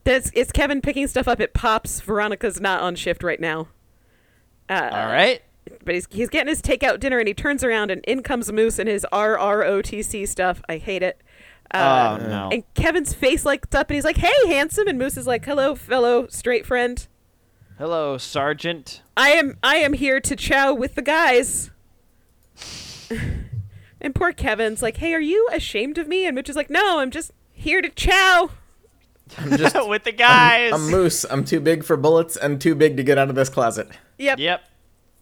S2: there's it's Kevin picking stuff up at Pops. Veronica's not on shift right now. Uh,
S1: All right.
S2: But he's, he's getting his takeout dinner and he turns around and in comes Moose and his RROTC stuff. I hate it.
S3: Ah.
S2: Uh,
S1: oh no.
S2: And Kevin's face lights up and he's like, hey, handsome. And Moose is like, hello, fellow straight friend.
S1: Hello, Sergeant.
S2: I am I am here to chow with the guys. and poor Kevin's like, hey, are you ashamed of me? And Mooch is like, no, I'm just here to chow.
S3: I'm just
S1: With the guys.
S3: I'm moose. I'm too big for bullets and too big to get out of this closet.
S2: Yep.
S1: Yep.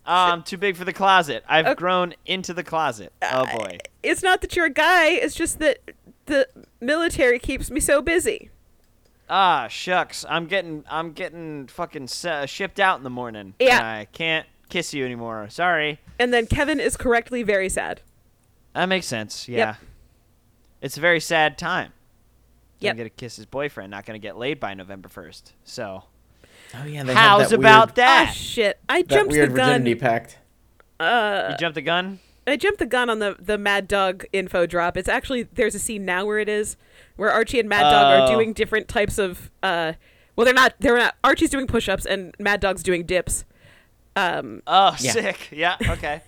S1: Um, too big for the closet. I've
S2: Okay.
S1: grown into the closet. Oh boy.
S2: It's not that you're a guy, it's just that the military keeps me so busy.
S1: Ah, shucks. I'm getting I'm getting fucking se- shipped out in the morning.
S2: Yeah.
S1: And I can't kiss you anymore. Sorry.
S2: And then Kevin is correctly very sad.
S1: That makes sense. Yeah.
S2: Yep.
S1: It's a very sad time. Yeah.
S2: Yep.
S1: Gonna kiss his boyfriend. Not gonna get laid by November first. So
S3: Oh yeah,
S1: how's about
S3: that? Oh,
S1: that?
S2: Ah, shit. I
S3: That
S2: jumped the
S3: weird
S2: gun.
S3: virginity pact.
S1: you jumped the gun.
S2: I jumped the gun on the the Mad Dog info drop. It's actually there's a scene now where it is where Archie and Mad Dog are
S1: Oh.
S2: doing different types of uh well they're not they're not Archie's doing push-ups and Mad Dog's doing dips.
S1: Oh,
S3: Yeah.
S1: sick. Yeah. Okay.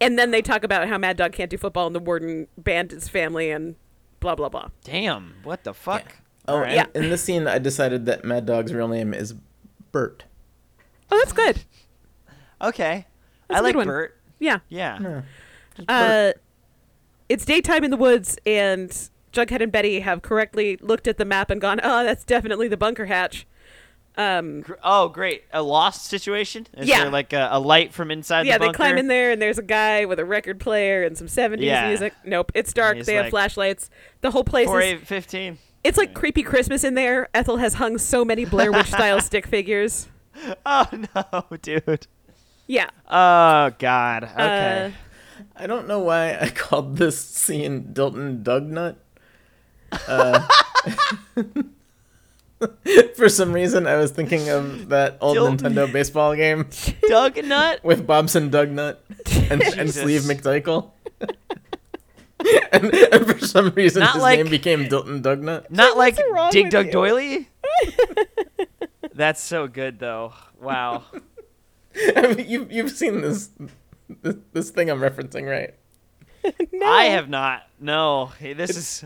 S2: And then they talk about how Mad Dog can't do football and the warden banned his family and blah blah blah.
S1: Damn. What the fuck?
S3: Oh,
S1: All right.
S2: yeah.
S3: in this scene, I decided that Mad Dog's real name is Bert.
S2: Oh, that's good.
S1: Okay. I
S2: That's a good
S1: like
S2: one.
S1: Bert.
S2: Yeah.
S1: Yeah.
S2: Uh, it's daytime in the woods, and Jughead and Betty have correctly looked at the map and gone, "Oh, that's definitely the bunker hatch." Um,
S1: Gr- Oh, great. A lost situation? Is
S2: Yeah.
S1: there like a, a light from inside
S2: yeah,
S1: the
S2: they
S1: bunker?
S2: climb in there, and there's a guy with a record player and some '70s
S1: Yeah.
S2: music. Nope, it's dark.
S1: He's
S2: They have
S1: like-
S2: flashlights. The whole place
S1: Four
S2: is
S1: eight fifteen.
S2: it's like creepy Christmas in there. Ethel has hung so many Blair Witch style stick figures.
S1: Oh no, dude.
S2: Yeah.
S1: Oh
S2: Uh,
S1: god. Okay.
S3: I don't know why I called this scene Dilton Dugnut. Uh, for some reason, I was thinking of that old
S1: Dilton.
S3: Nintendo baseball game
S1: Doug Nut.
S3: with Bobson Dugnut and, and
S1: Jesus.
S3: Sleeve McDykel. and, and for some reason,
S1: Not
S3: his
S1: like-
S3: name became Dilton Dugnut.
S1: Not like
S2: so wrong
S1: Dig
S2: with
S1: Dug
S2: you?
S1: Doily. That's so good though. Wow.
S3: I mean, you, you've seen this, this this thing I'm referencing, right?
S1: I have not. No. Hey, this is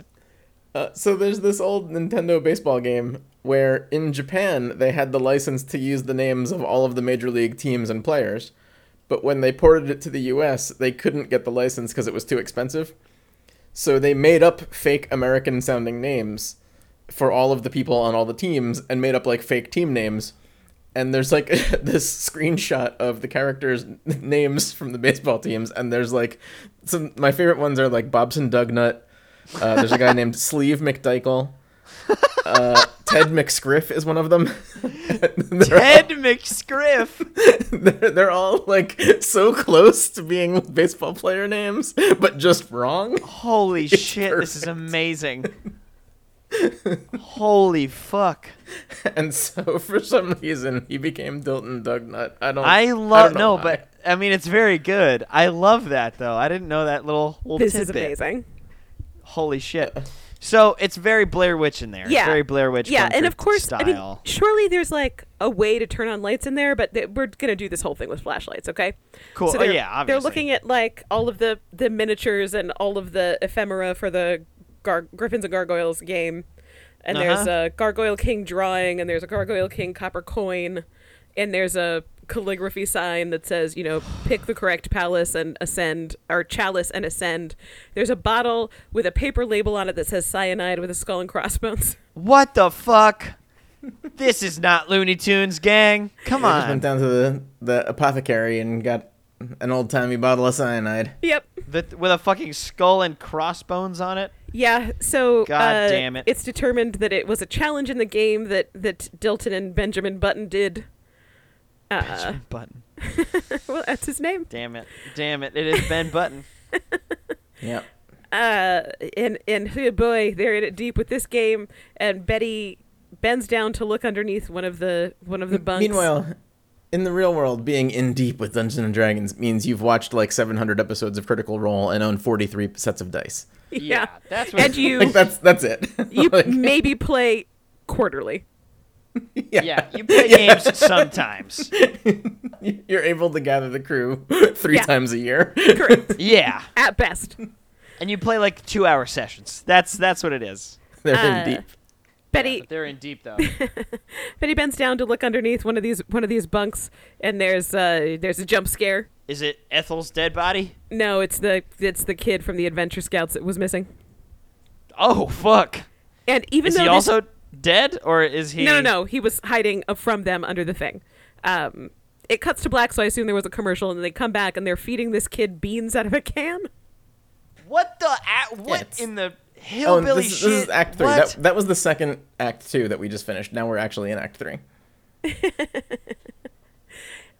S3: Uh, so there's this old Nintendo baseball game where in Japan they had the license to use the names of all of the major league teams and players, but when they ported it to the U.S., they couldn't get the license because it was too expensive. So they made up fake American-sounding names for all of the people on all the teams and made up like fake team names. And there's like this screenshot of the characters' names from the baseball teams, and there's like some my favorite ones are like Bobson Dugnut, uh, there's a guy named Sleeve McDykel. Uh, Ted McScriff is one of them. they're,
S1: Ted McScriff.
S3: they're, they're all like so close to being baseball player names, but just wrong.
S1: Holy shit, this is amazing. Holy fuck.
S3: And so for some reason he became Dilton Dugnut. I don't.
S1: I
S3: don't
S1: love
S3: know
S1: no,
S3: why.
S1: but I mean it's very good. I love that though. I didn't know that little, little
S2: This is
S1: tidbit.
S2: amazing.
S1: Holy shit. So it's very Blair Witch in there. It's
S2: Yeah.
S1: very Blair Witch.
S2: Yeah, and
S1: Comfort
S2: of course,
S1: style.
S2: I mean, surely there's like a way to turn on lights in there, but th- we're gonna do this whole thing with flashlights, okay?
S1: Cool.
S2: So
S1: Oh,
S2: they're,
S1: yeah,
S2: they're
S1: obviously.
S2: looking at like all of the the miniatures and all of the ephemera for the gar- Griffins and Gargoyles game, and there's
S1: Uh-huh.
S2: a Gargoyle King drawing, and there's a Gargoyle King copper coin, and there's a calligraphy sign that says, you know, pick the correct palace and ascend, or chalice and ascend. There's a bottle with a paper label on it that says cyanide with a skull and crossbones.
S1: What the fuck? this is not Looney Tunes, gang. Come
S3: I just went
S1: on.
S3: down to the the apothecary and got an old timey bottle of cyanide.
S2: yep.
S1: The, with a fucking skull and crossbones on it.
S2: Yeah, so
S1: God
S2: uh,
S1: damn it.
S2: it's determined that it was a challenge in the game that that Dilton and Benjamin Button did. Uh,
S1: Benjamin Button.
S2: well, that's his name.
S1: Damn it. Damn it. It is Ben Button.
S3: Yep.
S2: Uh, and and oh boy, they're in it deep with this game. And Betty bends down to look underneath one of the one of the bunks.
S3: Meanwhile, in the real world, being in deep with Dungeons and Dragons means you've watched like 700 episodes of Critical Role and own 43 sets of dice.
S2: yeah,
S1: that's what
S2: and
S3: Like
S2: you
S3: that's that's it.
S2: you
S3: Like,
S2: maybe play quarterly.
S3: yeah.
S1: Yeah, you play games sometimes.
S3: You're able to gather the crew three
S2: Yeah.
S3: times a year.
S2: Correct.
S1: Yeah.
S2: At best.
S1: And you play like 2-hour sessions. That's that's what it is.
S3: They're
S2: Uh,
S3: in deep.
S2: Betty
S1: But they're in deep though.
S2: Betty bends down to look underneath one of these one of these bunks and there's uh there's a jump scare.
S1: Is it Ethel's dead body?
S2: No, it's the it's the kid from the Adventure Scouts that was missing.
S1: Oh fuck.
S2: And even
S1: Is
S2: though
S1: he
S2: this-
S1: also dead or is he
S2: no, no, no, he was hiding uh, from them under the thing. Um, it cuts to black, so I assume there was a commercial, and they come back and they're feeding this kid beans out of a can.
S1: What the a- what
S3: It's-
S1: in the
S3: Oh, and
S1: hillbilly
S3: this, is-
S1: shit?
S3: this is Act Three.
S1: What?
S3: That, that was the second Act Two that we just finished. Now we're actually in Act Three.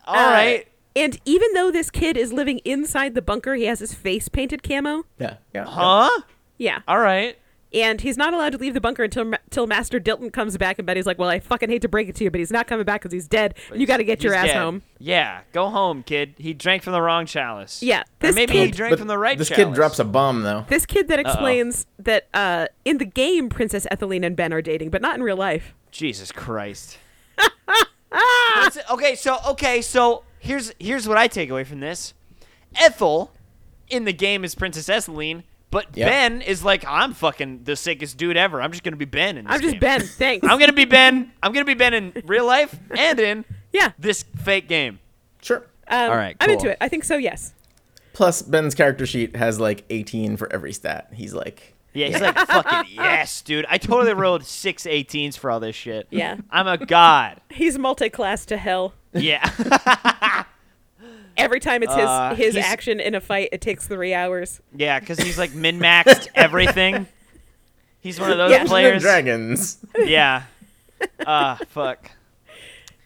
S1: All
S2: Uh,
S1: right.
S2: And even though this kid is living inside the bunker, he has his face painted camo.
S3: Yeah. Yeah.
S1: Huh?
S2: Yeah.
S1: All right.
S2: And he's not allowed to leave the bunker until until Master Dilton comes back. And Betty's like, "Well, I fucking hate to break it to you, but he's not coming back because he's dead. and you got to get your
S1: He's
S2: ass
S1: dead.
S2: home."
S1: Yeah, go home, kid. He drank from the wrong chalice.
S2: Yeah,
S1: or
S2: this
S1: maybe he
S2: kid-
S1: drank from the right.
S3: This
S1: chalice.
S3: kid drops a bomb though.
S2: This kid that explains that uh, in the game, Princess Etheline and Ben are dating, but not in real life.
S1: Jesus Christ. That's- okay, so okay, so here's here's what I take away from this. Ethel in the game is Princess Etheline, but
S3: Yep.
S1: Ben is like, I'm fucking the sickest dude ever. I'm just gonna be Ben in this
S2: I'm just
S1: game."
S2: Ben. Thanks.
S1: I'm gonna be Ben. I'm gonna be Ben in real life and in
S2: yeah.
S1: this fake game.
S3: Sure.
S2: Um,
S1: All right,
S2: I'm into
S1: cool.
S2: it. I think so. Yes.
S3: Plus, Ben's character sheet has like 18 for every stat. He's like,
S1: Yeah, he's like, fucking yes, dude. I totally rolled six 18s for all this shit.
S2: Yeah.
S1: I'm a god.
S2: He's multi-class to hell.
S1: Yeah.
S2: Every time it's
S1: Uh,
S2: his his
S1: he's-
S2: action in a fight, it takes three hours.
S1: yeah, because he's like min maxed everything. He's one of those
S2: Yeah. Dungeons and
S1: players.
S3: dragons.
S1: Yeah. Ah, fuck.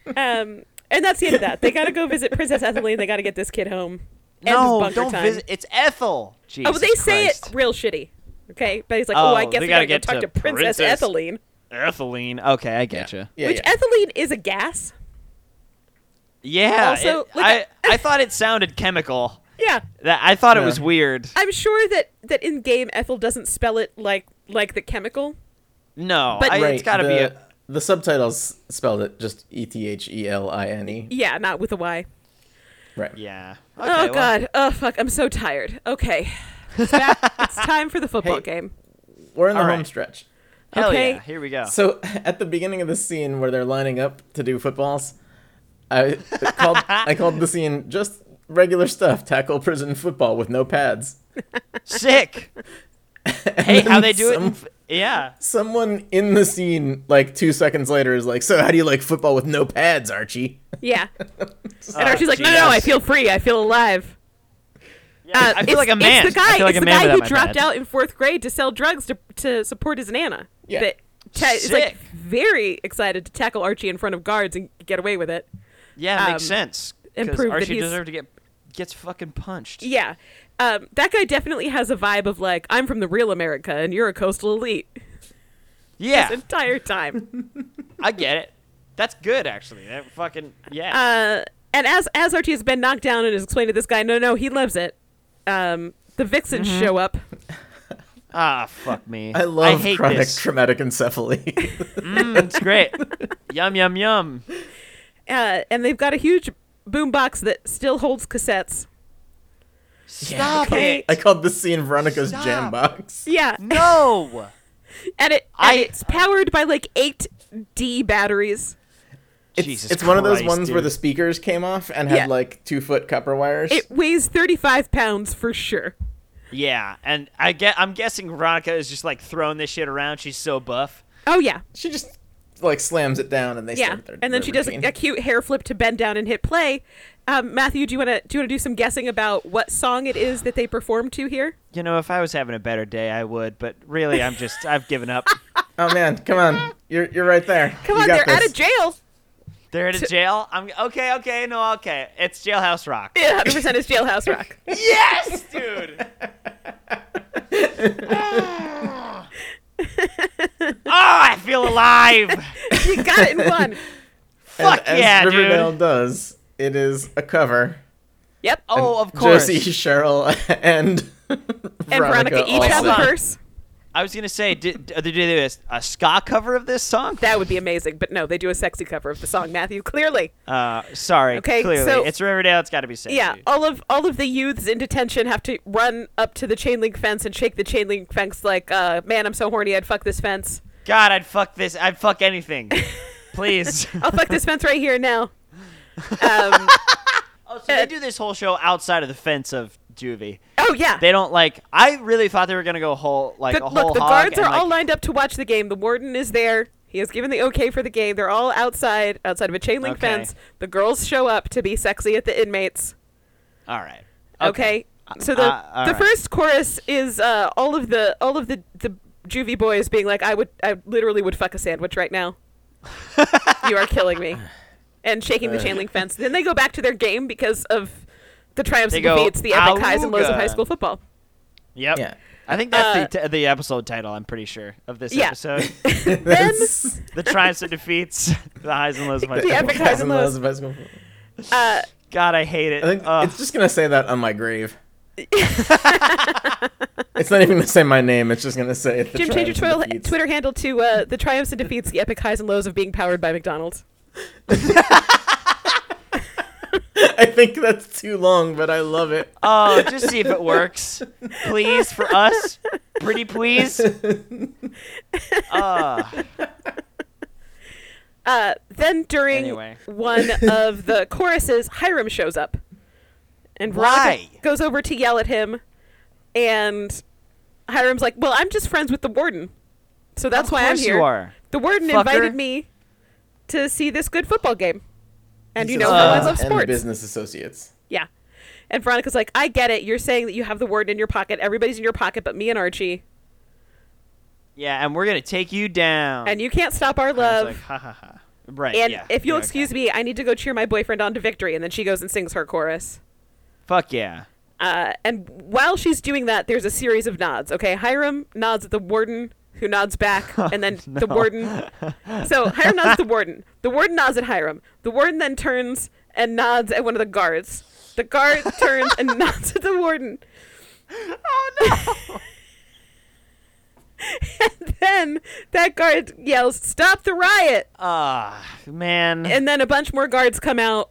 S2: Um, and that's the end of that. They got to go visit Princess Etheline. They got to get this kid home. End of
S1: no,
S2: bunker
S1: don't
S2: time.
S1: visit. It's Ethel. Jesus
S2: Oh, but they say it
S1: Christ.
S2: real shitty. Okay, but he's like, oh, I
S1: Oh,
S2: guess
S1: they
S2: we
S1: gotta
S2: gotta, go
S1: get
S2: talk to,
S1: to
S2: Princess,
S1: Princess-
S2: Etheline,
S1: Etheline. Okay, I getcha.
S3: Yeah.
S1: you.
S3: Yeah.
S2: which
S3: yeah.
S2: Etheline is a gas.
S1: Yeah.
S2: Also,
S1: it-
S2: like-
S1: I I thought it sounded chemical.
S2: Yeah,
S1: That I thought it
S3: Yeah.
S1: was weird.
S2: I'm sure that that in game Ethel doesn't spell it like like the chemical.
S1: No,
S2: But-
S1: I,
S2: Right,
S1: it's got to
S3: the,
S1: be a
S3: The subtitles spelled it just E T H E L I N E.
S2: Yeah, not with a Y.
S3: Right.
S1: yeah.
S2: oh
S1: Okay, well,
S2: God. Oh fuck. I'm so tired. Okay, it's, back. it's time for the football
S3: Hey.
S2: game.
S3: We're in the
S1: All right.
S3: home stretch.
S1: hell
S2: Okay.
S1: yeah. Here we go.
S3: So at the beginning of the scene where they're lining up to do footballs, I called I called the scene just regular stuff, tackle prison football with no pads.
S1: Sick. hey, how they do it? in f- yeah.
S3: Someone in the scene like 2 seconds later is like, "So how do you like football with no pads, Archie?"
S2: Yeah. and Archie's like, no, no,
S1: Ah, Jesus.
S2: no, I feel free. I feel alive. Uh,
S1: I feel like a man.
S2: It's the guy,
S1: I feel like a
S2: it's the
S1: man
S2: guy
S1: without
S2: who
S1: my
S2: dropped
S1: badge.
S2: out in fourth grade to sell drugs to, to support his nana.
S3: Yeah.
S2: That ta- is like
S1: Sick.
S2: very excited to tackle Archie in front of guards and get away with it.
S1: Yeah, it makes
S2: um,
S1: sense.
S2: and
S1: Because
S2: prove that
S1: Archie
S2: he's-
S1: deserved to get gets fucking punched.
S2: Yeah. Um, that guy definitely has a vibe of like, I'm from the real America and you're a coastal elite
S1: Yeah,
S2: this entire time.
S1: I get it. That's good, actually. That fucking yeah.
S2: uh, and as as Archie has been knocked down and is explained to this guy, no, no, he loves it. Um, the vixens show up.
S1: Ah, fuck me.
S3: I love
S1: hate
S3: chronic
S1: this.
S3: traumatic encephaly.
S1: Mm, it's great. yum yum yum.
S2: uh, and they've got a huge boombox that still holds cassettes.
S1: Stop
S2: okay.
S1: it.
S3: I called this scene Veronica's
S1: Stop.
S3: jam box.
S2: Yeah,
S1: No.
S2: and it
S1: Mm-hmm. I-
S2: and it's powered by like eight D batteries.
S3: It's,
S1: Jesus
S3: it's one of those
S1: Christ,
S3: ones where
S1: dude.
S3: the speakers came off and had
S2: Yeah.
S3: like two foot copper wires.
S2: It weighs thirty five pounds for sure.
S1: Yeah, and I get. I'm guessing Veronica is just like throwing this shit around. She's so buff.
S2: Oh yeah,
S3: she just like slams it down and they
S2: yeah.
S3: start their,
S2: And then
S3: their
S2: she does a,
S3: routine.
S2: a cute hair flip to bend down and hit play. Um, Matthew, do you want to do you want to do some guessing about what song it is that they perform to here?
S1: You know, if I was having a better day, I would. But really, I'm just. I've given up.
S3: Oh man, come on. You're you're right there.
S2: Come
S3: You
S2: on, they're
S3: got
S2: out
S3: this.
S2: of jail.
S1: They're in a jail. I'm okay. Okay. No. Okay. It's Jailhouse Rock.
S2: Yeah, hundred percent is Jailhouse Rock.
S1: Yes, dude. oh, I feel alive.
S2: you got it in one.
S3: And
S1: Fuck
S3: as
S1: yeah, dude.
S3: Riverdale does, it is a cover.
S2: Yep.
S1: Oh, of course.
S3: Josie, Cheryl, and
S2: and Veronica, each have a
S3: also.
S2: verse.
S1: I was gonna say, did, uh, did they do this a ska cover of this song?
S2: That would be amazing, but no, they do a sexy cover of the song Matthew. Clearly,
S1: Uh, sorry.
S2: Okay,
S1: clearly
S2: so-
S1: it's Riverdale. It's got to be sexy.
S2: yeah. All of all of the youths in detention have to run up to the chain link fence and shake the chain link fence like, uh, "Man, I'm so horny. I'd fuck this fence.
S1: God, I'd fuck this. I'd fuck anything. Please.
S2: I'll fuck this fence right here now." Um,
S1: oh, so they do this whole show outside of the fence of juvie.
S2: oh yeah.
S1: They don't like. I really thought they were gonna go whole like
S2: The-
S1: a whole
S2: look, the
S1: hog
S2: guards are
S1: and, like,
S2: all lined up to watch the game. The warden is there. He has given the okay for the game. They're all outside, outside of a chain link
S1: Okay.
S2: fence. The girls show up to be sexy at the inmates.
S1: All right.
S2: Okay. So the
S1: Uh, all
S2: the
S1: right.
S2: first chorus is uh, all of the all of the the juvie boys being like, I would I literally would fuck a sandwich right now. you are killing me, and shaking the chain link fence. Then they go back to their game because of the triumphs
S1: They
S2: and defeats,
S1: go,
S2: the epic highs and lows of high
S1: "Auga."
S2: school football.
S1: Yep.
S3: Yeah.
S1: I think that's the, t- the episode title. I'm pretty sure of this
S2: Uh, Yeah.
S1: episode:
S2: Then
S1: the triumphs and defeats, the highs and lows of my
S2: The epic highs and lows.
S3: of bicycle.
S2: uh,
S1: God, I hate it.
S3: I think
S1: Ugh.
S3: it's just gonna say that on my grave.
S2: uh,
S3: it's not even gonna say my name. It's just gonna say the
S2: Jim, change your
S3: trials and
S2: twi-
S3: defeats.
S2: Twitter handle to uh, the triumphs and defeats, the epic highs and lows of being powered by McDonald's.
S3: I think that's too long, but I love it.
S1: oh, just see if it works, please, for us. Pretty please. Ugh.
S2: Uh, then during
S1: Anyway.
S2: one of the choruses, Hiram shows up, and Veronica
S1: Why?
S2: goes over to yell at him, and Hiram's like, "Well, I'm just friends with the warden, so that's
S1: Of
S2: why I'm
S1: course
S2: here.
S1: You are.
S2: The warden
S1: Fucker.
S2: invited me to see this good football game, and
S3: He's
S2: you know
S3: just
S2: how I
S1: Uh,
S3: friends
S2: love
S3: And
S2: sports.
S3: business associates.
S2: Yeah." And Veronica's like, "I get it. You're saying that you have the warden in your pocket. Everybody's in your pocket, but me and Archie,
S1: Yeah, and we're gonna take you down.
S2: and you can't stop our
S1: Um, I was
S2: love."
S1: like, ha ha ha. Right.
S2: And
S1: yeah.
S2: if you'll
S1: Yeah,
S2: excuse
S1: okay.
S2: me, I need to go cheer my boyfriend on to victory. And then she goes and sings her chorus.
S1: Fuck yeah.
S2: Uh, and while she's doing that, there's a series of nods. Okay, Hiram nods at the warden, who nods back,
S1: Oh,
S2: and then the warden. So Hiram nods at the warden. The warden nods at Hiram. The warden then turns and nods at one of the guards. The guard turns and nods at the warden.
S1: Oh no.
S2: And then that guard yells, "Stop the riot!"
S1: Ah, man.
S2: And then a bunch more guards come out,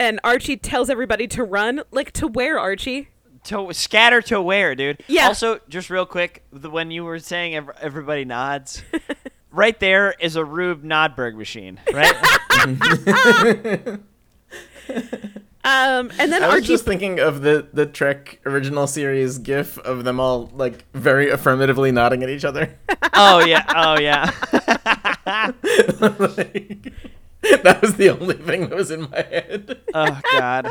S2: and Archie tells everybody to run. Like to where, Archie?
S1: to scatter to where, dude?
S2: Yeah.
S1: Also, just real quick, the, when you were saying ev- everybody nods, right there is a Rube Nodberg machine, right?
S2: Um, and then
S3: I was
S2: Archie
S3: just thinking of the the Trek original series GIF of them all like very affirmatively nodding at each other.
S1: oh yeah. Oh yeah.
S3: Like, that was the only thing that was in my head.
S1: oh god.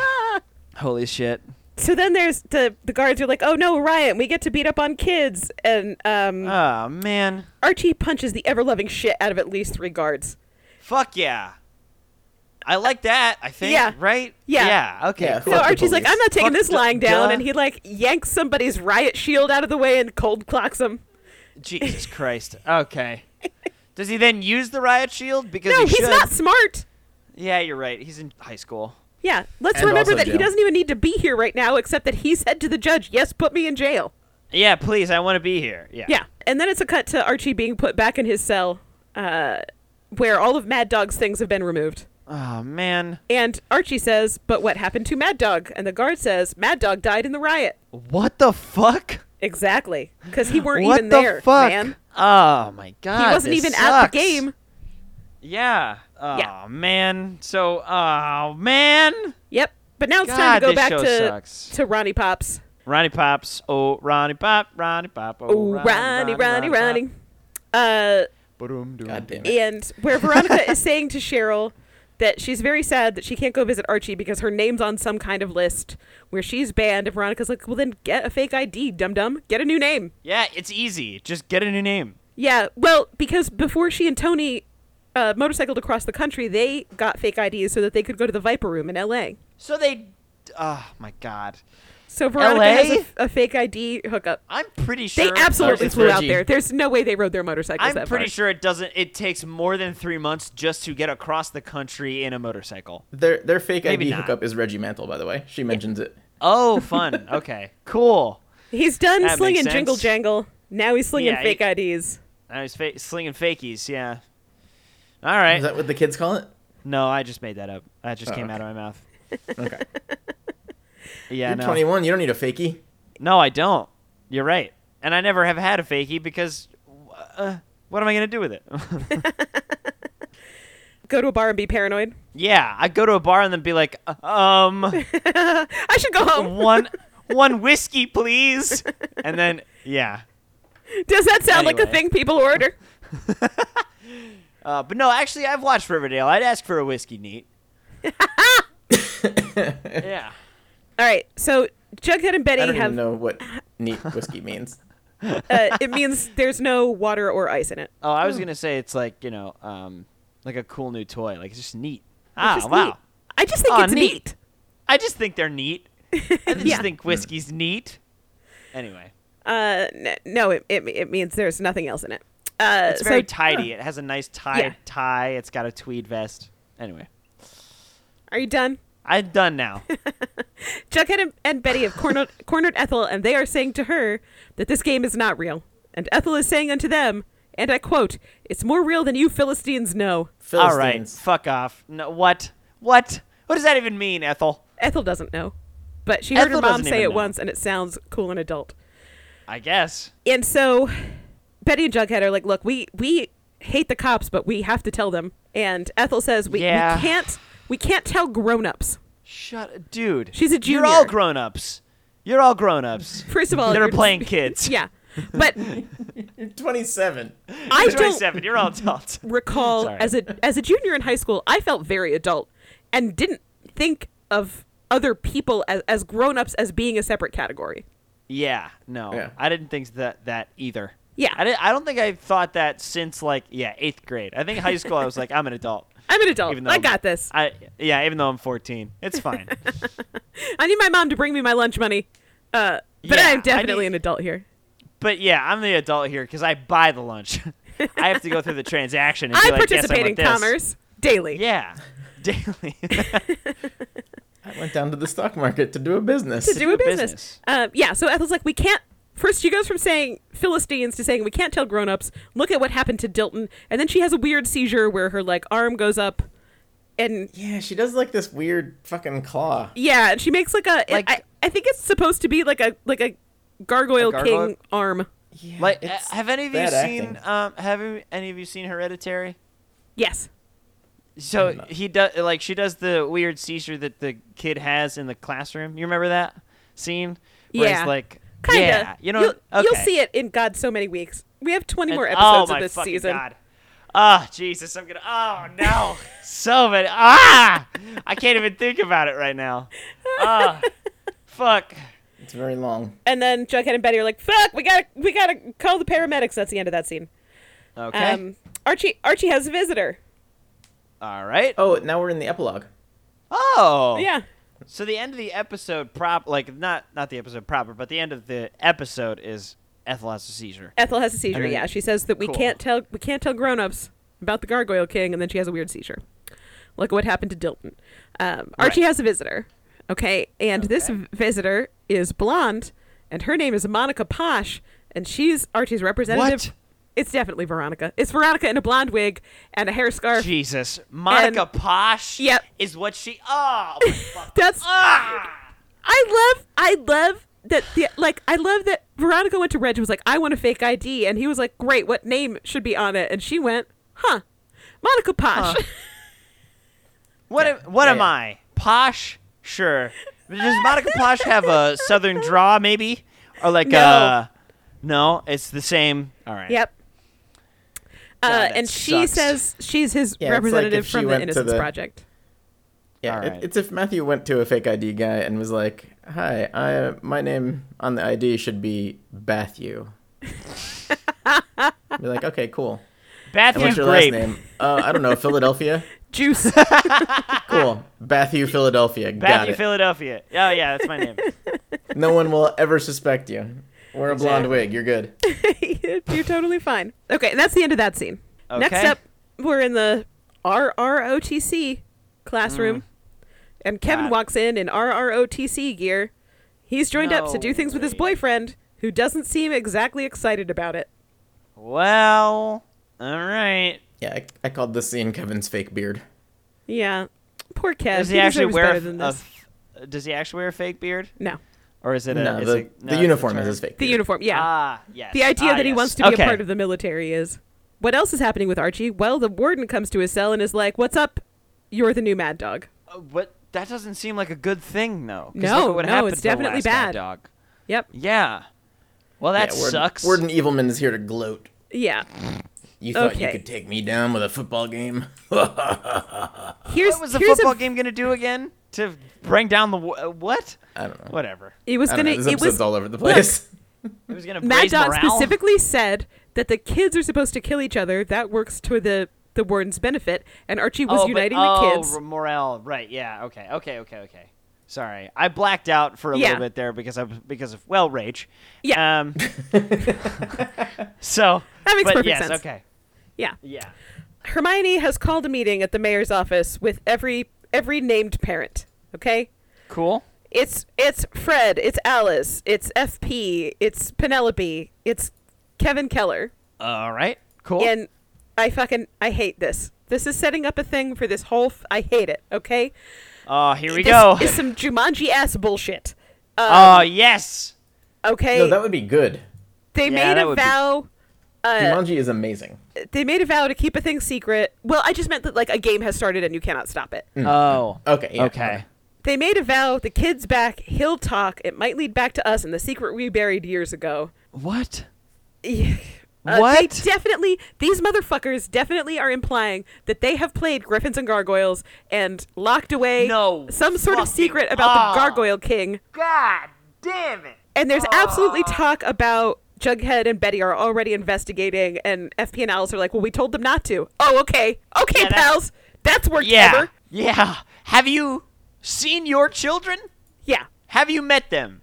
S1: Holy shit.
S2: so then there's the the guards are like, "Oh no, riot! We get to beat up on kids." And um,
S1: Oh man.
S2: Archie punches the ever loving shit out of at least three guards.
S1: Fuck yeah. I like that. I think.
S2: Yeah.
S1: Right.
S2: Yeah.
S1: Yeah. Okay.
S3: Yeah.
S1: cool.
S2: So
S3: Fuck the
S2: Archie's like,
S3: police.
S2: "I'm not taking
S1: Fuck
S2: this
S1: the-
S2: lying down,"
S1: duh.
S2: and he like yanks somebody's riot shield out of the way and cold clocks him.
S1: Jesus Christ. Okay. Does he then use the riot shield? Because
S2: No,
S1: he
S2: he's
S1: should.
S2: not smart.
S1: Yeah, you're right. He's in high school.
S2: Yeah, let's
S3: And
S2: remember
S3: also
S2: that he
S3: jail.
S2: doesn't even need to be here right now, except that he said to the judge, "Yes, put me in jail."
S1: Yeah, please. I want to be here. Yeah.
S2: Yeah, and then it's a cut to Archie being put back in his cell, uh, where all of Mad Dog's things have been removed.
S1: Oh man.
S2: And Archie says, But what happened to Mad Dog? And the guard says, Mad Dog died in the riot.
S1: What the fuck?
S2: Exactly. Because he weren't
S1: what
S2: even
S1: the
S2: there,
S1: fuck?
S2: man.
S1: Oh my
S2: He
S1: god.
S2: wasn't
S1: this
S2: even at
S1: sucks.
S2: the game.
S1: Yeah. Oh
S2: Yeah.
S1: man. So oh man.
S2: Yep. But now it's
S1: God,
S2: time to go
S1: this
S2: back
S1: show
S2: to,
S1: sucks.
S2: to Ronnie Pops.
S1: Ronnie Pops. Oh Ronnie Pop. Ronnie Pop. Oh,
S2: Ooh, Ronnie, Ronnie, Ronnie. Uh,
S3: God damn it.
S2: and where Veronica is saying to Cheryl that she's very sad that she can't go visit Archie because her name's on some kind of list where she's banned. And Veronica's like, Well, then get a fake ID, dum dum. Get a new name.
S1: Yeah, it's easy. Just get a new name.
S2: Yeah, well, because before she and Tony uh, motorcycled across the country, they got fake IDs so that they could go to the Viper Room in L.A.
S1: So they. Oh my god.
S2: So Veronica
S1: LA?
S2: has a, f- a fake ID hookup.
S1: I'm pretty sure.
S2: They absolutely
S3: Versus
S2: flew out
S3: Reggie.
S2: there. There's no way they rode their motorcycles.
S1: I'm
S2: that
S1: pretty
S2: far.
S1: sure it doesn't. It takes more than three months just to get across the country in a motorcycle.
S3: Their their fake
S1: Maybe
S3: ID
S1: not.
S3: hookup is Reggie Mantle, by the way. She mentions it.
S1: Oh, fun. okay, cool.
S2: He's done
S1: That makes
S2: slinging jingle
S1: sense.
S2: jangle. Now he's slinging
S1: Yeah,
S2: fake
S1: he-
S2: IDs.
S1: I was fa- slinging fakies. Yeah. All right.
S3: Is that what the kids call it?
S1: no, I just made that up. That just
S3: Oh,
S1: came out
S3: okay.
S1: of my mouth.
S3: Okay.
S1: Yeah.
S3: You're
S1: no.
S3: 21. You don't need a fakie.
S1: No, I don't. You're right. And I never have had a fakie because uh, what am I going to do with it?
S2: Go to a bar and be paranoid.
S1: yeah, I go to a bar and then be like, um,
S2: I should go home.
S1: one one whiskey, please. And then yeah.
S2: Does that sound like a
S1: Anyway.
S2: thing people order?
S1: Uh, but no, actually I've watched Riverdale. I'd ask for a whiskey neat. yeah.
S2: All right. So Jughead and
S3: I
S2: Betty
S3: don't even
S2: have
S3: know what neat whiskey means.
S2: uh, it means there's no water or ice in it.
S1: Oh, I was going to say it's like, you know, um like a cool new toy. Like it's just neat. Ah,
S2: Just
S1: wow.
S2: neat. I just think
S1: Aw,
S2: it's
S1: neat.
S2: neat.
S1: I just think they're neat. I just
S2: Yeah.
S1: think whiskey's neat. Anyway.
S2: Uh, n- no, it, it, it means there's nothing else in it. Uh,
S1: It's
S2: so-
S1: very tidy. It has a nice tie.
S2: Yeah.
S1: Tie. It's got a tweed vest. Anyway,
S2: Are you done?
S1: I'm done now.
S2: Jughead and, and Betty have cornered, cornered Ethel, and they are saying to her that this game is not real. And Ethel is saying unto them, and I quote, "It's more real than you Philistines know."
S1: All right,
S3: Philistines.
S1: fuck off. No, what? What? What does that even mean, Ethel?
S2: Ethel doesn't know, but she heard
S1: Ethel
S2: her mom
S1: doesn't
S2: say
S1: even
S2: it
S1: know.
S2: once, and it sounds cool and adult.
S1: I guess.
S2: And so Betty and Jughead are like, "Look, we we hate the cops, but we have to tell them." And Ethel says, "We,
S1: Yeah.
S2: we can't we can't tell grown-ups."
S1: Shut, dude.
S2: She's a
S1: You're all
S2: junior.
S1: grown ups. You're all grown ups.
S2: First of all,
S1: They're
S2: you're-
S1: playing kids.
S2: Yeah. But
S3: You're 27.
S2: I don't
S1: 27. You're all adults.
S2: recall
S1: Sorry.
S2: as a as a junior in high school, I felt very adult and didn't think of other people as, as grown-ups as being a separate category.
S1: Yeah, no,
S3: Yeah.
S1: I didn't think that that either.
S2: Yeah.
S1: I, didn't, I don't think I thought that since like yeah eighth grade. I think high school I was like I'm an adult.
S2: I'm an adult.
S1: Even though
S2: Oh, I
S1: I'm-
S2: got this.
S1: I yeah, even though I'm 14, it's fine.
S2: I need my mom to bring me my lunch money. Uh, but
S1: Yeah,
S2: I am
S1: I
S2: definitely
S1: need-
S2: an adult here.
S1: but yeah, I'm the adult here because I buy the lunch. I have to go through the transaction. And
S2: I
S1: be like, yes,
S2: participate
S1: want
S2: in
S1: this."
S2: commerce daily.
S1: Yeah, daily.
S3: I went down to the stock market to do a business.
S2: to do a
S1: do
S2: business.
S1: business.
S2: Uh, yeah, so Ethel's like, we can't. First, she goes from saying Philistines to saying we can't tell grown-ups. Look at what happened to Dilton, and then she has a weird seizure where her like arm goes up, and
S3: yeah, she does like this weird fucking claw.
S2: yeah, and she makes like a.
S1: Like-
S2: I, I think it's supposed to be like a like a gargoyle,
S1: A gargoyle?
S2: king arm.
S3: Yeah,
S1: like,
S3: it's
S1: have any of you
S3: bad
S1: seen?
S3: acting.
S1: Um, have you- any of you seen Hereditary?
S2: Yes.
S1: So
S3: don't know.
S1: he does like she does the weird seizure that the kid has in the classroom. You remember that scene? Where
S2: Yeah.
S1: it's like
S2: Kinda.
S1: yeah, you know,
S2: you'll,
S1: okay.
S2: you'll see it in God so many weeks. We have twenty more
S1: And-
S2: episodes
S1: oh, my
S2: of this
S1: fucking
S2: season.
S1: God. Oh, Jesus, I'm gonna. Oh no, so many. Ah, I can't even think about it right now. Ah, fuck.
S3: It's very long.
S2: And then Jughead and Betty are like, "Fuck, we gotta we gotta call the paramedics." That's the end of that scene.
S1: Okay.
S2: Um, Archie Archie has a visitor.
S1: All right.
S3: Oh, now we're in the epilogue.
S1: Oh.
S2: Yeah.
S1: So the end of the episode prop, like not not the episode proper, but the end of the episode is Ethel has a seizure.
S2: Ethel has a seizure.
S1: And then-
S2: yeah, she says that we
S1: Cool.
S2: can't tell we can't tell grown-ups about the Gargoyle King, and then she has a weird seizure. Like what happened to Dilton. Um, Archie
S1: Right.
S2: has a visitor. Okay, and this
S1: Okay.
S2: visitor is blonde, and her name is Monica Posh, and she's Archie's representative.
S1: What?
S2: It's definitely Veronica. It's Veronica in a blonde wig and a hair scarf.
S1: Jesus, Monica Posh.
S2: Yep.
S1: Is what she. Oh. my fuck.
S2: That's
S1: ah.
S2: I love I love that the like I love that Veronica went to Reg and was like, I want a fake ID and he was like, Great, what name should be on it? And she went, Huh. Monica Posh.
S1: Huh. What am, what
S3: Yeah,
S1: am
S3: yeah.
S1: I? Posh? Sure. Does Monica Posh have a southern draw maybe? Or like
S2: No.
S1: a No, it's the same. All right.
S2: yep.
S1: God,
S2: uh,
S1: that
S2: and she
S1: sucks.
S2: says she's his
S3: Yeah, it's like
S2: representative
S3: if she
S2: from the
S3: went to
S2: Innocence
S3: the-
S2: Project.
S3: Yeah,
S1: All
S3: it-
S1: right.
S3: it's if Matthew went to a fake ID guy and was like, "Hi, I my name on the ID should be Bathu." be like, "Okay, cool. And
S1: Matthew
S3: what's your
S1: Grape.
S3: last name? Uh, I don't know, Philadelphia.
S2: Juice.
S3: Cool, Bathu, Philadelphia. Got
S1: Matthew
S3: it.
S1: Philadelphia. Oh yeah, that's my name.
S3: no one will ever suspect you. Wear a blonde
S1: Exactly.
S3: wig. You're good.
S2: You're totally fine. Okay, that's the end of that scene. Next
S1: Okay.
S2: up, we're in the RROTC
S1: Mm.
S2: classroom, and Kevin
S1: God.
S2: walks in in RROTC gear. He's joined up to
S1: No
S2: do things with his
S1: way.
S2: boyfriend, who doesn't seem exactly excited about it.
S1: well, all right.
S3: Yeah, I, I called this scene Kevin's fake beard.
S2: Yeah, poor Kev.
S1: Does he,
S2: he
S1: actually
S2: deserves
S1: wear
S2: better
S1: a,
S2: than
S1: a
S2: this.
S1: f- does he actually wear a fake beard
S2: no,
S1: or is it a
S3: No,
S1: is
S3: the,
S1: it- no,
S3: the
S1: it's a
S3: uniform
S1: term.
S3: is his fake.
S2: the
S3: beard.
S2: uniform. Yeah,
S1: Ah, yes.
S2: the idea
S1: Ah,
S2: that he
S1: yes.
S2: wants to be
S1: Okay.
S2: a part of the military is. What else is happening with Archie? Well, the warden comes to his cell and is like, "What's up? You're the new Mad Dog."
S1: Uh, What that doesn't seem like a good thing though. 'cause look
S2: No,
S1: at what
S2: no,
S1: happened
S2: it's
S1: to the
S2: definitely
S1: last Mad
S2: bad.
S1: Dog.
S2: Yep.
S1: Yeah. Well, that
S3: Yeah, Warden-
S1: sucks.
S3: Warden Evilman is here to gloat.
S2: Yeah.
S3: You thought you
S2: Okay.
S3: could take me down with a football game?
S2: Here's
S1: What was the
S2: here's
S1: football
S2: a
S1: game going to do again? To bring down the wa- uh, what?
S3: I don't know.
S1: Whatever.
S2: It was
S3: I don't know.
S2: gonna.
S3: This
S2: It
S3: episode's
S2: was
S3: all over the place.
S1: It was going to
S2: Mad
S1: raise
S2: Dog
S1: morale.
S2: specifically said that the kids are supposed to kill each other. That works to the the warden's benefit. And Archie was
S1: oh, but-
S2: uniting
S1: oh,
S2: the kids.
S1: r- morale. Right. Yeah. Okay. Okay. Okay. Okay. Sorry, I blacked out for a
S2: Yeah.
S1: little bit there because I was because of well rage.
S2: Yeah.
S1: Um, so
S2: That makes
S1: but
S2: perfect
S1: yes,
S2: sense.
S1: Okay.
S2: Yeah.
S1: Yeah.
S2: Hermione has called a meeting at the mayor's office with every every named parent. Okay?
S1: Cool.
S2: It's it's Fred, it's Alice, it's FP, it's Penelope, it's Kevin Keller.
S1: All right. Cool.
S2: And I fucking I hate this. This is setting up a thing for this whole f- I hate it, okay?
S1: Oh, here we
S2: this
S1: go.
S2: is some Jumanji ass bullshit.
S1: Oh yes.
S2: Okay.
S3: No, that would be good.
S2: they
S1: Yeah,
S2: made
S1: that
S2: a
S1: would be-
S2: vow
S1: Uh,
S3: Jumanji is amazing.
S2: they made a vow to keep a thing secret. Well, I just meant that like a game has started and you cannot stop it.
S1: Oh.
S3: Okay, yeah,
S1: okay.
S2: They made a vow, the kid's back, he'll talk, it might lead back to us and the secret we buried years ago.
S1: What?
S2: Yeah. They
S1: What?
S2: definitely, these motherfuckers definitely are implying that they have played Griffins and Gargoyles and locked away
S1: No
S2: some sort of
S1: fucking-
S2: secret about
S1: Ah.
S2: the Gargoyle King.
S1: God damn it.
S2: And there's absolutely talk about Jughead and Betty are already investigating, and FP and Alice are like, well, we told them not to. Oh, okay. Okay,
S1: Yeah, that's-
S2: pals. That's worked
S1: Yeah.
S2: ever.
S1: Yeah. Have you seen your children?
S2: Yeah.
S1: Have you met them?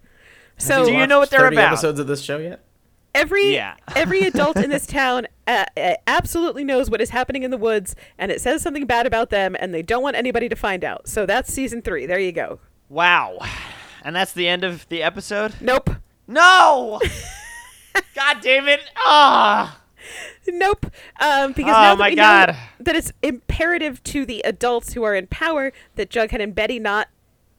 S2: So
S1: Do you know what
S3: Watched
S1: they're
S3: 30
S1: about?
S3: Episodes of this show yet?
S2: every
S1: Yeah.
S2: every adult in this town uh, uh, absolutely knows what is happening in the woods and it says something bad about them and they don't want anybody to find out so that's season three there you go
S1: Wow. And that's the end of the episode?
S2: nope
S1: No! God damn it. Ah.
S2: nope um, because
S1: Oh,
S2: now that
S1: my
S2: we
S1: God.
S2: know that it's imperative to the adults who are in power that jughead and betty not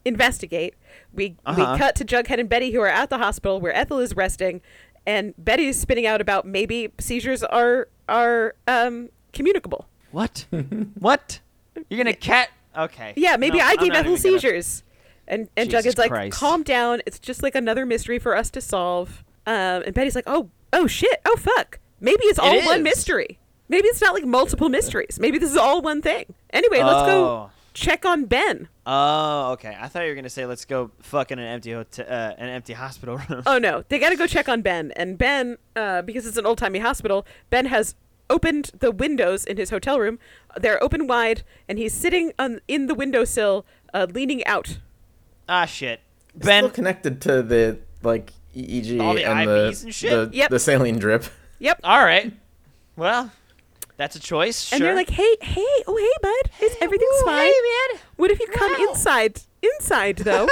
S2: investigate we
S1: Uh-huh.
S2: we cut to jughead and betty who are at the hospital where ethel is resting and betty is spinning out about maybe seizures are are um, communicable
S1: What? what? You're going to cat Okay.
S2: Yeah, maybe
S1: No,
S2: I
S1: I'm
S2: gave
S1: not
S2: Ethel
S1: even gonna-
S2: seizures. And and
S1: Jesus
S2: Jughead's like,
S1: Christ.
S2: calm down. It's just like another mystery for us to solve. Um, and Betty's like, oh, oh shit, oh fuck. Maybe it's all
S1: is.
S2: one mystery. Maybe it's not like multiple mysteries. Maybe this is all one thing. Anyway, let's go
S1: Oh.
S2: check on Ben.
S1: Oh, okay. I thought you were going to say let's go fuck in an empty hotel, uh, an empty hospital room.
S2: Oh no, they got to go check on Ben. And Ben, uh, because it's an old timey hospital, Ben has opened the windows in his hotel room. They're open wide, and he's sitting on in the windowsill, uh, leaning out.
S1: Ah shit.
S3: It's
S1: Ben
S3: still connected to the like EEG
S1: All the
S3: and
S1: IVs
S3: the
S1: and shit?
S3: The,
S2: Yep.
S3: the saline drip.
S2: Yep.
S1: All right. Well, that's a choice. Sure.
S2: And they're like, "Hey, hey, oh hey, bud, is everything's
S1: Ooh,
S2: fine?
S1: hey, man.
S2: What if you come
S1: Wow.
S2: inside? Inside though."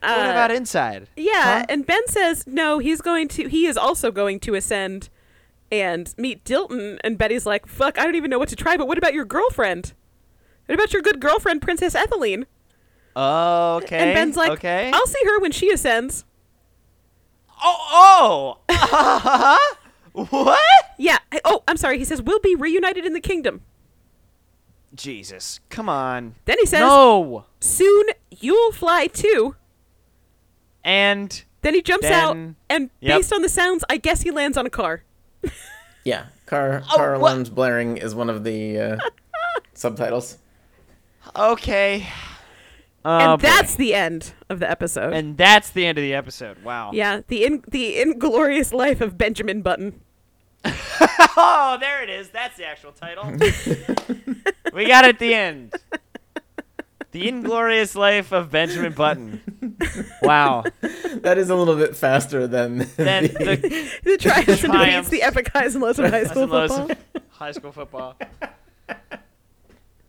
S1: What
S2: Uh,
S1: about inside?
S2: yeah,
S1: Huh?
S2: and Ben says no. He's going to. He is also going to ascend and meet Dilton. And Betty's like, "Fuck, I don't even know what to try." But what about your girlfriend? What about your good girlfriend, Princess Etheline?
S1: Oh, Okay.
S2: And Ben's like,
S1: okay.
S2: "I'll see her when she ascends."
S1: Oh, oh. Uh-huh. what?
S2: Yeah. I- Oh, I'm sorry. He says we'll be reunited in the kingdom.
S1: Jesus, come on.
S2: Then he says,
S1: no.
S2: "Soon you'll fly too."
S1: And
S2: Then he jumps out,
S1: Then-
S2: and
S1: Yep.
S2: based on the sounds, I guess he lands on a car.
S3: Yeah, car
S1: Oh,
S3: car
S1: what-
S3: alarms blaring is one of the uh, subtitles.
S1: okay. Oh,
S2: and
S1: boy.
S2: that's the end of the episode.
S1: and that's the end of the episode. Wow.
S2: yeah, the in the inglorious life of Benjamin Button.
S1: Oh, there it is. That's the actual title. we got it at the end. The Inglorious Life of Benjamin Button. Wow.
S3: That is a little bit faster than
S1: Then
S3: the,
S1: the
S2: The triumphs and defeats,
S1: Triumphs.
S2: the epic highs and lows of high school
S1: and lows
S2: football.
S1: of high school football.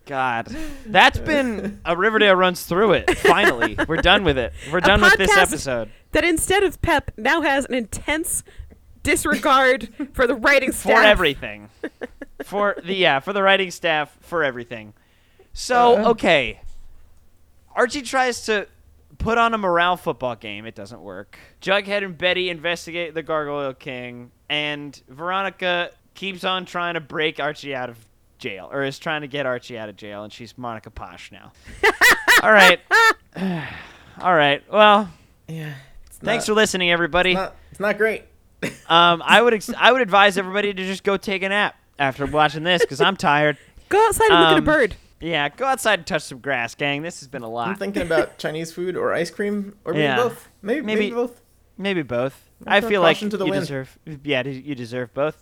S1: God, that's been a Riverdale runs through it. Finally, we're done with it. We're done with this
S2: podcast-
S1: episode.
S2: That instead of Pep now has an intense disregard for the writing
S1: for
S2: staff.
S1: everything for the yeah for the writing staff for everything so
S3: Uh.
S1: okay archie tries to put on a morale football game it doesn't work jughead and betty investigate the gargoyle king and veronica keeps on trying to break archie out of jail or is trying to get archie out of jail and she's monica posh now all right all right well
S3: yeah. It's
S1: thanks for
S3: not,
S1: listening everybody
S3: not, it's not great.
S1: um, I would ex- I would advise everybody to just go take a nap after watching this because I'm tired.
S2: Go outside and look at a
S1: Um,
S2: bird.
S1: Yeah, go outside and touch some grass, gang. This has been a
S3: I'm
S1: lot.
S3: thinking about Chinese food or ice cream or maybe
S1: Yeah.
S3: both. Maybe, maybe
S1: Maybe-
S3: both.
S1: Maybe both.
S3: I'll
S1: I
S3: throw
S1: feel like
S3: caution to the
S1: you
S3: wind.
S1: deserve. Yeah, you deserve both.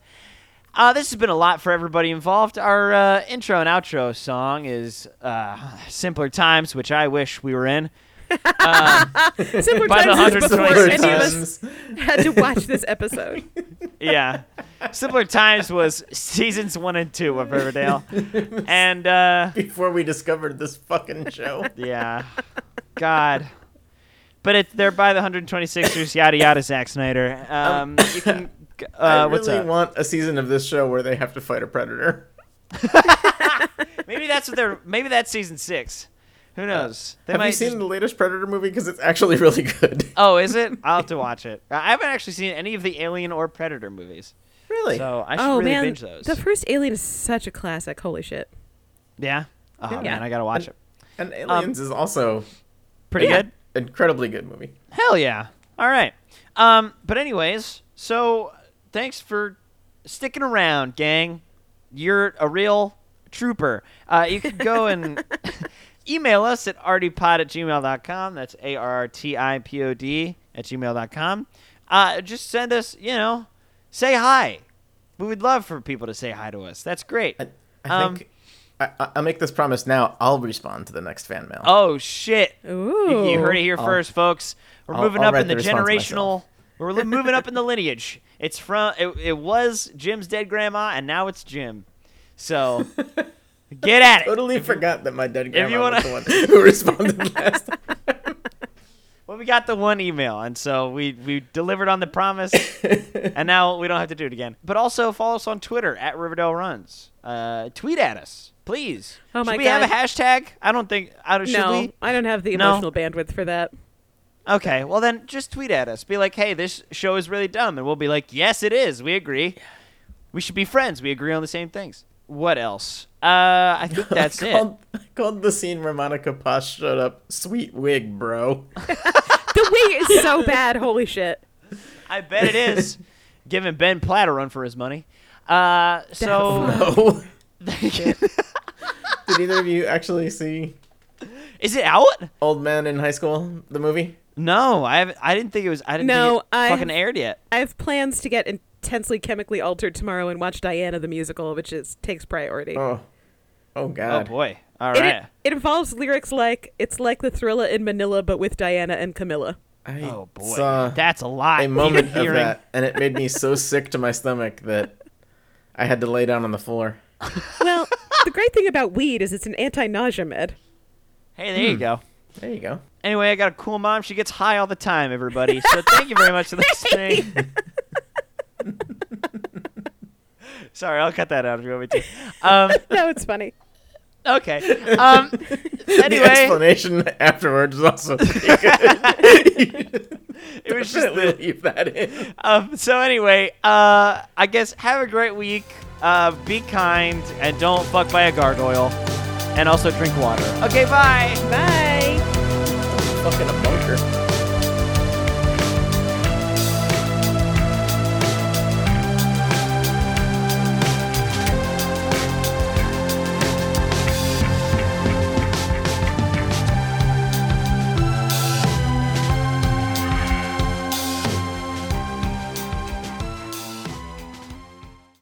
S1: Uh, this has been a lot for everybody involved. Our uh, intro and outro song is uh, Simpler Times, which I wish we were in. Um,
S2: Simpler
S1: By the
S2: times is before
S1: 120
S2: any of us
S3: times.
S2: had to watch this episode.
S1: Yeah. Simpler Times was seasons one and two of Riverdale. And uh,
S3: before we discovered this fucking show.
S1: yeah, God. But it, they're by the 126ers, yada yada, Zack Snyder. Um, you can, uh,
S3: I
S1: what's
S3: really
S1: up?
S3: want a season of this show where they have to fight a predator.
S1: maybe that's what they're. Maybe that's season six. Who knows? They
S3: Uh, have
S1: might
S3: you seen
S1: just-
S3: the latest Predator movie? Because it's actually really good.
S1: Oh, is it? I'll have to watch it. I haven't actually seen any of the Alien or Predator movies,
S3: Really?
S1: so I should
S2: oh
S1: really
S2: man,
S1: binge those.
S2: the first Alien is such a classic. Holy shit!
S1: yeah. Oh
S3: Yeah.
S1: man, I gotta watch it.
S3: and Aliens is also
S1: Um, Pretty
S3: an
S1: good.
S3: incredibly good movie.
S1: Hell yeah. All right. Um, but anyways, so thanks for sticking around, gang. You're a real trooper. Uh, you can go and email us at artypod at gmail.com. That's A R R T I P O D at gmail.com. Uh, just send us, you know, say hi. We would love for people to say hi to us. That's great.
S3: I, I
S1: Um,
S3: think I, I- I'll make this promise now. I'll respond to the next fan mail.
S1: Oh, shit. You,
S2: Ooh,
S1: you heard it here
S3: I'll-
S1: first, folks. We're
S3: I'll-
S1: moving
S3: I'll
S1: up in
S3: write
S1: the,
S3: the response
S1: generational. We're li- moving up in the lineage. It's from it, it was Jim's dead grandma, and now it's Jim. So get at it.
S3: totally forgot that my dead grandma
S1: you
S3: was the one who responded last. time.
S1: Well, we got the one email, and so we we delivered on the promise, and now we don't have to do it again. But also follow us on Twitter at Riverdale Runs. Uh, tweet at us, please.
S2: Oh my
S1: should we have
S2: God.
S1: a hashtag? I don't think. I don't. Should
S2: no,
S1: we?
S2: I don't have the
S1: No.
S2: emotional bandwidth for that.
S1: Okay, well then just tweet at us. Be like, hey, this show is really dumb. And we'll be like, yes, it is. We agree. We should be friends. We agree on the same things. What else? Uh, I think that's
S3: I
S1: it.
S3: called, I called the scene where Monica Posh showed up. Sweet wig, bro.
S2: The wig is so bad. Holy shit!
S1: I bet it is. Giving Ben Platt a run for his money. Uh, so,
S3: Oh.
S1: is
S3: Did either of you actually see
S1: it out?
S3: Old Man in High School, the movie?
S1: No, I haven't, I didn't think it was. I didn't
S2: No,
S1: think it
S2: I-
S1: fucking aired yet.
S2: I have plans to get intensely chemically altered tomorrow and watch Diana the musical, which is takes priority.
S3: Oh, oh
S1: Oh
S3: God.
S1: boy! All
S2: it,
S1: right.
S2: it involves lyrics like "It's like the Thriller in Manila, but with Diana and Camilla."
S3: I
S1: Oh boy!
S3: saw
S1: that's a lot.
S3: uh, a moment of
S1: Hearing-
S3: that, and it made me so sick to my stomach that I had to lay down on the floor.
S2: Well, the great thing about weed is it's an anti-nausea med.
S1: Hey, there you
S2: Hmm.
S1: go.
S3: There you go.
S1: Anyway, I got a cool mom. She gets high all the time, everybody. So thank you very much for listening. Sorry, I'll cut that out if you want me to. Um,
S2: No, it's funny.
S1: okay. Um,
S3: The
S1: anyway,
S3: explanation afterwards is also pretty good.
S1: it was just
S3: Definitely
S1: the.
S3: leave that in.
S1: Um, so anyway, uh, I guess have a great week. Uh, be kind and don't fuck by a gargoyle, and also drink water. Okay, bye.
S2: Bye.
S3: Fucking a bunker.